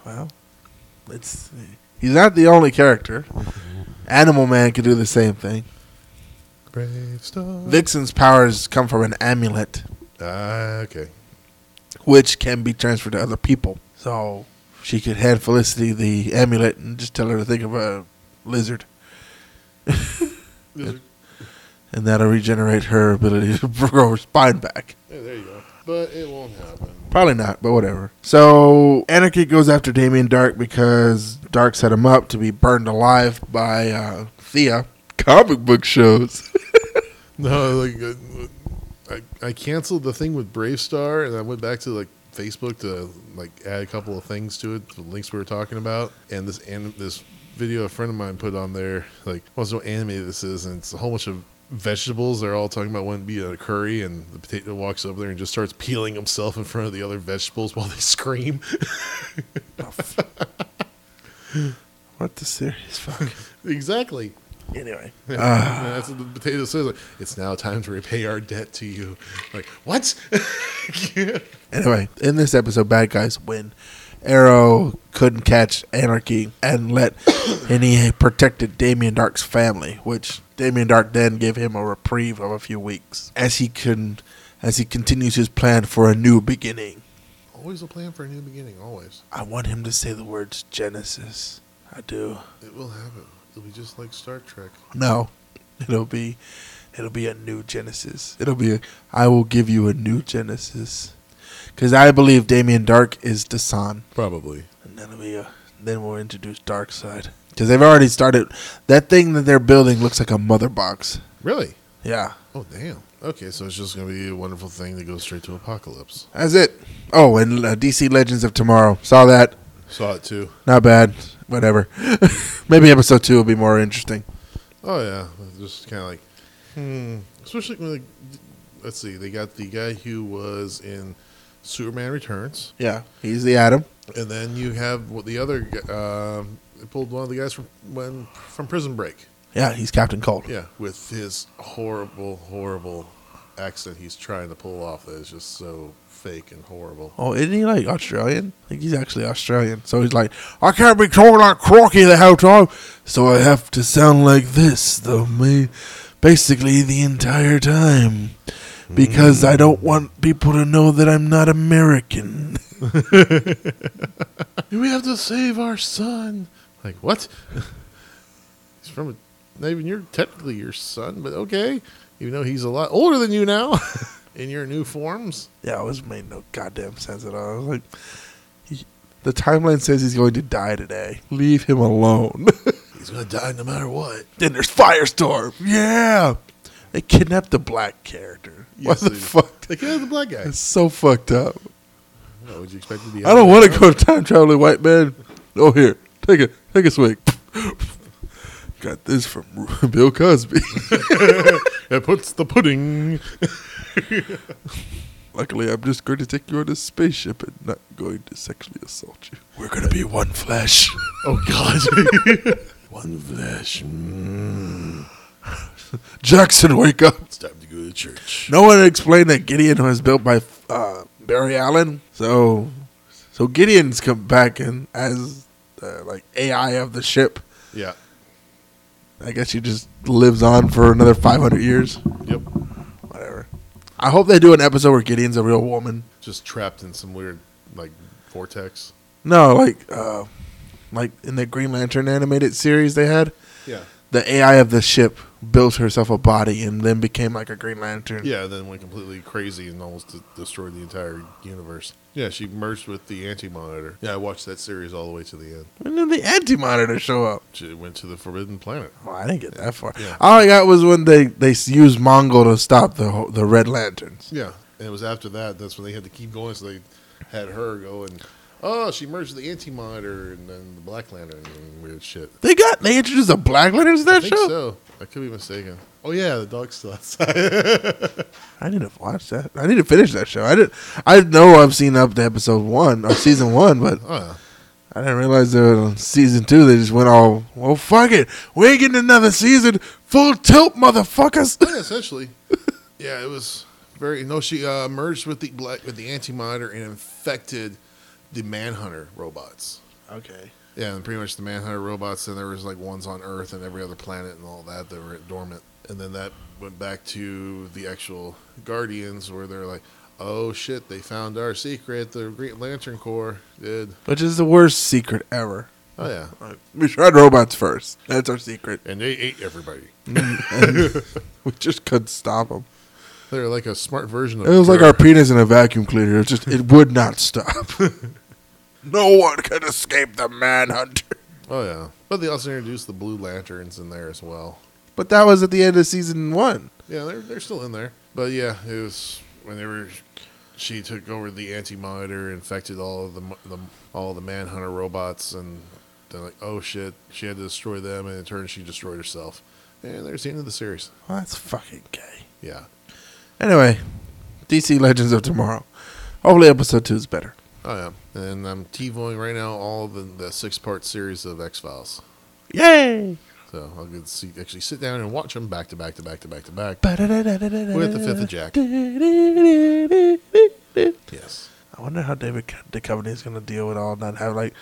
[SPEAKER 3] Well, it's he's not the only character. Animal Man could do the same thing.
[SPEAKER 2] Brave Star.
[SPEAKER 3] Vixen's powers come from an amulet,
[SPEAKER 2] Ah, okay.
[SPEAKER 3] which can be transferred to other people. So she could hand Felicity the amulet and just tell her to think of a lizard,
[SPEAKER 2] Those are-
[SPEAKER 3] and that'll regenerate her ability to grow her spine back.
[SPEAKER 2] yeah, there you go. But it won't happen.
[SPEAKER 3] Probably not, but whatever. So Anarchy goes after Damien Dark because Dark set him up to be burned alive by uh, Thea. Comic book shows.
[SPEAKER 2] No, like uh, I, I canceled the thing with Brave Star, and I went back to like Facebook to like add a couple of things to it, the links we were talking about, and this and this video a friend of mine put on there, like wants to know what anime this is, and it's a whole bunch of vegetables. They're all talking about one being a curry, and the potato walks over there and just starts peeling himself in front of the other vegetables while they scream.
[SPEAKER 3] What the serious fuck?
[SPEAKER 2] exactly.
[SPEAKER 3] anyway,
[SPEAKER 2] And that's what the potato says. Like, it's now time to repay our debt to you. Like what?
[SPEAKER 3] anyway, in this episode, bad guys win. Arrow couldn't catch Anarchy and let, and he protected Damien Dark's family, which Damien Dark then gave him a reprieve of a few weeks as he can, as he continues his plan for a new beginning.
[SPEAKER 2] always a plan for a new beginning. Always.
[SPEAKER 3] I want him to say the words Genesis. I do.
[SPEAKER 2] It will happen. It'll be just like Star Trek.
[SPEAKER 3] No, it'll be, it'll be a new Genesis. It'll be. A, I will give you a new Genesis, because I believe Damien Dark is the son,
[SPEAKER 2] Probably.
[SPEAKER 3] and then we uh, then we'll introduce Dark Side. Because they've already started. That thing that they're building looks like a mother box.
[SPEAKER 2] Really?
[SPEAKER 3] Yeah,
[SPEAKER 2] Oh damn. Okay, so it's just gonna be a wonderful thing that goes straight to apocalypse.
[SPEAKER 3] that's it. Oh, and uh, DC Legends of Tomorrow. Saw that.
[SPEAKER 2] Saw it too.
[SPEAKER 3] Not bad. Whatever. Maybe episode two will be more interesting.
[SPEAKER 2] Oh yeah, just kind of like, hmm. Especially when, like, let's see, they got the guy who was in Superman Returns,
[SPEAKER 3] Yeah, he's the Atom.
[SPEAKER 2] and then you have what the other gu- um, they pulled one of the guys from when from Prison Break.
[SPEAKER 3] Yeah, he's Captain Cold.
[SPEAKER 2] Yeah, with his horrible, horrible accent he's trying to pull off that is just so fake and horrible.
[SPEAKER 3] Oh, isn't he like Australian? I think he's actually Australian. So he's like, I can't be talking like Crocky the whole time, so I have to sound like this the ma- basically the entire time because I
[SPEAKER 2] Mm.
[SPEAKER 3] don't want people to know that I'm not American.
[SPEAKER 2] We have to save our son. Like what? he's from a, not even you're technically your son, but okay. Even though he's a lot older than you now, in your new forms.
[SPEAKER 3] Yeah, it was made no goddamn sense at all. I was like, he- the timeline says he's going to die today. Leave him alone.
[SPEAKER 2] He's gonna die no matter what.
[SPEAKER 3] then there's Firestorm. Yeah, they kidnapped the black character. what
[SPEAKER 2] Yes,
[SPEAKER 3] the
[SPEAKER 2] they-
[SPEAKER 3] fuck?
[SPEAKER 2] Like yeah, the black guy.
[SPEAKER 3] It's so fucked up.
[SPEAKER 2] What would you expect to be?
[SPEAKER 3] I don't want to go to time traveling white man. Oh, here, take a take a swig. Got this from Bill Cosby.
[SPEAKER 2] It puts the pudding.
[SPEAKER 3] Luckily, I'm just going to take you on a spaceship and not going to sexually assault you. We're gonna be one flesh.
[SPEAKER 2] Oh God!
[SPEAKER 3] one flesh. mm. Jackson, wake up!
[SPEAKER 2] it's time to go to church.
[SPEAKER 3] No one explained that Gideon was built by uh, Barry Allen. So, so Gideon's come back and as uh, like AI of the ship.
[SPEAKER 2] Yeah.
[SPEAKER 3] I guess he just lives on for another 500 years.
[SPEAKER 2] Yep.
[SPEAKER 3] Whatever. I hope they do an episode where Gideon's a real woman.
[SPEAKER 2] Just trapped in some weird like vortex.
[SPEAKER 3] No, like uh, like in the Green Lantern animated series they had,
[SPEAKER 2] Yeah.
[SPEAKER 3] the AI of the ship built herself a body and then became like a Green Lantern.
[SPEAKER 2] Yeah, then went completely crazy and almost d- destroyed the entire universe. Yeah, she merged with the Anti Monitor. Yeah, I watched that series all the way to the end.
[SPEAKER 3] When did the Anti Monitor show up?
[SPEAKER 2] She went to the Forbidden Planet.
[SPEAKER 3] Well, I didn't get that far.
[SPEAKER 2] Yeah.
[SPEAKER 3] All I got was when they they s- used Mongol to stop the ho- the Red Lanterns.
[SPEAKER 2] Yeah, and it was after that that's when they had to keep going, so they had her go and oh, she merged with the Anti Monitor and then the Black Lantern and weird shit.
[SPEAKER 3] They got they introduced the Black Lanterns to that
[SPEAKER 2] I think
[SPEAKER 3] show.
[SPEAKER 2] so. I could be mistaken. Oh yeah, the dog's still outside.
[SPEAKER 3] I need to watch that. I need to finish that show. I did. I know I've seen up to episode one of season one, but
[SPEAKER 2] Oh, yeah.
[SPEAKER 3] I didn't realize they were on season two. They just went all, well, fuck it. We're getting another season. Full tilt, motherfuckers.
[SPEAKER 2] Yeah, essentially. yeah, it was very. No, she uh, merged with the black with the anti monitor and infected the Manhunter robots.
[SPEAKER 3] okay.
[SPEAKER 2] Yeah, and pretty much the Manhunter robots. And there was like ones on Earth and every other planet and all that that were dormant. And then that went back to the actual Guardians, where they're like, "Oh shit, they found our secret. The Green Lantern Corps did.
[SPEAKER 3] Which is the worst secret ever.
[SPEAKER 2] Oh yeah,
[SPEAKER 3] Like, We tried robots first. That's our secret.
[SPEAKER 2] and they ate everybody.
[SPEAKER 3] We just couldn't stop them.
[SPEAKER 2] They're like a smart version of
[SPEAKER 3] It was like our
[SPEAKER 2] Terra.
[SPEAKER 3] penis in a vacuum cleaner. It just it would not stop. no one could escape the manhunter.
[SPEAKER 2] Oh yeah, but they also introduced the Blue Lanterns in there as well.
[SPEAKER 3] But that was at the end of season one.
[SPEAKER 2] Yeah, they're they're still in there. But yeah, it was when they were. She took over the anti monitor, infected all of the, mo- the all the manhunter robots, and they're like, "Oh shit!" She had to destroy them, and in turn, she destroyed herself. And there's the end of the series.
[SPEAKER 3] Well, that's fucking gay.
[SPEAKER 2] Yeah.
[SPEAKER 3] Anyway, DC Legends of Tomorrow. Hopefully, episode two is better.
[SPEAKER 2] Oh yeah. And I'm TiVoing right now all the the six part series of X Files.
[SPEAKER 3] Yay!
[SPEAKER 2] So I'll get to see, actually sit down and watch them back to back to back to back to back with
[SPEAKER 3] With
[SPEAKER 2] the fifth of Jack. Yes.
[SPEAKER 3] I wonder how David C- Duchovny is going to deal with all not have like.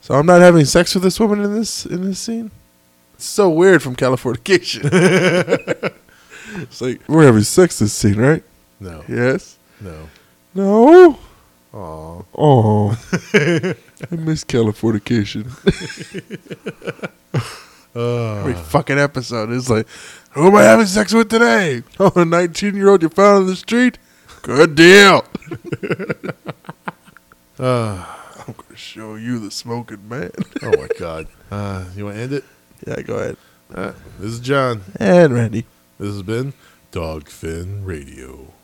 [SPEAKER 3] So I'm not having sex with this woman in this in this scene. It's so weird from Californication. it's like we're having sex this scene, right?
[SPEAKER 2] No.
[SPEAKER 3] Yes.
[SPEAKER 2] No.
[SPEAKER 3] No.
[SPEAKER 2] Aw.
[SPEAKER 3] Oh, I miss Californication. Every fucking episode is like, who am I having sex with today? Oh, a 19 year old you found on the street? Good deal. Ah. I'm going to show you the smoking man.
[SPEAKER 2] Oh my god. Uh, you want to end it?
[SPEAKER 3] yeah, go ahead.
[SPEAKER 2] Uh, this is John.
[SPEAKER 3] And Randy.
[SPEAKER 2] This has been Dogfin Radio.